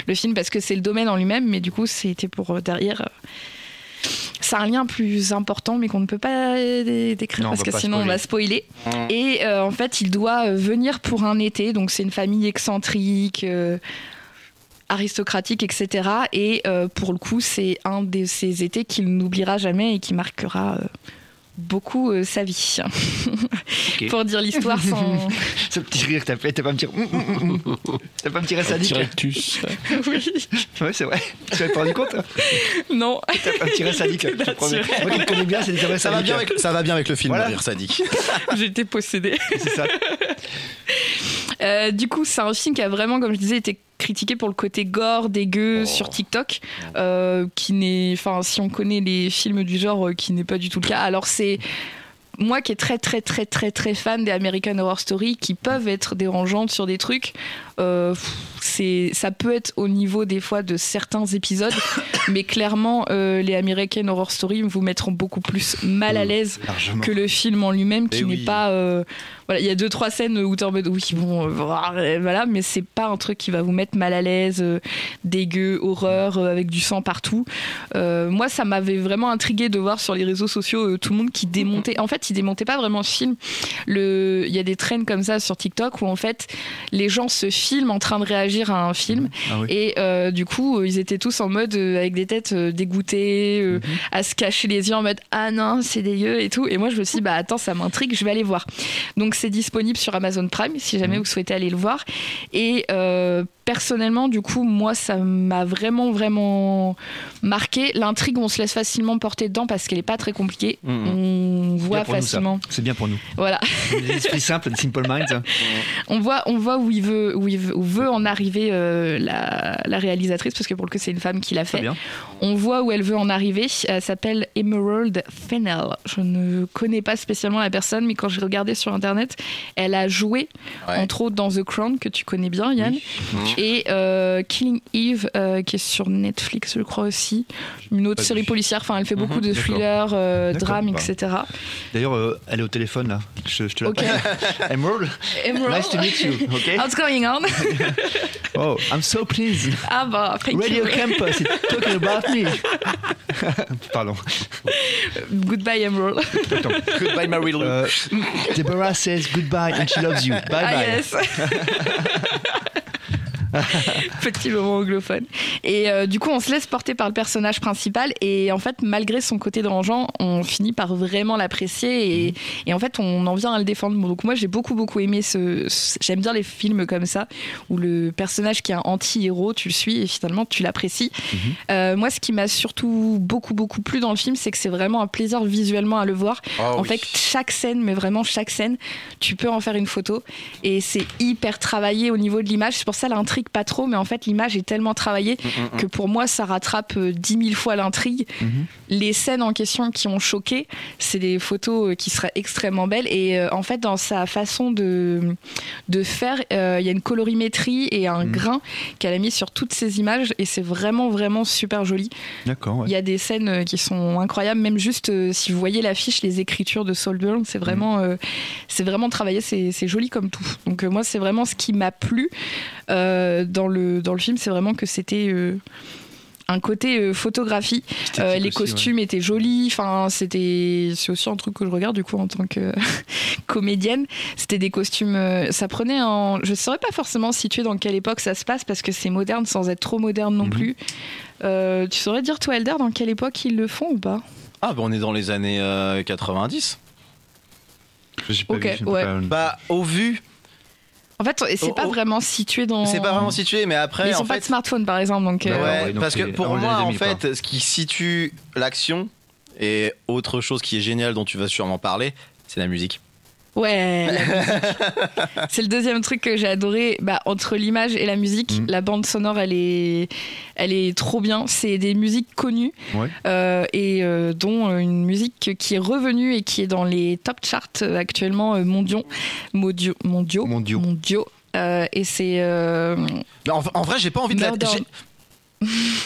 le film parce que c'est le domaine en lui-même, mais du coup c'était pour euh, derrière. euh, Ça a un lien plus important, mais qu'on ne peut pas euh, dé- décrire
Non, on
parce
va
que
pas
sinon on va spoiler.
Mm.
Et euh, en fait, il doit euh, venir pour un été. Donc, c'est une famille excentrique. euh, aristocratique, etc. Et euh, pour le coup, c'est un de ces étés qu'il n'oubliera jamais et qui marquera euh, beaucoup euh, sa vie. Pour dire l'histoire sans...
Ce petit rire que t'as fait, t'as pas me dire. Hum, hum, hum, hum. T'as pas me tirer sadique.
Directus.
oui,
Ouais, c'est vrai. Tu t'es pas rendu compte hein
non.
T'as pas me tirer sadique. je te promets. Moi qui te connais bien, c'est des vrais
Ça va,
sadiques.
bien avec, ça va bien avec le film,
Voilà.
Rire Sadique.
J'étais possédée.
C'est ça.
Euh, du coup, c'est un film qui a vraiment, comme je disais, été critiqué pour le côté gore, dégueu sur TikTok, euh, qui n'est, enfin, si on connaît les films du genre, euh, qui n'est pas du tout le cas. Alors c'est moi qui est très très très très très fan des American Horror Story qui peuvent être dérangeantes sur des trucs. euh, pff, c'est ça peut être au niveau des fois de certains épisodes, mais clairement euh, les American Horror Story vous mettront beaucoup plus mal à l'aise
Largement.
que le film en lui-même qui
Euh, Eh
n'est
oui.
pas euh, voilà il y a deux trois scènes où t'es en mode oui bon euh, voilà mais c'est pas un truc qui va vous mettre mal à l'aise euh, dégueu horreur euh, avec du sang partout Euh, moi ça m'avait vraiment intrigué de voir sur les réseaux sociaux euh, tout le monde qui démontait en fait ils démontaient pas vraiment le film le il y a des traînes comme ça sur TikTok où en fait les gens se filment en train de réagir à un film
Ah oui.
et euh, du coup, euh, ils étaient tous en mode euh, avec des têtes euh, dégoûtées,
Mmh.
euh, à se cacher les yeux en mode ah non, c'est dégueu et tout. Et moi, je me suis dit, bah attends, ça m'intrigue, je vais aller voir. Donc, c'est disponible sur Amazon Prime si
Mmh.
jamais vous souhaitez aller le voir. Et euh, personnellement, du coup, moi, ça m'a vraiment, vraiment marqué. L'intrigue, on se laisse facilement porter dedans parce qu'elle est pas très compliquée.
Mhm.
On
Bien
voit
pour nous, ça.
facilement.
C'est bien pour nous.
Voilà.
Des esprits simples, des simple minds. hein.
On voit, on voit où, il veut, où, il veut, où veut en arriver euh, la, la réalisatrice, parce que pour le coup, c'est une femme qui l'a
Très
fait.
bien.
On voit où elle veut en arriver. Euh, Elle s'appelle Emerald Fennell. Je ne connais pas spécialement la personne, mais quand j'ai regardé sur Internet, elle a joué,
Ouais.
entre autres, dans The Crown, que tu connais bien, Yann,
Mhm.
et euh, Killing Eve, euh, qui est sur Netflix, je crois aussi. Une autre
Pas
série
vu.
policière. Enfin, elle fait beaucoup de
d'accord.
thrillers, euh,
D'accord,
drames,
bah.
etc.
D'ailleurs, euh, elle est au téléphone là. Je, je te la
Ok.
passe. Emerald,
Emerald, Ah.
nice to meet you. Okay.
what's going on?
Oh, I'm so pleased.
Ah bah, thank
Radio
you.
Campus is talking about me. Pardon.
Goodbye, Emerald.
Goodbye, Mary Lou.
Euh, Deborah says goodbye and she loves you. Bye bye.
Ah yes. Petit moment anglophone. Et euh, du coup, on se laisse porter par le personnage principal. Et en fait, malgré son côté dérangeant, on finit par vraiment
Mhm.
l'apprécier. Et, et en fait, on en vient à le défendre. Bon, Donc, moi, j'ai beaucoup, beaucoup aimé ce. ce- J'aime bien les films comme ça, où le personnage qui est un anti-héros, tu le suis et finalement, tu l'apprécies.
Mhm.
Euh, moi, ce qui m'a surtout beaucoup, beaucoup plu dans le film, c'est que c'est vraiment un plaisir visuellement à le voir
Ah
en fait, chaque scène, mais vraiment chaque scène, tu peux en faire une photo. Et c'est hyper travaillé au niveau de l'image. C'est pour ça l'intrigue pas trop, mais en fait, l'image est tellement travaillée que pour moi, ça rattrape euh, 10 000 fois l'intrigue. Les scènes en question qui ont choqué, c'est des photos euh, qui seraient extrêmement belles. Et euh, en fait, dans sa façon de, de faire, euh, il y a une colorimétrie et un
Mhm.
grain qu'elle a mis sur toutes ces images. Et c'est vraiment, vraiment super joli.
D'accord.
Il y a des scènes euh, qui sont incroyables, même juste euh, si vous voyez l'affiche, les écritures de Soulburn, c'est vraiment, euh, c'est vraiment travaillé, c'est c'est joli comme tout. Donc euh, moi, c'est vraiment ce qui m'a plu euh, dans le dans le film, c'est vraiment que c'était euh, un côté euh, photographie. Euh, les costumes étaient jolis. Enfin, c'était c'est aussi un truc que je regarde du coup en tant que comédienne. C'était des costumes. euh, Ça prenait en. Je saurais pas forcément situer dans quelle époque ça se passe parce que c'est moderne sans être trop moderne non
Mhm.
plus. Euh, tu saurais dire toi, Elder, dans quelle époque ils le font ou pas
Ah, bah on est dans les années euh, 90.
Ok, ouais.
Bah, au vu,
En fait, c'est
Oh,
pas
oh.
vraiment situé dans.
c'est pas vraiment situé, mais après,
Oh. Mais ils
en
ont
fait.
pas de smartphone par exemple, donc.
Bah
euh,
ouais.
ouais,
donc
parce que
c'est
pour
avant les
moi, en
années 2000,
fait, ce qui situe l'action et autre chose qui est géniale dont tu vas sûrement parler, c'est la musique.
Ouais, la musique. c'est le deuxième truc que j'ai adoré. Bah, entre l'image et la musique,
Mhm.
la bande sonore, elle est, elle est trop bien. C'est des musiques connues
Ouais.
euh, et euh, dont euh, une musique qui est revenue et qui est dans les top charts euh, actuellement euh, mondiaux, mondiaux, mondiaux,
Mon dieu.
mondiaux. Euh, et c'est euh,
Mais en, en vrai, j'ai pas envie de la
Murder.
j'ai-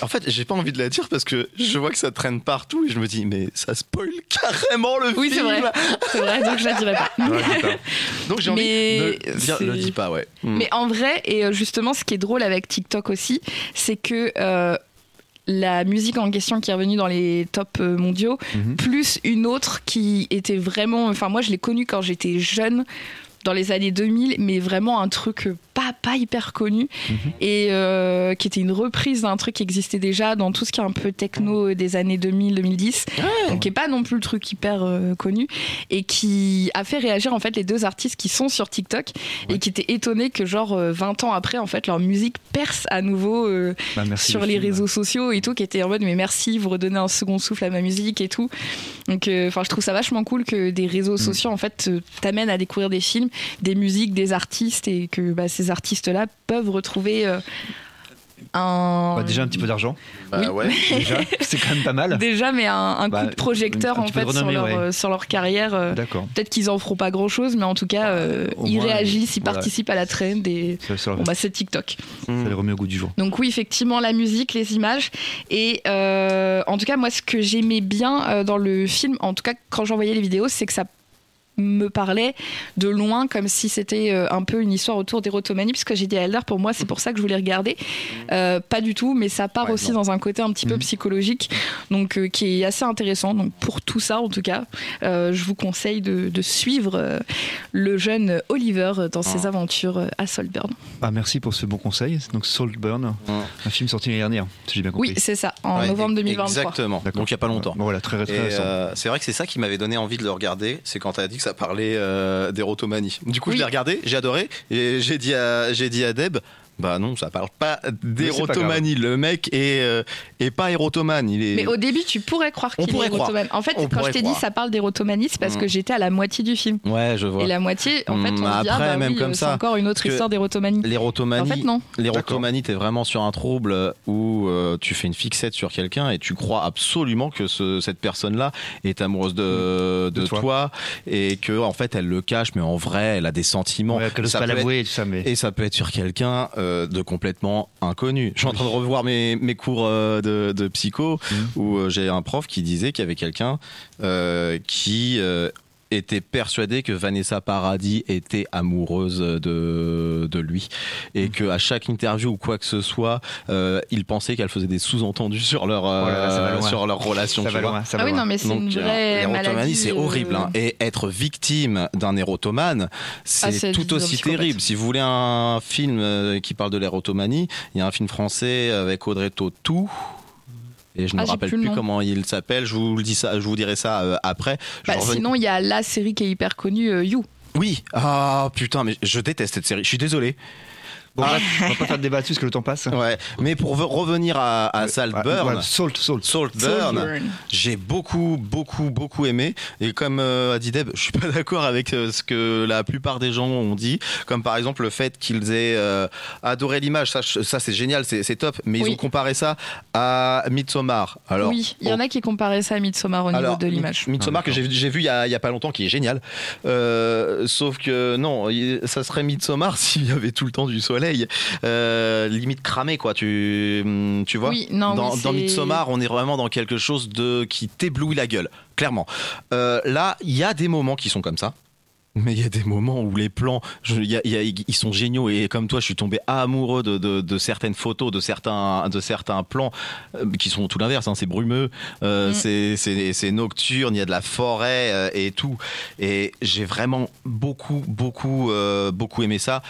En fait, j'ai pas envie de la dire parce que je vois que ça traîne partout et je me dis, mais ça spoil carrément le
oui, c'est
film.
vrai, c'est vrai. Donc je la dirai pas.
Donc j'ai
Mais
envie de dire,
c'est-
le dis pas, ouais. Mm.
Mais en vrai, et euh, justement, ce qui est drôle avec TikTok aussi, c'est que euh, la musique en question qui est revenue dans les tops euh, mondiaux,
Mhm.
plus une autre qui était vraiment. Enfin, moi, je l'ai connue quand j'étais jeune, dans les années 2000, mais vraiment un truc euh, pas, pas hyper connu et euh, qui était une reprise d'un truc qui existait déjà dans tout ce qui est un peu techno euh, des années 2000-2010, donc qui est pas non plus le truc hyper euh, connu et qui a fait réagir en fait les deux artistes qui sont sur TikTok et qui étaient étonnés que genre euh, 20 ans après en fait leur musique perce à nouveau euh,
Bah, merci
sur
le
les
film.
réseaux sociaux et tout qui étaient en mode mais merci vous redonnez un second souffle à ma musique et tout donc euh, enfin je trouve ça vachement cool que des
Mm.
réseaux sociaux en fait euh, t'amènent à découvrir des films des musiques des artistes et que bah, ces artistes là peuvent retrouver euh, un
Bah, déjà un petit peu d'argent,
Bah
Oui.
ouais.
déjà, c'est quand même pas mal.
Déjà, mais un, un
Bah,
coup de projecteur
un
en
petit peu
fait
de
sur,
renommée,
leur,
ouais.
euh, sur leur carrière euh,
D'accord,
Peut-être qu'ils en feront pas grand chose, mais en tout cas, euh,
Au
ils
moins,
réagissent, ils
voilà.
participent à la trend et
ça, ça,
bon, bah, c'est TikTok.
ça les remet au goût du jour.
Donc, oui, effectivement, la musique, les images. Et euh, en tout cas, moi, ce que j'aimais bien euh, dans le film, en tout cas, quand j'envoyais les vidéos, c'est que ça me parlait de loin comme si c'était euh, un peu une histoire autour d'Erotomanie puisque j'ai dit à Elder pour moi c'est pour ça que je voulais regarder Euh, pas du tout mais ça part
Mmh. Ouais,
aussi
non. Mmh.
dans un côté un petit peu
Mhm.
psychologique donc euh, qui est assez intéressant donc pour tout ça en tout cas euh, je vous conseille de, de suivre euh, le jeune Oliver dans ses
Ah.
aventures euh, à Solburn
Ah, merci pour ce bon conseil. Donc Saltburn,
Ouais.
un film sorti l'année dernière, si j'ai bien compris.
oui c'est ça en
Ouais,
novembre 2023
Exactement.
D'accord.
Donc il y a pas longtemps.
Bon, voilà, très,
Et
très récent.
euh, c'est vrai que c'est ça qui m'avait donné envie de le regarder, c'est quand t'as dit que ça parlait euh, d'érotomanie. Du coup,
Oui.
je l'ai regardé, j'ai adoré, et j'ai dit à, j'ai dit à Deb, bah non, ça parle pas d'érotomanie. Le mec est, euh, est pas érotomane, il est.
Mais au début, tu pourrais croire
On
qu'il est
pourrait croire.
érotomane. En fait, quand
On
je
pourrait
t'ai dit
croire.
ça parle d'érotomanie, c'est parce
Mhm.
que j'étais à la moitié du film.
Ouais, je vois.
Et la moitié, en fait, on
Hmm,
se dit, ah
après,
bah
même
oui,
comme
c'est
ça,
encore une autre
parce que Ah
histoire d'érotomanie. En
L'érotomanie,
fait, non.
l'érotomanie, t'es vraiment sur un trouble où euh, tu fais une fixette sur quelqu'un et tu crois absolument que ce- cette personne-là est amoureuse de, de,
De toi.
toi. et que en fait elle le cache, mais en vrai elle a des sentiments.
Ouais, qu'elle n'ose
Ça
pas
peut être-
l'avouer et tout ça, mais.
Et ça peut être sur quelqu'un euh, de complètement inconnu. Je suis en train de revoir mes, mes cours euh, de, de psycho
Mhm.
où euh, j'ai un prof qui disait qu'il y avait quelqu'un euh, qui euh, était persuadé que Vanessa Paradis était amoureuse de, de lui et
Mhm.
que à chaque interview ou quoi que ce soit, euh, il pensait qu'elle faisait des sous-entendus sur leur, euh,
Oh là là, ça va loin.
sur leur relation.
ça
tu
va
vois.
loin, ça
Ah
va
oui,
loin.
non, mais c'est une
Donc, euh,
vraie
l'érotomanie,
maladie.
c'est
euh,
horrible. hein. Et être victime d'un érotomane,
Ah,
c'est
c'est
tout
d'un
aussi
psychopathe.
terrible. Si vous voulez un film euh, qui parle de l'érotomanie, il y a un film français avec Audrey Tautou. Et je ne
Ah,
me
j'ai
rappelle
plus
plus,
le nom.
comment il s'appelle. Je vous le dis ça, je vous dirai ça euh, après. Je
bah,
reven-
Sinon, il y a la série qui est hyper connue, euh, You.
Oui. Ah putain, mais je déteste cette série. Je suis désolé.
Bon, bref, on va pas faire de débat dessus parce que le temps passe.
Ouais. Mais pour re- revenir à, à Saltburn,
Euh, Ouais, ouais, Salt, Salt.
Saltburn, J'ai beaucoup, beaucoup, beaucoup aimé. Et comme euh, a dit Deb, je suis pas d'accord avec euh, ce que la plupart des gens ont dit. Comme par exemple le fait qu'ils aient euh, adoré l'image. Ça, je- ça c'est génial, c'est c'est top. Mais
Oui.
ils ont comparé ça à Midsommar. Alors,
oui, il y en a qui comparaient ça à Midsommar au
alors,
niveau de l'image.
Ah,
Midsommar que
d'accord.
j'ai j'ai vu il y, a, il y a pas longtemps, qui est génial. Euh, sauf que non, il- ça serait Midsommar s'il y avait tout le temps du soleil. Euh, limite cramé, quoi. Tu, tu vois
Oui, non,
dans,
oui,
dans
c'est-
Midsommar, on est vraiment dans quelque chose de qui t'éblouit la gueule, clairement. Euh, là, il y a des moments qui sont comme ça. Mais il y a des moments où les plans, je- il y a- il y a- ils sont géniaux et comme toi, je suis tombé amoureux de, de- de certaines photos, de certains, de certains plans euh, qui sont tout l'inverse. hein, c'est brumeux, euh,
Mm.
c'est- c'est c'est nocturne, il y a de la forêt euh, et tout. Et j'ai vraiment beaucoup, beaucoup, euh, beaucoup aimé ça.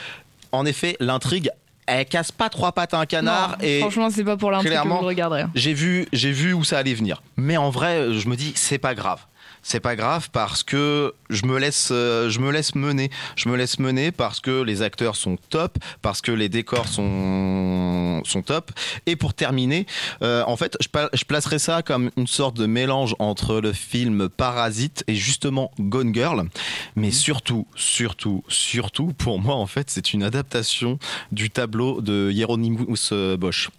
En effet, l'intrigue, elle casse pas trois pattes à un canard
Non,
et
Franchement, c'est pas pour l'intrigue que je
clairement,
le regarderais.
j'ai vu, j'ai vu où ça allait venir. Mais en vrai, je me dis, c'est pas grave. C'est pas grave parce que je me laisse, euh, je me laisse mener. Je me laisse mener parce que les acteurs sont top, parce que les décors sont sont top. Et pour terminer, euh, en fait, je, pa- je placerai ça comme une sorte de mélange entre le film Parasite et justement Gone Girl. Mais surtout, surtout, surtout, pour moi, en fait, c'est une adaptation du tableau de Hieronymus euh, Bosch.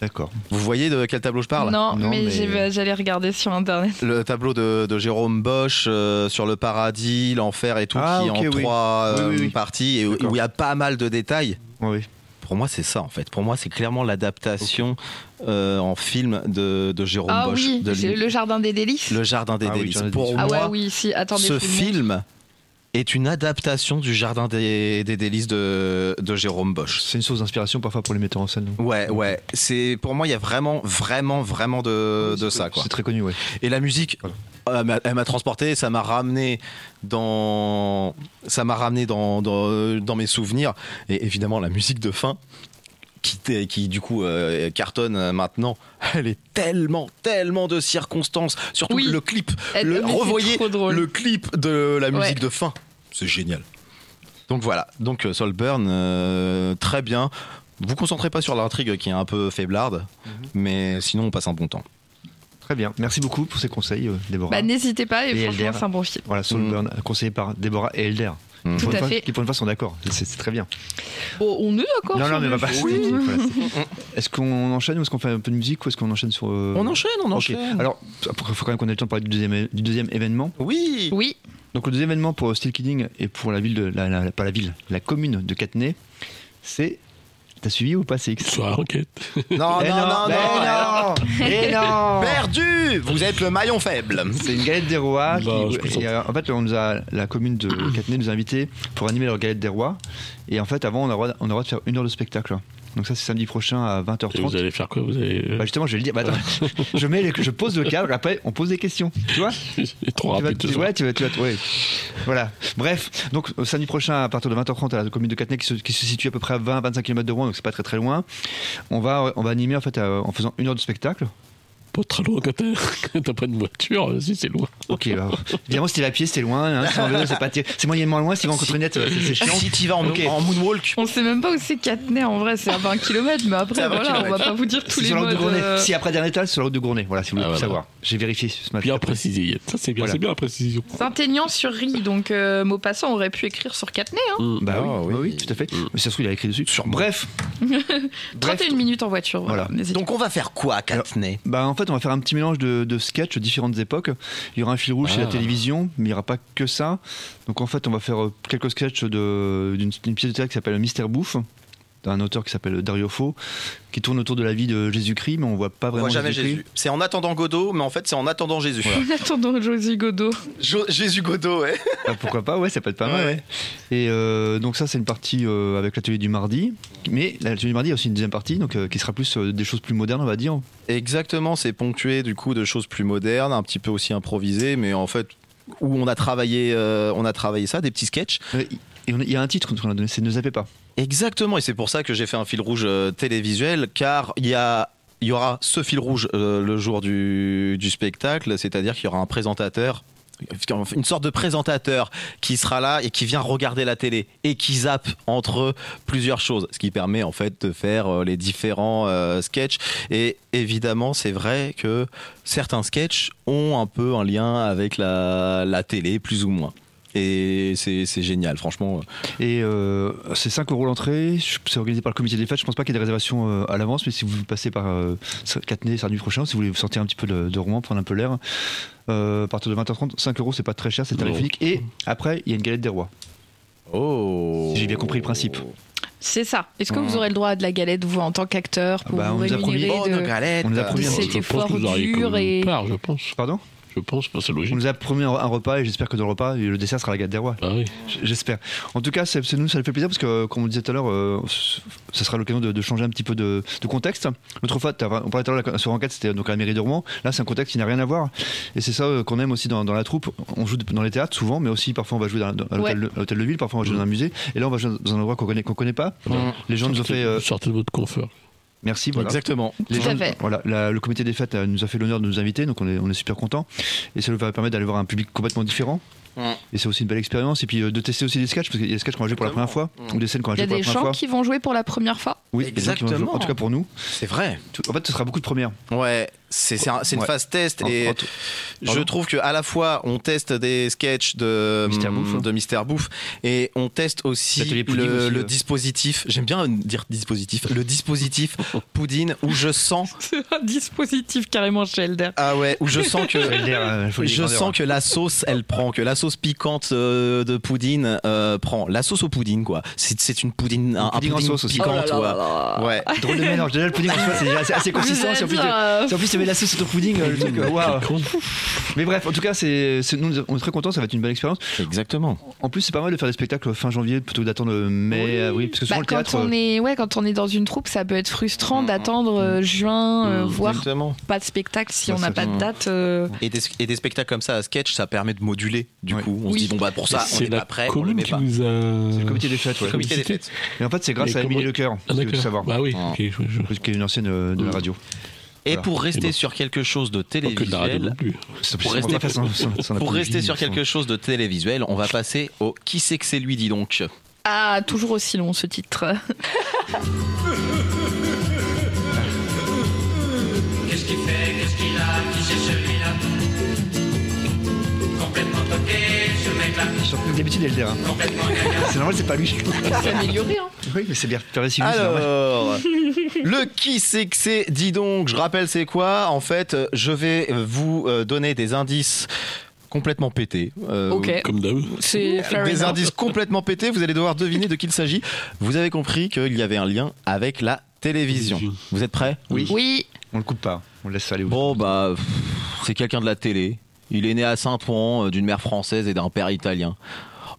D'accord.
Vous voyez de quel tableau je parle
Non,
Non,
mais,
mais-
j'ai- bah, j'allais regarder sur internet.
Le tableau de, de Jérôme Bosch euh, sur le paradis, l'enfer et tout,
Ah,
qui
ok,
est en
oui.
trois euh,
Oui, oui, oui.
parties et où
D'accord.
où il y a pas mal de détails.
Ouais, oui.
Pour moi, c'est ça en fait. Pour moi, c'est clairement l'adaptation euh, en film de, de Jérôme
Ah
Bosch,
oui,
de
c'est
l'im-
le jardin des délices.
Le jardin des
Ah oui,
délices.
Jardin des
Pour
Délices.
Ah ouais,
moi,
oui, si, attendez.
ce
je vous le montre.
film est une adaptation du Jardin des, des délices de, de Jérôme Bosch.
C'est une source d'inspiration parfois pour les metteurs en scène. non
Ouais, ouais. C'est pour moi, il y a vraiment, vraiment, vraiment de, de ça, quoi.
C'est très connu, ouais.
Et la musique, euh, elle m'a- elle m'a transporté, ça m'a ramené dans, ça m'a ramené dans, dans, dans mes souvenirs. Et évidemment, la musique de fin, qui, t- qui du coup euh, cartonne euh, maintenant, elle est tellement, tellement de circonstances. Surtout
Oui.
le clip,
Elle-
le,
mais c'est
revoyez
trop drôle.
le clip de la musique
Ouais.
de fin, c'est génial. Donc voilà, donc euh, Solburn, euh, très bien. Vous concentrez pas sur l'intrigue qui est un peu faiblarde, mais sinon on passe un bon temps.
Très bien. Merci beaucoup pour ces conseils, euh, Déborah.
Bah, N'hésitez pas, et,
Et
franchement,
Elder.
c'est un bon film.
Voilà, Soulburn, conseillé par Déborah et Elder.
Mm.
Qui, pour
Tout à
une fois-
fait.
qui, pour une fois, sont d'accord. C'est c'est très bien.
Bon, on est d'accord
non,
sur
non, mais
le
on va pas.
film.
c'est- voilà, c'est- Est-ce qu'on enchaîne ou est-ce qu'on fait un peu de musique ou est-ce qu'on enchaîne sur. euh,
On enchaîne, on
Ok.
enchaîne.
Alors, il faut quand même qu'on ait le temps de parler du deuxième, du deuxième événement.
Oui.
Oui,
Donc, le deuxième événement pour Steel Kidding et pour la ville de. La, la- la- pas la ville, la commune de Catenay, c'est. T'as suivi ou pas, CX
Soir enquête.
Non,
Eh
Oh non, non,
eh
non,
non, eh non.
Perdu Vous êtes le maillon faible.
C'est une galette des rois. qui-
Bah, je peux
et,
sentir.
euh, en fait, on nous a, la commune de Catenay nous a invités pour animer leur galette des rois. Et en fait, avant, on a le droit, on a le droit de faire une heure de spectacle. Donc ça, c'est samedi prochain à
Et vous
20h30.
allez faire quoi Vous allez. euh,
Bah justement, je vais le dire. Bah, attends, je, mets les- je pose le cadre, après, on pose des questions. Tu vois
Trop
tu vas,
rapide.
tu,
ce soir.
ouais, tu vas, tu vas- ouais. Voilà. Bref, donc euh, samedi prochain à partir de 20h30 à la commune de Catenay qui se, qui se situe à peu près à 20-25 km de Rouen, donc c'est pas très très loin. On va, on va animer en fait euh, en faisant une heure de spectacle.
Pas très loin quand t'as quand t'as pas de voiture, euh, si c'est loin.
Ok, bah, évidemment, si t'es à pied, c'est loin. Hein, si t'es en vélo, c'est pas terrible. C'est moyennement loin. Si tu vas en trottinette, euh, c'est c'est chiant.
Si t'y vas en,
Ok.
en moonwalk,
on sait même pas où c'est Catenay en vrai, c'est à 20 km, mais
C'est à
après,
20
voilà, on va
kilomètres.
pas vous dire tous
C'est
les
sur la route de
modes.
Gournay.
euh,
Si après dernier étage, c'est sur la route de Gournay. Voilà, si vous voulez
Ah,
tout
voilà.
savoir. J'ai vérifié ce matin.
Bien précisé, Yette. Ça, c'est bien,
Voilà.
c'est bien la précision.
Saint-Aignan sur Rie, donc euh, mot passant aurait pu écrire sur Catenay. Hein.
Bah oui,
Ah,
bah
oui.
oui, tout à fait. Mais ça se trouve, il a écrit dessus.
Sûrement.
Bref. Bref.
31 minutes en voiture, voilà.
Voilà.
n'hésitez
donc on va faire quoi, Katney
Bah en fait on va faire un petit mélange de, de sketchs de différentes époques. Il y aura un fil rouge chez la
Ah.
télévision, mais il n'y aura pas que ça. Donc en fait on va faire euh, quelques sketchs de- d'une d'une pièce de théâtre qui s'appelle Mystère Bouffe, d'un auteur qui s'appelle Dario Fo, qui tourne autour de la vie de Jésus-Christ, mais on voit pas
On
vraiment
voit jamais Jésus. C'est en attendant Godot, mais en fait c'est en attendant Jésus.
En attendant Josie Godot.
Jo- Jésus Godot, ouais.
Bah, pourquoi pas, ouais, ça peut être pas mal.
Ouais.
ouais. Et euh, donc ça c'est une partie euh, avec l'atelier du mardi, mais l'atelier du mardi il y a aussi une deuxième partie, donc euh, qui sera plus euh, des choses plus modernes on va dire.
Exactement, c'est ponctué du coup de choses plus modernes, un petit peu aussi improvisées, mais en fait où on a travaillé, euh, on a travaillé ça, des petits sketchs.
Euh, Et on- il y a un titre qu'on a donné, c'est Ne zappez pas.
Exactement, et c'est pour ça que j'ai fait un fil rouge euh, télévisuel, car il y a- il y aura ce fil rouge euh, le jour du, du spectacle, c'est-à-dire qu'il y aura un présentateur, une sorte de présentateur qui sera là et qui vient regarder la télé et qui zappe entre plusieurs choses, ce qui permet en fait de faire euh, les différents euh, sketchs. Et évidemment, c'est vrai que certains sketchs ont un peu un lien avec la, la télé, plus ou moins. Et c'est c'est génial, franchement.
Et euh, c'est 5 euros l'entrée, je- c'est organisé par le comité des fêtes, je pense pas qu'il y ait des réservations euh, à l'avance, mais si vous passez par euh, Catenay samedi prochain, si vous voulez vous sortir un petit peu de, de Rouen, prendre un peu l'air, euh, à partir de 20h30, 5 euros c'est pas très cher, c'est tarifique. Et après, il y a une galette des rois.
Oh
Si j'ai bien compris le principe.
C'est ça. Est-ce que vous aurez le droit à de la galette, vous, en tant qu'acteur, pour
Mmh. Ah bah, on
vous
nous a promis.
rémunérer
Bonne
de...
galette.
On nous a promis
de
un
cet
repas.
Je pense
effort
que vous auriez
dur
comme
et...
une part, je pense.
Pardon
Je pense, parce que c'est
On
logique.
nous a promis un un repas et j'espère que dans le repas, le dessert sera la galette des rois.
Ah oui.
J- J'espère. En tout cas, c'est c'est nous, ça nous fait plaisir parce que, euh, comme on disait tout à l'heure, euh, c- ça sera l'occasion de, de changer un petit peu de, de contexte. L'autre fois, t'as- on parlait tout à l'heure de la- sur enquête, c'était donc à la mairie de Rouen. Là, c'est un contexte qui n'a rien à voir. Et c'est ça euh, qu'on aime aussi dans, dans la troupe. On joue dans les théâtres souvent, mais aussi parfois on va jouer dans- dans- à l'hôtel de- à l'hôtel de ville, parfois on va jouer dans un musée. Et là, on va jouer dans un endroit qu'on connaît, qu'on connaît pas. Les gens nous ont
Sortez-
fait. euh,
Sortez de votre confort.
merci. Voilà.
Exactement.
Les
Tout
gens-
à fait.
Voilà, la- le comité des fêtes euh, nous a fait l'honneur de nous inviter, donc on est, on est super content. Et ça nous va permettre d'aller voir un public complètement différent.
Ouais.
Et c'est aussi une belle expérience. Et puis euh, de tester aussi des sketchs, parce qu'il y a des sketchs qu'on a joué pour la première fois, ou des scènes qu'on a
Il y
joué
a
pour la
des
première
gens
fois.
qui vont jouer pour la première fois.
Oui, des gens qui vont jouer,
Exactement.
En tout cas pour nous.
C'est vrai.
Tout- En fait, ce sera beaucoup de premières.
Ouais, c'est c'est un- c'est une
Ouais.
phase test
En-
et
en tout-
je
pardon.
trouve que à la fois on teste des sketchs de hum,
Mystère Bouffe, hein.
de Mystère Bouffe et on teste aussi
L'atelier
le,
pudding aussi,
le
euh.
dispositif. J'aime bien euh, dire dispositif. Le dispositif Poudine où je sens
C'est un dispositif carrément chez Elder.
ah ouais où je sens que
Faut le dire, euh, faut le dire
Je
en
sens
dehors.
que la sauce, elle prend, que la sauce piquante euh, de poudine euh, prend. La sauce au poudine, quoi. C'est c'est une poudine, un, un
pouding en
pouding
sauce aussi.
piquant,
Oh là là
ouais.
là là.
Ouais.
Drôle de mélange. Déjà, le pudding en soi, c'est déjà assez, assez consistant. Si en plus, tu-
euh,
si en plus, tu mets de la sauce sur ton pudding, euh, le truc, euh, waouh.
Con.
Mais bref, en tout cas, c'est, c'est- nous, on est très contents, ça va être une belle expérience.
Exactement.
En plus, c'est pas mal de faire des spectacles fin janvier plutôt que d'attendre euh, mai, avril, parce que souvent
bah,
le
quand
théâtre.
on est ouais quand on est dans une troupe ça peut être frustrant d'attendre euh, juin euh, voire
Exactement.
pas de spectacle si
Ouais,
on n'a
ça,
pas de date euh,
Ouais.
Et des, et des spectacles comme ça à sketch, ça permet de moduler. Du
Ouais.
coup, on
Oui.
se dit, bon, bah pour ça, on
C'est
n'est
la
pas prêt, on le
commune
met
qui
pas.
vous a.
C'est le comité des fêtes, ouais.
Le comité des fêtes.
Et en fait, c'est grâce
Mais
à
comment-
Émilie Lecoeur,
Ah,
si vous
d'accord.
voulez savoir.
Bah oui,
Ah.
ok, je- je-
Qui est une ancienne euh, de la radio.
Et
Voilà.
pour rester
Et bon.
sur quelque chose de
Pas Oh, que de la radio
télévisuel,
non plus.
Pour rester- pour rester sur quelque
chose.
chose de télévisuel, on va passer au Qui c'est que c'est lui, dis donc
ah toujours aussi long ce titre
Qu'est-ce qu'il fait, qu'est-ce qu'il a, qui c'est celui-là Complètement toqué, ce mec-là,
D'habitude, elle le dira.
complètement gaga.
C'est normal, c'est pas lui.
c'est amélioré hein.
Oui, mais c'est bien. Faire réciter, c'est normal.
Alors, le qui c'est que c'est, dis donc, je rappelle c'est quoi En fait, euh, je vais vous euh, donner des indices complètement pétés. euh,
ok
Comme d'hab.
c'est fair
Des
enough.
indices complètement pétés, vous allez devoir deviner de qui il s'agit. Vous avez compris qu'il y avait un lien avec la télévision. Vous êtes prêts
oui
On le coupe pas. On le laisse aller. au-
Bon, bah, pff, c'est quelqu'un de la télé. Il est né à Saint-Ouen, euh, d'une mère française et d'un père italien.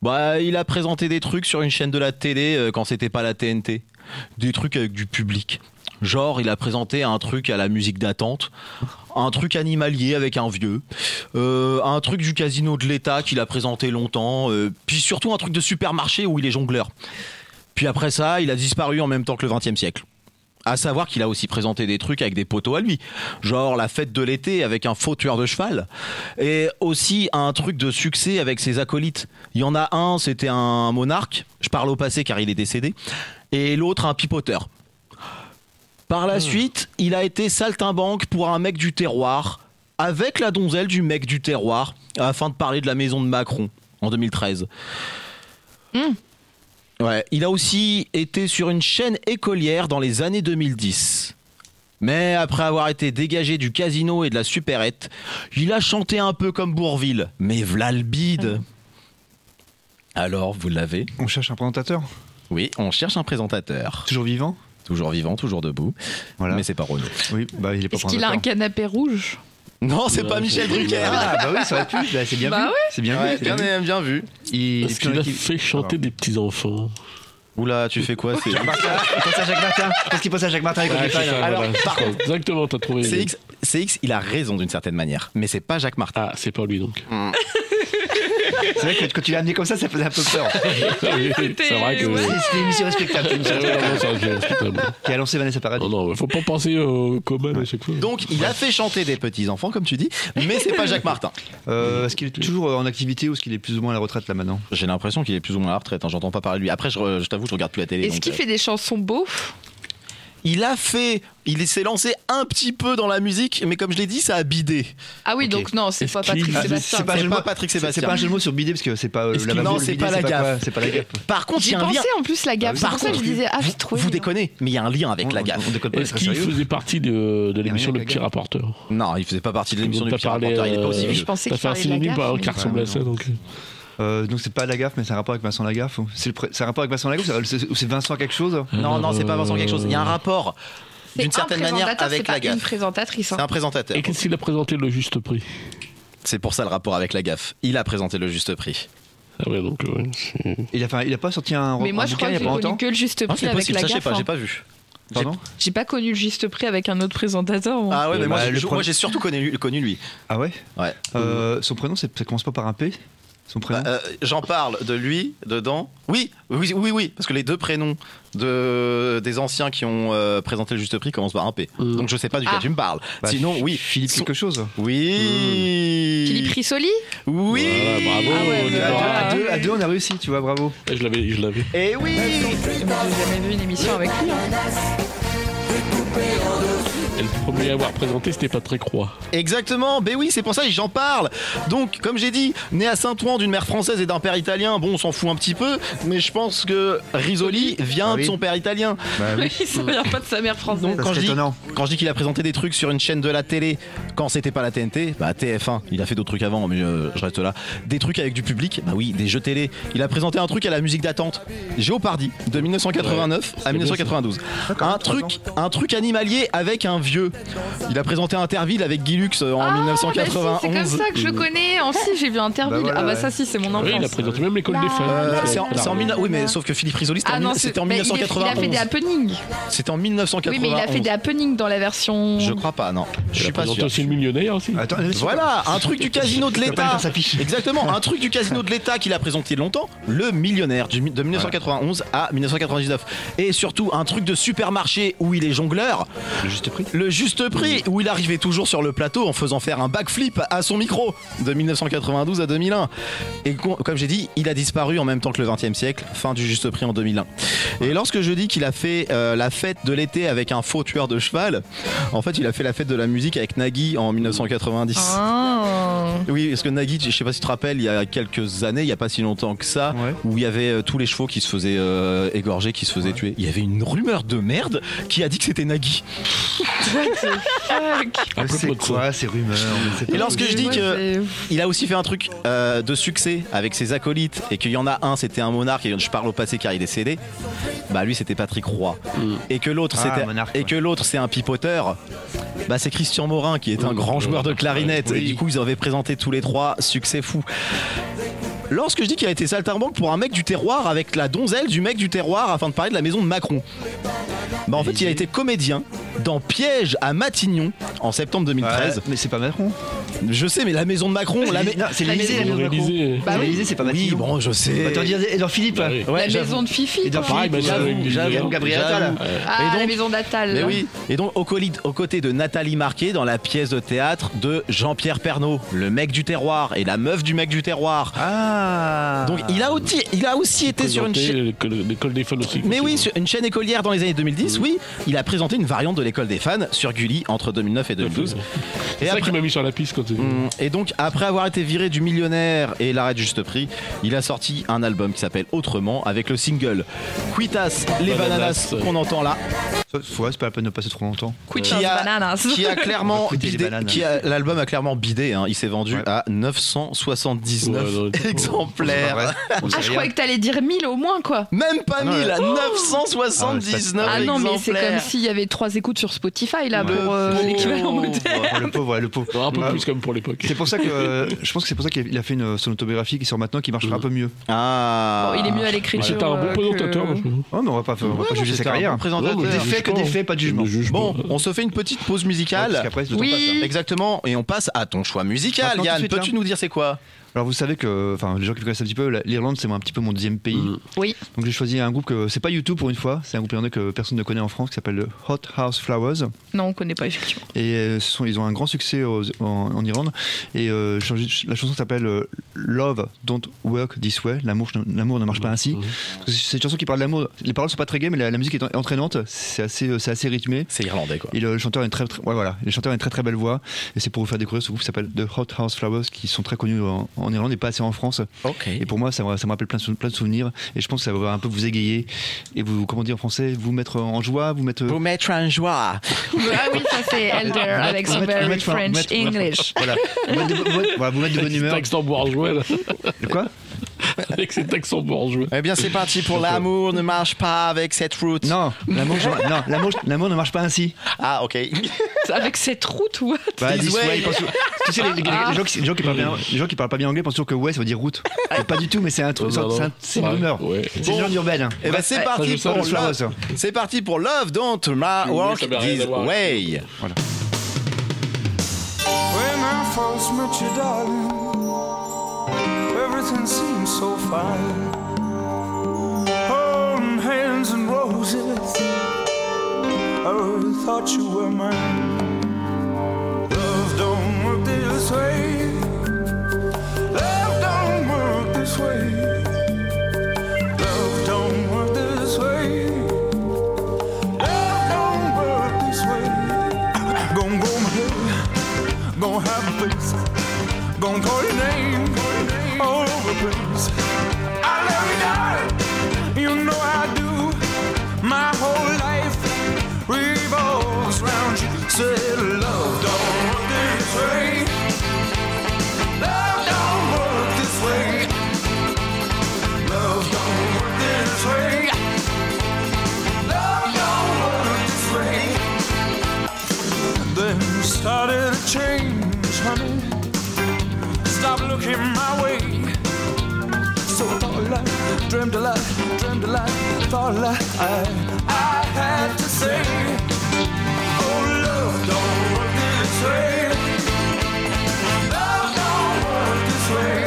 Bah, il a présenté des trucs sur une chaîne de la télé euh, quand c'était pas la TNT. Des trucs avec du public. Genre, il a présenté un truc à la musique d'attente, un truc animalier avec un vieux, euh, un truc du casino de l'État qu'il a présenté longtemps, euh, puis surtout un truc de supermarché où il est jongleur. Puis après ça, il a disparu en même temps que le XXe siècle. À savoir qu'il a aussi présenté des trucs avec des poteaux à lui, genre la fête de l'été avec un faux tueur de cheval, et aussi un truc de succès avec ses acolytes. Il y en a un, c'était un monarque, je parle au passé car il est décédé, et l'autre un pipoteur. Par la suite, il a été saltimbanque pour un mec du terroir, avec la donzelle du mec du terroir, afin de parler de la maison de Macron en 2013. Ouais, il a aussi été sur une chaîne écolière dans les années 2010. Mais après avoir été dégagé du casino et de la supérette, il a chanté un peu comme Bourville, mais v'là le bide.
Ah.
Alors, vous l'avez
On cherche un présentateur.
Oui, on cherche un présentateur.
Toujours vivant.
Toujours vivant, toujours debout.
Voilà.
Mais c'est pas Renaud.
Oui, bah il est pas
est-ce qu'il a un
présentateur.
canapé rouge
Non, c'est
Non,
pas Michel
c'est-
Drucker
Ah bah oui, ça aurait pu. Bah, c'est bien
Bah
vu. C'est bien
Ouais,
vu. c'est
bien,
bien vu.
bien, bien vu.
Il
Est-ce qu'il a fait chanter des petits enfants
Ah, Oula, tu fais quoi c'est-
Jacques Martin. Il pense à Jacques Martin. Parce qu'il pense à Jacques Martin avec
Ah,
les
c'est
fans.
ça,
Alors,
voilà,
par
c'est ça. Exactement, t'as trouvé.
CX, CX, il a raison d'une certaine manière, mais c'est pas Jacques Martin.
Ah, c'est pas lui donc.
C'est vrai que quand tu l'as amené comme ça, ça faisait un peu peur.
c'est vrai que.
ouais.
C'est c'est une émission respectable. c'est une émission
Ah ouais,
respectable.
non, c'est vrai que c'est respectable.
Qui a lancé Vanessa Paradis.
Non, non, faut pas penser au commun à chaque fois.
Donc, il a fait chanter des petits enfants, comme tu dis, mais c'est pas Jacques Martin.
Euh, est-ce qu'il est toujours euh, en activité ou est-ce qu'il est plus ou moins à la retraite là maintenant
J'ai l'impression qu'il est plus ou moins à la retraite, hein, j'entends pas parler de lui. Après, je, re- je t'avoue, je regarde plus la télé.
est-ce
donc,
qu'il
euh,
fait des chansons beaufs
Il a fait, il s'est lancé un petit peu dans la musique, mais comme je l'ai dit, ça a bidé.
ah oui donc non c'est
Est-ce
pas Patrick
qu'il- Ah,
Sébastien
c'est pas-
C'est
jeu de
pas
mots.
Patrick
C'est c'est
Sébastien.
pas un jeu de mots sur bidet parce que c'est pas euh,
Est-ce
la
qu'il-
base
non,
du
c'est
bidet,
pas la
quoi,
gaffe.
C'est pas la gaffe.
Par contre, il
j'y
y a un lien.
pensais en plus la gaffe c'est
Par
pour ça que je
contre,
disais ah
vous,
c'est trop
vous déconnez, mais il y a un lien avec la
On-
gaffe.
on déconne pas,
Est-ce
c'est
qu'il
sérieux.
faisait partie de, de
a
l'émission
rien
Le
à
Petit
gagner.
Rapporteur
Non, il faisait pas partie de l'émission
On
du
peut
Petit
parler,
Rapporteur, il est pas
euh,
aussi vieux.
je pensais
T'as
qu'il
fait un
parlait de la
synonyme
gaffe,
par
mais-
qui ressemble à ça donc.
Euh, donc c'est pas la gaffe, mais c'est un rapport avec Vincent Lagaffe. ou- C'est le pré- c'est un rapport avec Vincent Lagaffe ou c'est- ou c'est Vincent quelque chose
Non, non, c'est pas Vincent quelque chose. Il y a un rapport,
C'est
d'une
un
certaine manière,
présentateur, c'est
avec
pas
la
une
gaffe.
présentatrice hein.
C'est un présentateur.
Et qu'est-ce qu'il a présenté le juste prix
C'est pour ça le rapport avec la gaffe. Il a présenté le juste prix.
Ah ouais, donc. ouais, c'est-
il a, fait un- il a pas sorti un,
mais
un
moi je
bouquin
crois
il y
que
a
j'ai
pas
connu
longtemps
que le juste
Ah,
prix
c'est
avec
possible,
la
ça je sais
gaffe
pas,
hein.
j'ai pas vu.
Pardon
j'ai pas connu le juste prix avec un autre présentateur moi.
Ah ouais, mais
Euh,
moi
bah,
j'ai-
le
moi,
premier-
j'ai surtout connu, connu lui.
Ah ouais,
Ouais.
Euh, Son prénom, c'est- ça commence pas par un P Son prénom
Bah, euh, J'en parle de lui dedans. Oui, oui, oui, oui, parce que les deux prénoms de, des anciens qui ont euh, présenté le juste prix commencent par un P.
Mm.
Donc je sais pas duquel
Ah.
tu me parles.
Bah,
Sinon, oui.
Philippe
son-
quelque chose
Oui.
Hmm. Philippe Rissoli
Oui.
Voilà, bravo,
Ah ouais,
on y
bah,
à, deux,
va.
voilà.
à deux- à deux, on a réussi, tu vois, bravo.
Eh, Je l'avais, je l'avais.
Et oui.
Ah
J'ai jamais vu une émission avec lui. hein.
Elle promet avoir présenté, c'était pas très croix.
Exactement, ben oui, c'est pour ça que j'en parle. Donc, comme j'ai dit, né à Saint-Ouen d'une mère française et d'un père italien, bon, on s'en fout un petit peu, mais je pense que Risoli vient
Ah oui.
de son père italien.
Bah oui.
ça vient pas de sa mère française.
Donc,
Ça
quand
serait
je, dis,
étonnant.
quand je dis qu'il a présenté des trucs sur une chaîne de la télé quand c'était pas la TNT, bah TF1, il a fait d'autres trucs avant, mais euh, je reste là. Des trucs avec du public, bah oui, des jeux télé. Il a présenté un truc à la musique d'attente, Géopardy, de 1989 à 1992. un, truc, un truc animalier avec un vieux. Il a présenté Interville avec Guy Lux euh, en
Ah, bah
1991.
si, c'est comme ça que je le connais. En si, j'ai vu Interville.
Bah voilà,
ah bah
ouais.
ça si, c'est mon enfance.
Oui, il a présenté même l'école des femmes.
Euh, c'est en,
Voilà.
c'est en mille- oui, mais sauf que Philippe Risoli, c'était
ah
en,
non,
mille- c'était en
mais il est- Il a fait des
1991.
happenings.
C'était en 1991.
Oui, mais il a fait des happenings dans la version.
Je crois pas, non. Je
Elle a
suis pas
présenté
sûr.
aussi le millionnaire aussi.
Attends, allez,
Voilà, un truc du casino de l'État.
faire sa fiche.
Exactement, un truc du casino de l'État qu'il a présenté longtemps, le millionnaire du- de 1991 à 1999. Et surtout un truc de supermarché où il est jongleur,
Le juste prix.
le juste prix où il arrivait toujours sur le plateau en faisant faire un backflip à son micro de 1992 à 2001. Et co- comme j'ai dit, il a disparu en même temps que le 20e siècle, fin du juste prix en 2001. Et lorsque je dis qu'il a fait euh, la fête de l'été avec un faux tueur de cheval, en fait il a fait la fête de la musique avec Nagui en 1990.
Ah.
Oui, parce que Nagui, je sais pas si tu te rappelles, il y a quelques années, il y a pas si longtemps que ça,
Ouais.
où il y avait euh, tous les chevaux qui se faisaient euh, égorger, qui se faisaient tuer. Il y avait une rumeur de merde qui a dit que c'était Nagui.
À propos
C'est
de ça.
quoi ces rumeurs mais c'est
Et
pas
lorsque
possible.
je dis
Ouais,
que-
c'est-
Il a aussi fait un truc euh, de succès avec ses acolytes et qu'il y en a un, c'était un monarque et je parle au passé car il est décédé. Bah lui, c'était Patrick Roy. Et que l'autre,
Ah,
c'était
monarque,
et
ouais.
que l'autre, c'est un pipoteur. Bah c'est Christian Morin qui est un
Mm.
grand joueur de clarinette et
euh, Oui.
du coup ils avaient présenté tous les trois succès fou. Lorsque je dis qu'il a été saltimbanque pour un mec du terroir avec la donzelle du mec du terroir afin de parler de la maison de Macron. Bah en fait, il a été comédien dans Piège à Matignon en septembre
Ouais,
2013.
mais c'est pas Macron.
Je sais, mais la maison de Macron, la,
Non, c'est l'Élysée, la
Ils ont
maison de Macron.
réalisé.
Bah
C'est
oui.
l'Élysée, c'est pas
Oui,
Matignon.
bon, je sais.
Attends, dis- Edouard Philippe. hein.
Bah oui.
Ouais,
la
j'avoue.
maison de Fifi.
Edouard
quoi.
Pareil,
Philippe,
bah,
j'avoue,
j'avoue,
j'avoue,
j'avoue.
Gabriel Attal.
J'avoue.
Ah,
Et
la
donc-
maison d'Atal.
Mais oui. Et donc, au, colis- aux côtés de Nathalie Marquet dans la pièce de théâtre de Jean-Pierre Pernaud, le mec du terroir et la meuf du mec du terroir.
Ah
Donc, il a aussi, il a aussi été sur une
Présenté
chaîne.
l'école- l'école des femmes aussi.
Mais oui, sur une chaîne écolière dans les années 2010, oui, il a présenté une variante de l'école des fans sur Gulli entre 2009 et 2012.
C'est
Et
ça qui
après,
m'a mis sur la piste quand tu.
Mm, Et donc, après avoir été viré du millionnaire et l'arrêt du juste prix, il a sorti un album qui s'appelle Autrement avec le single Quitas les
Bananas.
bananas qu'on entend là,
Ouais, c'est pas la peine de passer trop longtemps.
Quitters
Qui a-
bananas.
qui a
On
clairement
va foutre les
bidé-
bananes.
qui a- l'album a clairement bidé. hein. Il s'est vendu
Ouais.
à 979
Ouais, non, c'est pas-
exemplaires.
Ah, je croyais que t'allais dire 1000 au moins, quoi.
Même pas
Ah non,
1000,
ouais.
à 979
Oh Ah non, mais c'est comme
exemplaires.
s'il y avait trois écoutes sur Spotify, là,
Ouais.
pour euh,
Le
l'équivalent
pauvre.
moderne.
Le pauvre, ouais, le pauvre.
Un peu
Ouais.
plus comme pour l'époque.
C'est pour ça que euh, je pense que c'est pour ça qu'il a fait une, euh, son autobiographie qui sort maintenant qui marche un peu mieux.
Ah.
Bon, il est mieux à
Mais
l'écriture.
C'est un bon
euh,
présentateur.
que-
moi, je trouve.
Oh, mais on va pas, on va
Ouais,
pas
non,
juger sa
c'était un
carrière.
bon présentateur.
Des faits que
Jugement.
des faits, pas de jugement.
Le jugement.
Bon, on se fait une petite pause
Ouais, parce
musicale.
qu'après, c'est le temps
Oui.
passe, hein.
Exactement, et on passe à ton choix musical.
Maintenant, tout de
Yann,
suite, hein.
peux-tu
là.
nous dire c'est quoi
Alors vous savez que, enfin, les gens qui me connaissent un petit peu, la- l'Irlande c'est moi, un petit peu mon deuxième pays.
Mhm.
Oui.
Donc j'ai choisi un groupe que c'est pas YouTube pour une fois, c'est un groupe irlandais que personne ne connaît en France qui s'appelle le Hot House Flowers.
Non, on connaît pas, effectivement.
Et euh, ce sont- ils ont un grand succès aux- en, en Irlande. Et euh, chan- la chanson s'appelle euh, Love Don't Work This Way. L'amour, ne- l'amour ne marche pas ainsi. Parce que C'est une chanson qui parle d'amour. Les paroles sont pas très gaies, mais la, la musique est en- entraînante. C'est assez, euh, c'est assez rythmé.
C'est irlandais quoi.
Et le chanteur a une très, très- ouais, voilà, le chanteur a une très très belle voix. Et c'est pour vous faire découvrir ce groupe qui s'appelle The Hot House Flowers, qui sont très connus en, en Irlande et pas assez en France.
Ok.
Et pour moi, ça, me- ça me rappelle plein de, sou- plein de souvenirs. Et je pense que ça va un peu vous égayer et vous, comment dire en français, vous mettre en joie, vous mettre.
Vous mettre en
ah
joie.
oui, ça c'est Elder avec son
vous Ah, mettre- vous
very
mettre- vous
French
mettre-
English.
Voilà, vous mettre de, vous mettre- voilà, vous mettre de bonne
Avec cet
humeur.
accent bourgeois, là.
De quoi
Avec cet accent bourgeois.
Eh bien, c'est parti pour l'amour ne marche pas avec cette route.
Non, l'amour, je- non, l'amour, l'amour ne marche pas ainsi.
Ah, ok.
Avec cette route, what
Bah,
This
this
way.
way, ils pensent- tu sais, les, les- les- les gens qui, les gens qui parlent bien, les gens qui parlent pas bien anglais pensent toujours que ouais, ça veut dire route.
Ah.
Et pas du tout, mais c'est un truc, c'est, un- c'est une
Ouais,
rumeur.
ouais.
C'est une légende urbaine.
Eh ben, c'est parti
je sais,
pour
je savais
love.
ça.
C'est parti pour love. Don't ma-
Oui,
work
ça veut rien
this
avoir.
way.
When I first met you, darling, everything seemed so fine. Holding hands and roses, I really thought you were mine. Love don't work this way. Love don't work this way. Love don't work this way. Love don't work this way. Gonna have a place. Gonna call your name, call your name all over the place. I love you, darling. You know I do. My whole life revolves around you. Said love don't work this way. Love don't work this way. Love don't work this way. Love don't work this way. Then you started to change, honey. Stop looking my way. So I thought a lot, dreamed a lot, dreamed a lot, thought a lot. I, I had to say, oh love, don't work this way. Love don't work this way.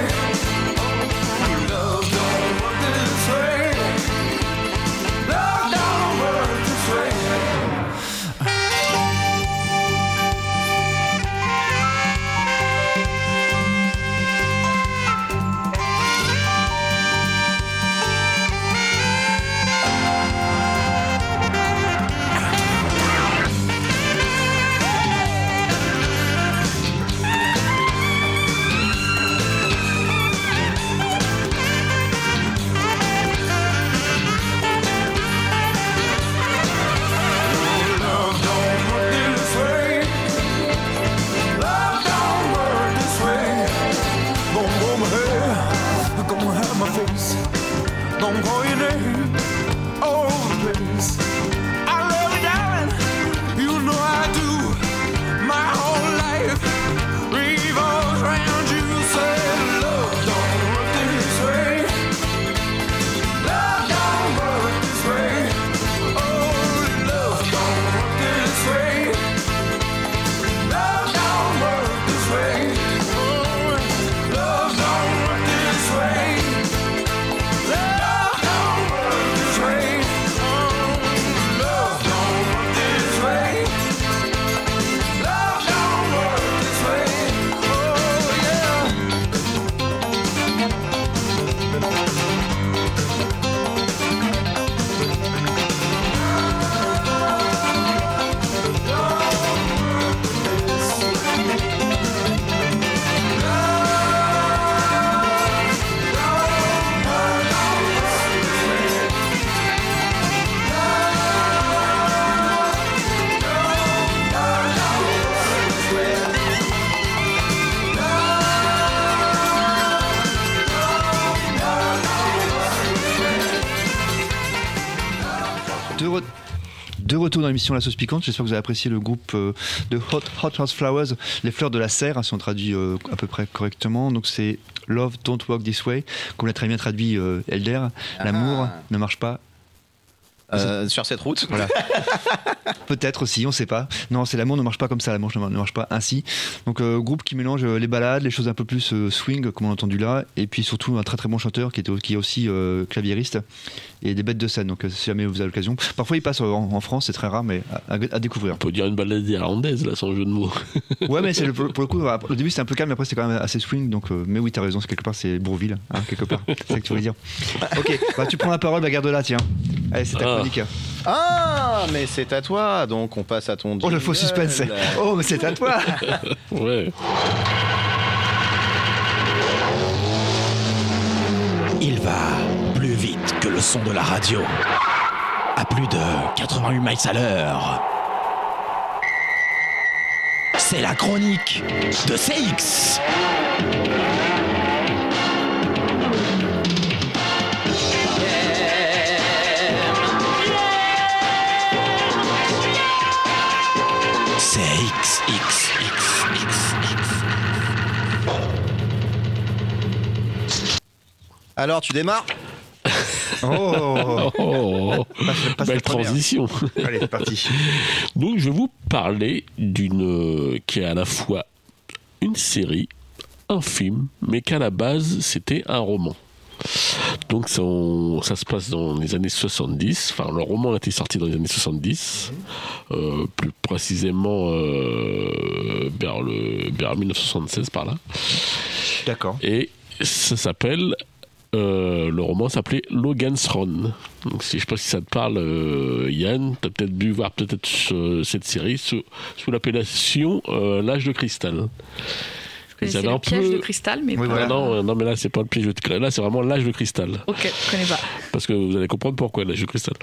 Oh, love don't work this way. Love don't work this way. Love don't work this way. Love don't work this way. Gonna grow my hair, gonna have my face, gonna call your name all over the place. I love you, darling. You know I do. My whole life revolves around you. Said love don't work this way. Love don't work this way. Oh, love don't work this way. Love don't work this way. Oh, love don't work this way. Love don't work this way. Oh, love don't work this way. Love don't work this way. Oh, yeah.
De, re- de retour dans l'émission La Sauce Piquante, j'espère que vous avez apprécié le groupe euh, de Hot, Hot House Flowers, les fleurs de la serre, hein, si on traduit euh, à peu près correctement. Donc c'est Love Don't Walk This Way, comme l'a très bien traduit euh, Elder,
Ah.
l'amour ne marche pas.
Euh, sur cette route.
Voilà. Peut-être aussi, on sait pas. Non, c'est l'amour ne marche pas comme ça, l'amour ne marche pas ainsi. Donc euh, groupe qui mélange euh, les balades, les choses un peu plus euh, swing comme on l'a entendu là, et puis surtout un très très bon chanteur qui, était, qui est aussi euh, claviériste et des bêtes de scène. Donc euh, si jamais vous avez l'occasion, parfois il passe en, en France, c'est très rare, mais à, à- à découvrir.
On peut dire une balade irlandaise, là, sans jeu de mots.
Ouais, mais c'est le- pour le coup, au début c'était un peu calme, mais après c'était quand même assez swing. Donc, euh, mais oui, t'as raison, c'est quelque part c'est Bourville, hein, quelque part. C'est ça que tu voulais dire. Ok, bah tu prends la parole, bah garde-la, tiens. Allez, c'est ta
Ah.
chronique.
Ah, mais c'est à toi, donc on passe à ton.
Oh le faux
jingle.
suspense. Oh mais c'est à toi.
Ouais.
Il va plus vite que le son de la radio. À plus de 88 miles à l'heure. C'est la chronique de CX. C'est X, X, X, X, X.
Alors tu démarres
Oh.
Oh,
passe la
belle
première.
transition.
Allez, c'est parti.
Donc, je vais vous parler d'une. euh, qui est à la fois une série, un film, mais qu'à la base, c'était un roman. Donc, ça, on- ça se passe dans les années 70. Enfin, le roman a été sorti dans les années 70. Euh, plus précisément, euh, vers, le, vers 1976, par là.
D'accord.
Et ça s'appelle Euh, le roman s'appelait Logan's Run. Donc, si, je sais pas si ça te parle, euh, Yann, tu as peut-être dû voir peut-être ce- cette série sous, sous l'appellation euh, L'âge de cristal.
C'est
Ils avaient
le
un
piège
peu-
de cristal, mais
Oui,
pas-
voilà, Non, euh, non, mais là, c'est pas le piège de cristal. Là, c'est vraiment l'âge de cristal.
Ok, je connais pas.
Parce que vous allez comprendre pourquoi l'âge de cristal.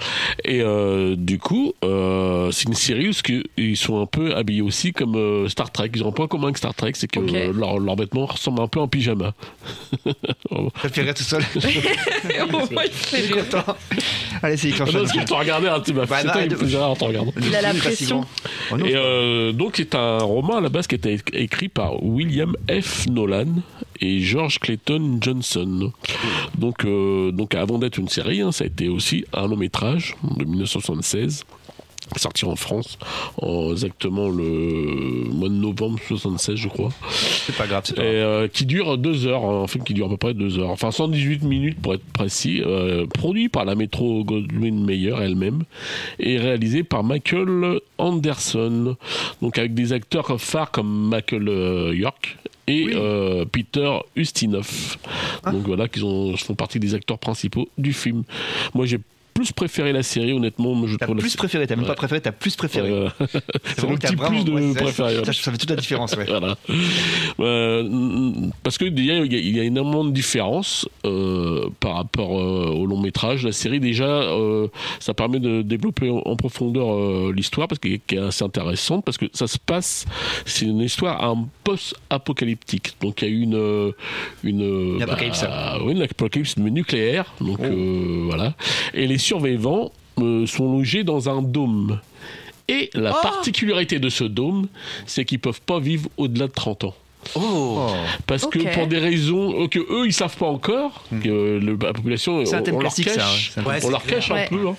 Et euh, du coup, euh, c'est une série où ce que- ils sont un peu habillés aussi comme euh, Star Trek. Ils ont un point commun avec Star Trek, c'est que
Ok.
euh, leur, leur vêtement ressemble un peu en pyjama.
Ça fait rire tout seul.
Au moins, il est content.
Allez, c'est
Ah non, parce qu'il te regardait, hein, tu m'as fait
non,
toi, il me
de-
faisait rire en te regardant.
Il a la pression.
Et euh, donc, c'est un roman à la base qui était éc- écrit par William F. Nolan et George Clayton Johnson. Donc, euh, donc avant d'être une série, hein, ça a été aussi un long métrage de 1976 sorti en France en exactement le mois de novembre 76 je crois
C'est pas grave, c'est
et euh, qui dure deux heures, hein, un film qui dure à peu près deux heures, enfin 118 minutes pour être précis, euh, produit par la métro Goldwyn Mayer elle-même et réalisé par Michael Anderson, donc avec des acteurs phares comme Michael euh, York et euh, Peter Ustinov.
Ah.
Donc voilà, qui ont- font partie des acteurs principaux du film. Moi j'ai plus préféré la série, honnêtement, moi, je
T'as
trouve la
plus
sé-
préféré, t'as même pas préféré, t'as plus préféré.
euh, c'est le
que t'as
petit plus
vraiment-
de
ouais, c'est ça,
préféré.
ça, ça fait toute la différence, ouais.
Voilà. Euh, n- parce que déjà, il y, a- il y a énormément de différences euh, par rapport euh, au long métrage. La série, déjà, euh, ça permet de développer en, en profondeur euh, l'histoire, parce qu'elle est assez intéressante, parce que ça se passe, c'est une histoire un post-apocalyptique. Donc il y a eu une. euh, une
Une apocalypse.
ah oui, l'apocalypse nucléaire, donc euh, voilà. Et les survivants euh, sont logés dans un dôme. Et la
Oh.
particularité de ce dôme, c'est qu'ils peuvent pas vivre au-delà de 30 ans.
Oh.
Parce
Ok.
que pour des raisons euh, que eux ils savent pas encore, que euh, le- la population
Hmm. C'est un
on-
thème
on leur
classique,
cache,
ça, hein. C'est un
on
thème
leur
classique.
cache un
Ouais.
peu, hein.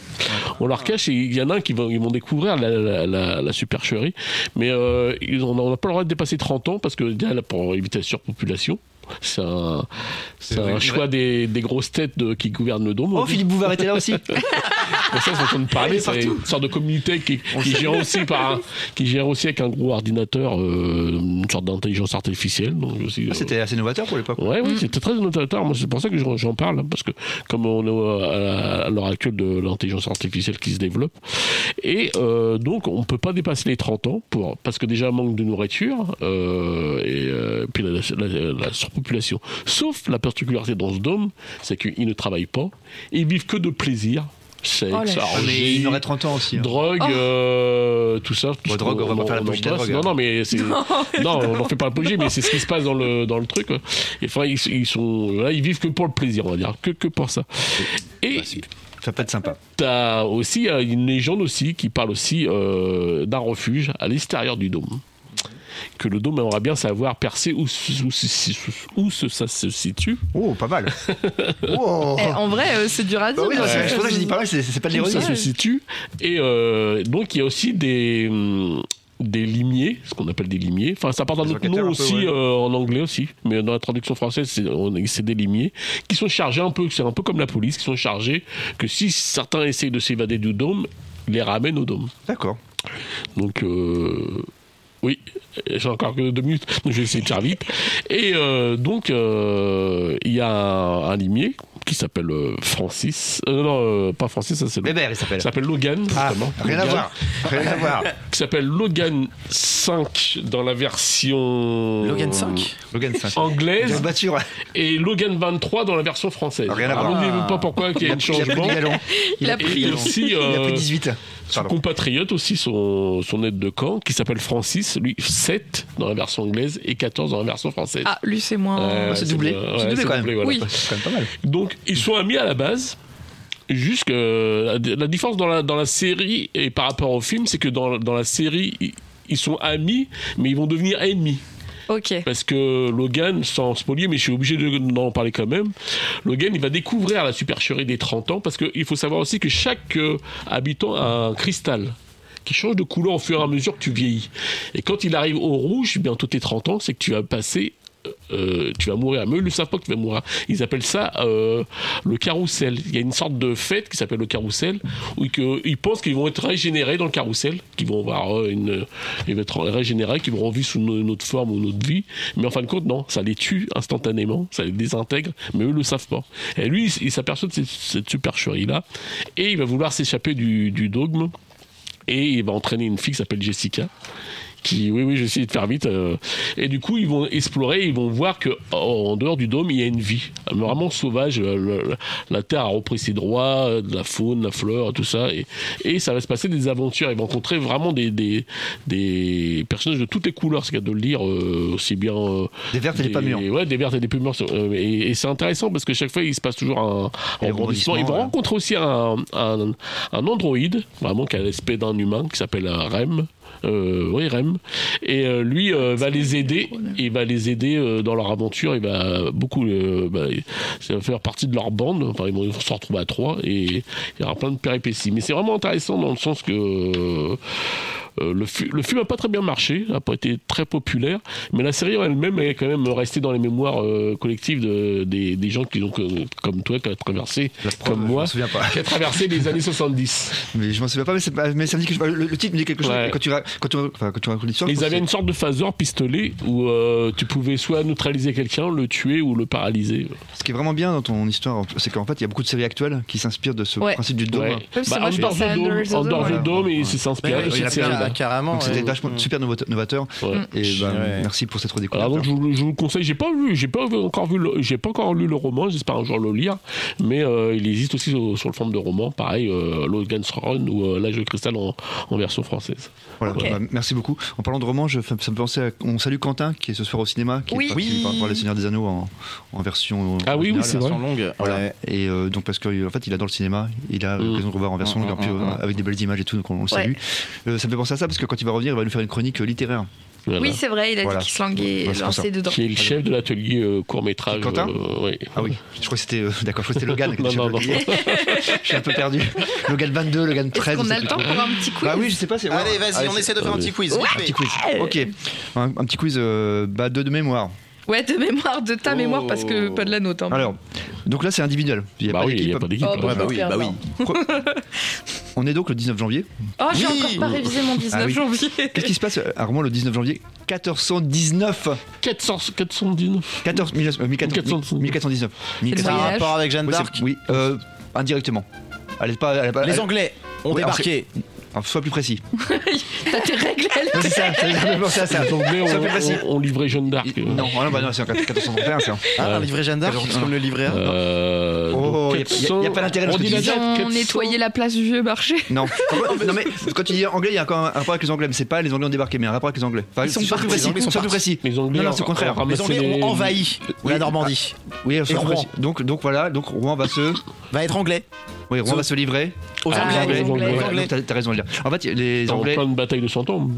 on leur cache et il y en a un qui vont ils vont découvrir la, la- la- la supercherie, mais euh, ils ont- on n'a pas le droit de dépasser 30 ans parce que déjà, là, pour éviter la surpopulation. C'est un, c'est un
vrai.
choix des, des grosses têtes de- qui gouvernent le dôme.
Oh, Philippe Bouvard était là aussi.
Mais ça, c'est en train de parler, c'est une sorte de communauté qui, qui gère aussi par un- qui gère aussi avec un gros ordinateur, euh, une sorte d'intelligence artificielle. Donc aussi,
Ah,
euh,
C'était assez novateur pour l'époque.
Ouais, oui, c'était très notatoire. Moi, c'est pour ça que j'en j'en parle, hein, parce que comme on est euh, à, à l'heure actuelle de l'intelligence artificielle qui se développe, et euh, donc on peut pas dépasser les 30 ans pour parce que déjà manque de nourriture euh, et euh, puis la, la- la surpopulation. Sauf la particularité dans ce dôme, c'est qu'ils ne travaillent pas, ils vivent que de plaisir. Sexe,
Oh là là.
Ah, mais
orgie,
il aurait 30 ans aussi. hein.
drogue, euh, tout ça. tout ce
drogue,
qu'on-
on va pas faire la
en
police de la
bosse.
drogue, hein.
Non, non, mais c'est. Non, on n'en fait pas l'apologie, mais c'est ce qui se passe dans le, dans le truc. quoi. Et enfin, ils, ils sont. Là, ils vivent que pour le plaisir, on va dire. Que, que pour ça. Et
Ça peut être sympa.
t'as aussi euh, une légende aussi qui parle aussi euh, d'un refuge à l'extérieur du dôme. Que le dôme aimerait bien savoir percer où, se- où, se- où se- ça se situe.
Oh, pas mal. Oh.
Eh, en vrai, euh, c'est dur à
Bah
dire.
oui, non,
parce
c'est
que
c'est pour ça que j'ai dit pas mal, c'est c'est pas de
où
l'ironie.
ça se situe. Et euh, donc, il y a aussi des, hum, des limiers, ce qu'on appelle des limiers. Enfin, ça part d'un
Des
autre
enquêteurs
nom
un peu,
aussi
ouais.
euh, en anglais aussi, mais dans la traduction française, c'est on- c'est des limiers qui sont chargés un peu, c'est un peu comme la police, qui sont chargés que si certains essayent de s'évader du dôme, ils les ramènent au dôme.
D'accord.
Donc, euh, oui, j'ai encore que deux minutes, donc je vais essayer de faire vite. Et euh, donc, euh, il y a un, un limier qui s'appelle euh, Francis. Euh, non, euh, pas Francis, ça c'est le-
Bébert, il s'appelle.
il s'appelle Logan.
Ah,
justement.
rien à
Logan,
voir. Rien à voir.
Qui s'appelle Logan 5 dans la version.
Logan 5
Logan 5.
Anglaise
Grosse voiture.
et Logan 23 dans la version française.
Rien à voir. Ah.
Alors, n'oubliez pas pourquoi il y
Il
a un
a pris
changement.
du galon.
Il a
Et
pris.
aussi,
Il a
euh,
pris 18.
son
Pardon.
compatriote aussi, son, son aide de camp, qui s'appelle Francis, lui 7 dans la version anglaise et 14 dans la version française.
Ah, lui, c'est moins.
Euh,
Oh, C'est doublé.
de- ouais,
C'est doublé
c'est
quand
doublé,
même.
voilà.
Oui.
C'est quand même pas mal.
Donc, ils sont amis à la base. Jusque la la différence dans la, dans la série et par rapport au film, c'est que dans, dans la série, ils- ils sont amis, mais ils vont devenir ennemis.
Ok.
Parce que Logan, sans spoiler, mais je suis obligé de- d'en parler quand même, Logan, il va découvrir la supercherie des 30 ans, parce qu'il faut savoir aussi que chaque euh, habitant a un cristal qui change de couleur eh au fur et à mesure que tu vieillis. Et quand il arrive au rouge, bien tous tes 30 ans, c'est que tu as passé euh, euh, tu vas mourir. Mais eux, ils ne savent pas que tu vas mourir. Ils appellent ça euh, le carrousel. Il y a une sorte de fête qui s'appelle le carrousel, où que- ils pensent qu'ils vont être régénérés dans le carrousel, qu'ils vont avoir euh, une. Ils vont être régénérés, qu'ils vont vivre sous no- une autre forme ou une autre vie. Mais en fin de compte, non, ça les tue instantanément, ça les désintègre, mais eux ne le savent pas. Et lui, il, il s'aperçoit de cette, cette supercherie-là, et il va vouloir s'échapper du, du dogme et il va entraîner une fille qui s'appelle Jessica qui oui oui je vais essayer de faire vite euh. et du coup ils vont explorer ils vont voir que oh, en dehors du dôme il y a une vie vraiment sauvage euh, le- la terre a repris ses droits euh, de la faune la fleur tout ça et, et ça va se passer des aventures ils vont rencontrer vraiment des, des, des personnages de toutes les couleurs c'est le cas de le lire euh, aussi bien euh,
Des vertes et des pas mûres.
ouais des vertes et des pas mûres euh, et, et c'est intéressant parce que chaque fois il se passe toujours un, un rebondissement ils vont
ouais.
rencontrer aussi un, un, un androïde vraiment qui a l'aspect d'un humain qui s'appelle euh, Rem euh, oui, Rem. Et euh, lui euh, va les aider. Il va les aider euh, dans leur aventure. Il va beaucoup. euh, bah, ça va faire partie de leur bande. Enfin, ils vont se retrouver à trois. Et il y aura plein de péripéties. Mais c'est vraiment intéressant dans le sens que. euh, euh, le, fi- le film n'a pas très bien marché, n'a pas été très populaire, mais la série en elle-même est quand même restée dans les mémoires euh, collectives de- des, des gens qui l'ont, euh, comme toi, qui a traversé, comme moi, qui a traversé les années 70.
Mais je m'en souviens pas, mais, c'est pas- mais ça me dit que je- le, le titre me dit quelque chose.
Ouais.
Et Quand tu, ra- quand tu, enfin, quand tu racontes l'histoire, je
Ils
pense
avaient
que
une sorte de phaser pistolet où euh, tu pouvais soit neutraliser quelqu'un, le tuer ou le paralyser.
c'est- ce qui est vraiment bien dans ton histoire, c'est qu'en fait, il y a beaucoup de séries actuelles qui s'inspirent de ce
Ouais.
principe du dôme.
Ouais.
Même si
Bah,
moi, je
Outdoor
pensais à
the Dome,
Under the Dome,
Outdoor
ouais.
the Dome, et c'est inspiré de
il y en a
cette
plein,
série.
là.
carrément. euh,
Donc c'était
ouais.
vachement super novateur- novateur.
Ouais.
Et bah,
Ouais.
merci pour cette redécouverte.
Alors donc je vous, je vous le conseille, j'ai pas lu, j'ai pas encore vu, le- j'ai pas encore lu le roman, j'espère un jour le lire, mais euh, il existe aussi sur, sur le forme de roman, pareil, euh, Logan's Run ou euh, L'âge de cristal en, en version française.
Voilà,
Ok.
bah, merci beaucoup. En parlant de romans, je, ça me fait penser à. On salue Quentin qui est ce soir au cinéma, qui,
Oui.
est, parti
Oui.
par- voir Les Seigneurs des Anneaux en, en version.
Ah oui, oui,
originale.
c'est vrai.
Version longue.
Voilà.
ouais.
Et euh, donc parce que en fait, il adore le cinéma, il a
Mm.
l'occasion de revoir en version
Mm,
longue, un
mm,
peu,
mm, mm.
avec des belles images et tout, donc on, le salue. Euh, ça me fait penser à ça parce que quand il va revenir, il va nous faire une chronique euh, littéraire.
Voilà.
Oui, c'est vrai, il a
Voilà.
dit qu'il se languait
Ouais, c'est pour ça.
lancé dedans.
qui est le chef de l'atelier euh, court métrage.
Quentin
oui.
Ah oui, je crois que c'était euh, d'accord, je crois que c'était Logan. qui était
Non,
chef
non,
de
non.
l'atelier. je suis un peu perdu. Logan 22, Logan
Est-ce
13.
qu'on
je sais
a le
plus
temps
trop.
pour un petit quiz
Bah oui, je sais pas. Ah, c'est-
Allez,
ouais.
vas-y, on essaie de faire un petit quiz. vite
Un
fait.
petit quiz. Ok, un, un petit quiz euh, bah, de, de mémoire.
Ouais, de mémoire, de ta
Oh.
mémoire, parce que pas de la nôtre. hein.
Alors, donc là c'est individuel. Il y a
Bah
pas
oui, il
d'équipe.
n'y a pas d'équipe.
Oh,
ouais.
bah oui,
pardon.
On est donc le 19 janvier.
Oh, j'ai
Oui.
encore pas révisé mon 19
Ah oui.
janvier.
Qu'est-ce qui se passe à Rouen le 19 janvier 1419
400, 419.
14, 19, euh, 1400, 1419.
le
Ça a un
Voyage.
rapport avec Jeanne
Oui,
d'Arc.
c'est- oui, euh, indirectement. Elle est pas, elle est pas-
Les
elle-
Anglais ont
Oui, alors
débarqué.
Ah, Sois plus précis.
T'as tes règles à
Non, c'est ça, ça ça fait penser à ça.
Les Anglais
Sois
ont,
plus précis.
ont- ont livré Jeanne d'Arc. euh.
Non, ah non, bah non, c'est en 1431, c'est en-
Ah,
Ouais.
un livret Jeanne d'Arc, c'est comme le livret. A.
Euh,
Oh,
donc
y a- y a- y a pas d'intérêt dans ce
on
que
dit
tu
la
dis.
Ils
date,
ont
400.
nettoyé la place du vieux marché.
Non. non, mais quand tu dis anglais, il y a encore un rapport avec les anglais, mais c'est pas les anglais ont débarqué, mais un rapport avec les anglais. Enfin,
Ils sont
sois plus
partis,
précis,
ils sont
sois plus précis.
Les Anglais
Non, non, c'est au
ont-
contraire.
ont ramassé
Les Anglais
les-
ont envahi
Oui.
la Normandie.
Oui, sois
Et
plus
Rouen.
précis. Donc, donc voilà, donc Rouen va se,
Va être anglais.
oui, Rouen
Zo-
va se livrer.
Aux
Ah,
Anglais.
les Anglais.
Aux
Ouais,
Anglais.
donc t'as t'as raison de le dire. En fait, les
En
anglais,
pleine bataille de Saint-Anne.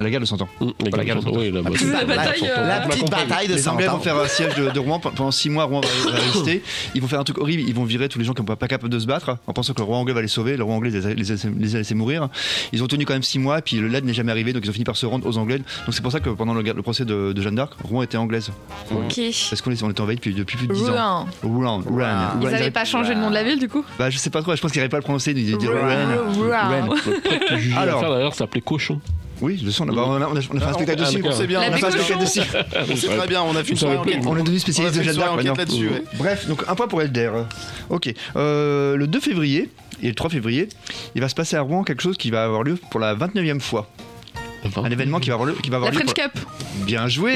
la guerre de 100 ans.
Mmh, les
Pas la
gars,
guerre de Saint-Anne.
oui, la bataille.
La bataille,
Saint-Anne.
euh,
La
Ah,
petite bataille de
Les Anglais vont
Saint-Antoine.
faire un siège de, de Rouen pe- pendant 6 mois. Rouen va, va rester. Ils vont faire un truc horrible. Ils vont virer tous les gens qui ne sont pas capables de se battre en pensant que le roi anglais va les sauver. Le roi anglais les a, les a- les a laissés mourir. Ils ont tenu quand même 6 mois. Puis le LED n'est jamais arrivé. Donc ils ont fini par se rendre aux Anglais. Donc c'est pour ça que pendant le, le procès de, de Jeanne d'Arc, Rouen était anglaise.
Ok.
Parce qu'on est- on était envahi depuis, depuis plus de 10 ans.
Rouen.
Rouen. Rouen. Rouen.
Ils avaient pas changé le nom de la ville, du coup Oh,
Bah, je sais pas trop. Je pense qu'ils n'arrivaient pas à le prononcer. Ils disaient Rouen.
Rouen.
Après, Julien
Alors.
Leclerc, d'ailleurs, s'appelait Cochon.
Oui, je le sens. on a- bah, on, a, on a- on a fait un spectacle
on-
dessus.
on sait
bien,
La
On a fait un
Bécochon.
spectacle dessus.
On sait très bien, on a fait
Je
une soirée
savais plus.
enquête.
On est devenu spécialiste
On a
de
fait une
Jeanne d'Arc
soirée
maintenant.
enquête là-dessus, ouais.
Bref, donc un point pour Elder. Ok. Euh, le 2 février et le 3 février, il va se passer à Rouen quelque chose qui va avoir lieu pour la 29e fois. Un événement qui va avoir lieu. Qui va avoir
La
lieu
French
pour-
Cup.
Bien joué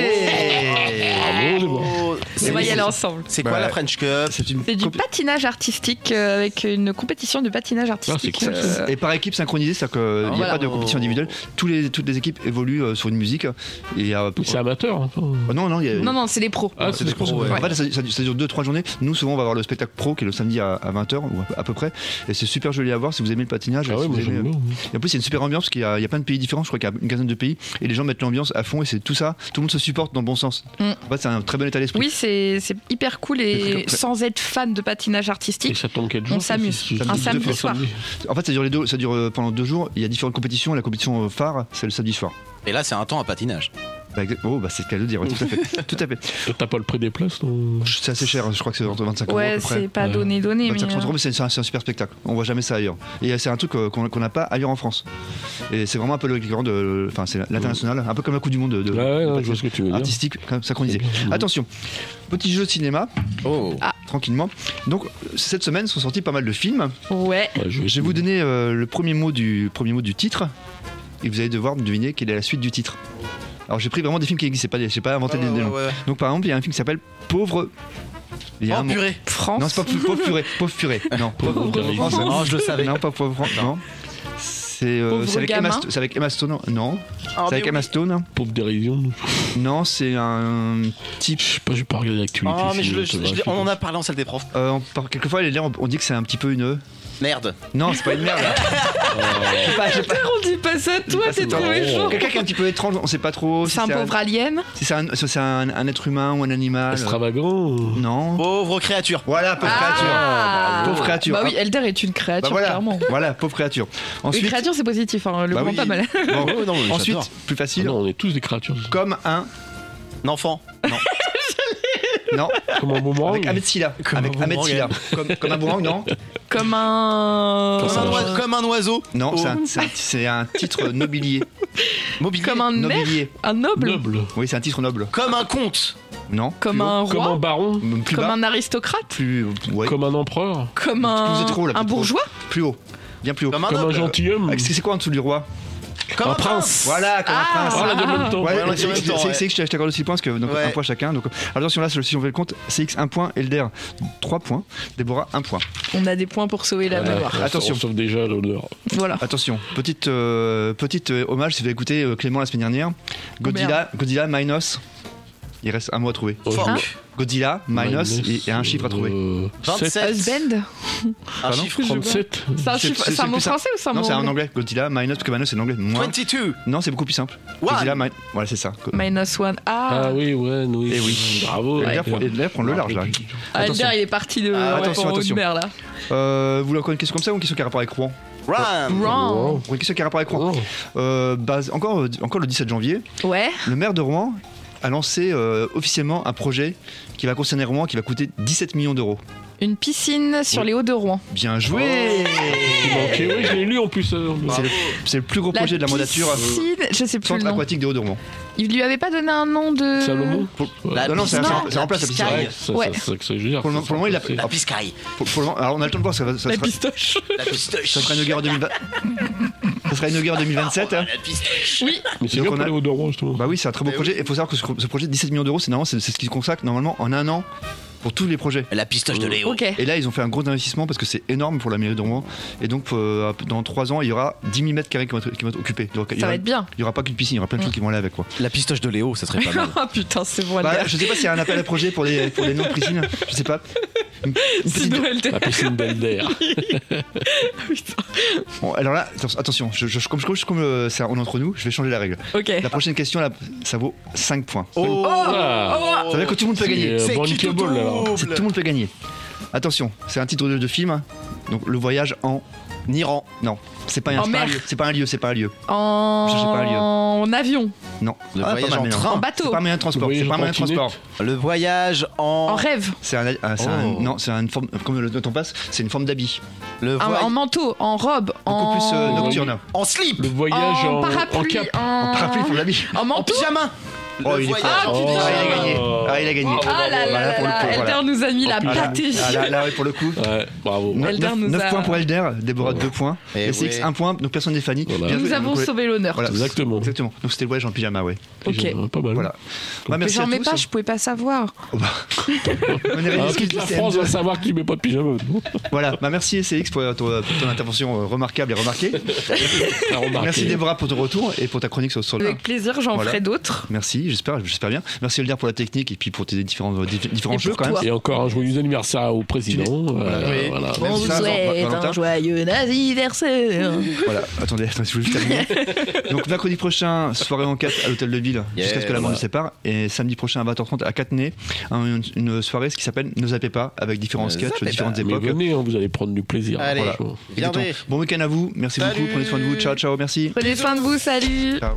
Oh,
On
c'est-
va y aller ensemble.
C'est quoi
Bah,
la French Cup
C'est une
Oh. C'est du
compé-
patinage artistique euh, avec une compétition de patinage artistique.
cool, ça.
euh,
Et par équipe synchronisée, c'est-à-dire qu'il n'y a
Ah, voilà.
pas de compétition individuelle. Tous les, toutes les équipes évoluent euh, sur une musique. Et il y a-
C'est amateur. hein.
Oh non, non, il y a-
Non, non, c'est les pros.
Ah, c'est des
Parce que-
pros, ouais.
En fait, ça, ça- ça dure 2-3 journées. Nous, souvent, on va avoir le spectacle pro qui est le samedi à, 20h, ou à, à peu près. Et c'est super joli à voir si vous aimez le patinage.
Ah
si
ouais,
vous
moi
aimez- euh,
j'aime bien.
Et en plus, il y a une super ambiance, parce qu'il y a, il y a plein de pays différents, je crois qu'il y a une quinzaine de pays, et les gens mettent l'ambiance à fond, et c'est tout ça, tout le monde se supporte dans le bon sens.
Mm.
En fait, c'est un très bon état d'esprit.
Oui, c'est c'est hyper cool et
Après-
sans être fan de patinage
Et
artistique,
ça tombe quel jour
on s'amuse.
ça
Un
me-
samedi
deux
soir.
En fait, ça dure, les deux, ça dure euh, pendant deux jours, il y a différentes compétitions, la compétition euh, phare, c'est le samedi soir.
Et là, c'est un temps à patinage.
Bah, exa- oh, bah c'est le cas de le dire, ouais, tout à fait. tout à fait.
T'as pas le prix des places
C'est assez cher, hein. je crois que c'est entre 25 euros. à
Ouais,
peu près. Bah,
c'est pas donné, donné. mais,
25
euh,
euros, mais c'est c'est un, c'est un super spectacle. On voit jamais ça ailleurs. Et euh, c'est un truc euh, qu'on qu'on n'a pas ailleurs en France. Et c'est vraiment un peu le grand de. Enfin, c'est l'international, un peu comme la Coupe du Monde de, de-
ouais,
de-
ouais, je vois ce que tu veux dire.
artistique, comme ça qu'on disait. Attention, petit jeu de cinéma. Tranquillement. Donc, cette semaine sont sortis pas mal de films.
euh, Ouais.
je, vais vous donner euh, le premier mot, du, premier mot du titre. Et vous allez devoir deviner quelle est la suite du titre. Alors, j'ai pris vraiment des films qui existent, c'est pas des- j'ai pas inventé des, des noms. Donc, par exemple, il y a un film qui s'appelle Pauvre. Il y a
Oh,
un mot-
purée.
France.
Non, c'est pas pou- pauvre purée. Pauvre purée. Non,
Pauvre France.
Non,
Oh, je le savais.
Non, pas pauvre France. Non. C'est euh,
Pauvre
c'est avec,
gamin.
Emma Sto- c'est avec Emma Stone. non. Non.
Ah,
c'est avec
mais
Emma
oui.
Stone.
Pauvre dérision.
Non, c'est un type. Je
sais pas, je vais pas regarder l'actualité.
Ah,
Oh, mais je le- je l'ai- on en a parlé en salle des profs.
euh, quelquefois, les liens, on- on dit que c'est un petit peu une. E.
Merde.
Non, c'est pas une merde. Je sais pas, je sais pas.
Putain, on dit pas ça, toi, t'es
Non.
trop méchant.
Quelqu'un qui est un petit peu étrange, on sait pas trop. si
C'est un pauvre alien.
Si c'est un, si c'est un- un être humain ou un animal.
Extravagant
Non.
Pauvre créature.
Voilà, pauvre
Ah.
créature. Pauvre créature.
Bah oui, Elder est une créature,
Bah voilà,
clairement.
voilà, pauvre créature. Ensuite,
Une créature, c'est positif, hein, le
Bah
prends
oui.
pas mal.
Bon,
Ouais, non, mais
ensuite,
j'adore.
plus facile.
Ah on est tous des créatures.
Comme un.
enfant.
Non.
Comme un boomerang.
Avec Ahmed Silla. Avec
un
Ahmed
boomerang.
Silla. Comme, comme un boomerang, non
Comme un.
Comme un, oiseau, comme un oiseau.
Non,
Oh.
c'est un- c'est un, c'est un titre nobilier.
Mobilier.
Comme un maire
Nobilier.
Un noble
Oui, c'est un titre noble.
Comme un comte.
Non.
Comme un roi Comme un
baron
Plus
Comme
bas.
un aristocrate
Plus, ouais.
Comme un
Ah,
empereur
Comme
Vous
un,
êtes trop haut, là,
un
vous êtes trop haut.
bourgeois
Plus haut. Bien plus haut.
Comme un Comme un noble. gentilhomme.
Ah, C'est c'est quoi en dessous du roi
Comme un prince.
Voilà, comme
Ah.
un prince.
Oh, on l'a dit en même temps.
Ouais,
Ouais, on l'a dit
c'est
en même temps,
c'est-
ouais.
c'est que je t'ai- je t'accorde aussi le point, parce que donc
Ouais.
un point chacun. Donc, attention, là, si on fait le compte, CX 1 point, Elder 3 points, Déborah 1 point.
On a des points pour sauver la mémoire.
Attention.
Sauf déjà l'honneur.
Voilà.
Attention, petite, euh, petite euh, hommage si vous avez écouté euh, Clément la semaine dernière. Godzilla, Godzilla Minus. Il reste un mot à trouver.
Fuck.
Hein Godzilla Minus,
Minus, euh,
et, et un chiffre à trouver.
27.
Husband
Un
chiffre,
37.
C'est un chiffre- c'est un mot français ou c'est un
Non,
mot
c'est en
anglais
anglais. Godzilla Minus, parce que Minus c'est en anglais. Moins.
22.
Non, c'est beaucoup plus simple.
One.
Godzilla Minus. Voilà, c'est ça. Go-
Minus one. Ah,
Ah oui, ouais, oui.
Eh oui.
Bravo.
Elder prend- Elder prend le large là.
Ah, Elder,
Attention.
il est parti de.
Ah,
ouais,
attention,
pour
attention.
Hauteberg, là.
Euh, vous voulez encore une question comme ça ou une question qui a rapport avec Rouen
Ram.
Rouen.
Une question qui a rapport avec
oh,
Rouen. Euh, base- encore, euh, encore le 17 janvier,
Ouais.
le maire de Rouen a lancé euh, officiellement un projet qui va concerner Rouen qui va coûter 17 millions d'euros.
Une piscine sur les hauts de Rouen.
Bien joué
Ok, oui, je l'ai lu en plus. euh,
C'est le, c'est le plus gros projet de la mandature.
piscine, je sais plus
Centre
le nom.
aquatique des Hauts-de-Rouen.
Il lui avait pas donné un nom de.
Salomon
Non, non, c'est
piscine.
c'est- c'est en place la piscine.
Ouais, ça-
Ouais.
ça- C'est ça que je veux dire.
Ah, Pour le moment- pour le moment, il a- Ah,
C'est-
La
piscaille.
Pour- pour le moment- alors on a le temps de voir, ça, va- ça
La
sera,
pistoche.
La pistoche.
ça sera inauguré en 2020 ça sera inauguré en 2027. hein.
La pistoche.
Oui.
Mais c'est
Donc
bien
on
pour
a-
les Hauts-de-Rouen, justement.
Bah oui, c'est un très beau projet. Et il faut savoir que ce, ce projet de 17 millions d'euros, c'est normalement c'est c'est ce qu'ils consacrent normalement en un an pour tous les projets.
La pistoche de Léo.
Ok.
Et là, ils ont fait un gros investissement parce que c'est énorme pour la mairie de Rouen. Et donc, euh, dans 3 ans, il y aura 10 000 mètres carrés qui vont être, qui vont être occupés. Donc, il y
Ça
aura-
va être bien.
Il n'y aura pas qu'une piscine, il y aura plein de choses qui vont aller avec. Quoi.
La pistoche de Léo, ça serait pas mal.
Ah putain, c'est bon.
Bah,
Elder.
je sais pas s'il y a un appel à projet pour les, pour les noms de piscines, je sais pas. Une
C'est
petite-
Noël
La piscine d'Alder.
Oh, Bon, alors là, atten- attention, je, je- comme, comme, comme, euh, ça, on est entre nous, je vais changer la règle.
Ok.
La prochaine question, là, ça vaut 5 points.
Oh,
Ah,
Ça veut dire que tout le monde peut gagner.
euh,
C'est
Born
qui
Cable,
double
alors.
C'est- Tout le monde peut gagner. Attention, c'est un titre de, de film. hein. Donc, le voyage en.
Niran.
Non, c'est pas, un-
En
c'est pas un
mer.
lieu. C'est pas un lieu, c'est pas un lieu. Cherchez pas un lieu.
En... en avion,
Non. Ah,
Le
pas
voyage
mal,
en
mais non.
train.
en bateau,
C'est pas un moyen de transport.
Le
C'est pas un moyen
voyage
de
en
transport.
Le voyage en.
en rêve,
C'est un, ah, c'est un-
Oh.
non, c'est une forme comme le temps passe, c'est une forme d'habit.
Le
en,
voyage.
Ah, en manteau, en robe,
Beaucoup
en
plus euh, nocturne.
Oh.
En slip.
Le voyage
en
en, en
parapluie,
cap.
en,
En parapluie, pour l'habit.
en
En
manteau.
pyjama.
Oh,
Le
il est
voyage- Oh,
Ah,
Ah,
putain.
il a gagné. Ah, il a gagné.
Ah là
Voilà
là
pour le
là,
coup, voilà.
Elder nous a mis la
Ah, là,
pâtée.
ah, là, là, ouais, pour le coup.
Ouais, bravo.
Neuf-
Elder
neuf-
nous
neuf
a-
points pour Elder, Déborah 2 points,
Eh
et CX
ouais.
1 point, donc personne n'est Fanny.
Voilà.
Bien
Nous
joué,
avons
donc, ouais.
sauvé l'honneur.
Voilà,
Exactement.
Exactement. Donc c'était le voyage en pyjama, ouais.
Ok.
J'aime Pas mal.
Voilà. Bah,
Mais
merci
j'en
à
mets
tous.
pas, je pouvais pas savoir.
Oh, bah. On est
Ah,
réunis,
toute la France va savoir qui met pas de pyjama. maintenant.
Voilà, bah, merci CX pour ton, pour ton intervention euh, remarquable et remarquée.
Ah, remarqué.
Merci Déborah pour ton retour et pour ta chronique sur, sur le.
Avec plaisir, j'en
Voilà.
ferai d'autres.
Merci, j'espère, j'espère bien. Merci Elder pour la technique et puis pour tes différents, euh, diff- différents
Et
jeux
pour
quand même.
toi.
Et encore un joyeux anniversaire au président. euh,
Oui.
voilà.
Même
On
si
vous
ça,
souhaite
Valentin-
un joyeux anniversaire.
Voilà, attendez, attendez, je voulais juste terminer. Donc mercredi prochain, soirée en 4 à l'hôtel de ville,
Yeah,
jusqu'à ce que la mort nous sépare. Et samedi prochain à 20h30 à Catenay, un- une, une soirée ce qui s'appelle Ne zappez pas, avec différents
Ne
sketchs,
zappez pas.
différentes
Mais
époques.
venez, hein, vous allez prendre du plaisir.
Allez.
franchement.
Exactement.
Regardez.
Bon week-end à vous, merci
Salut.
beaucoup, prenez soin de vous, ciao ciao, merci.
Prenez soin de vous, salut.
Ciao.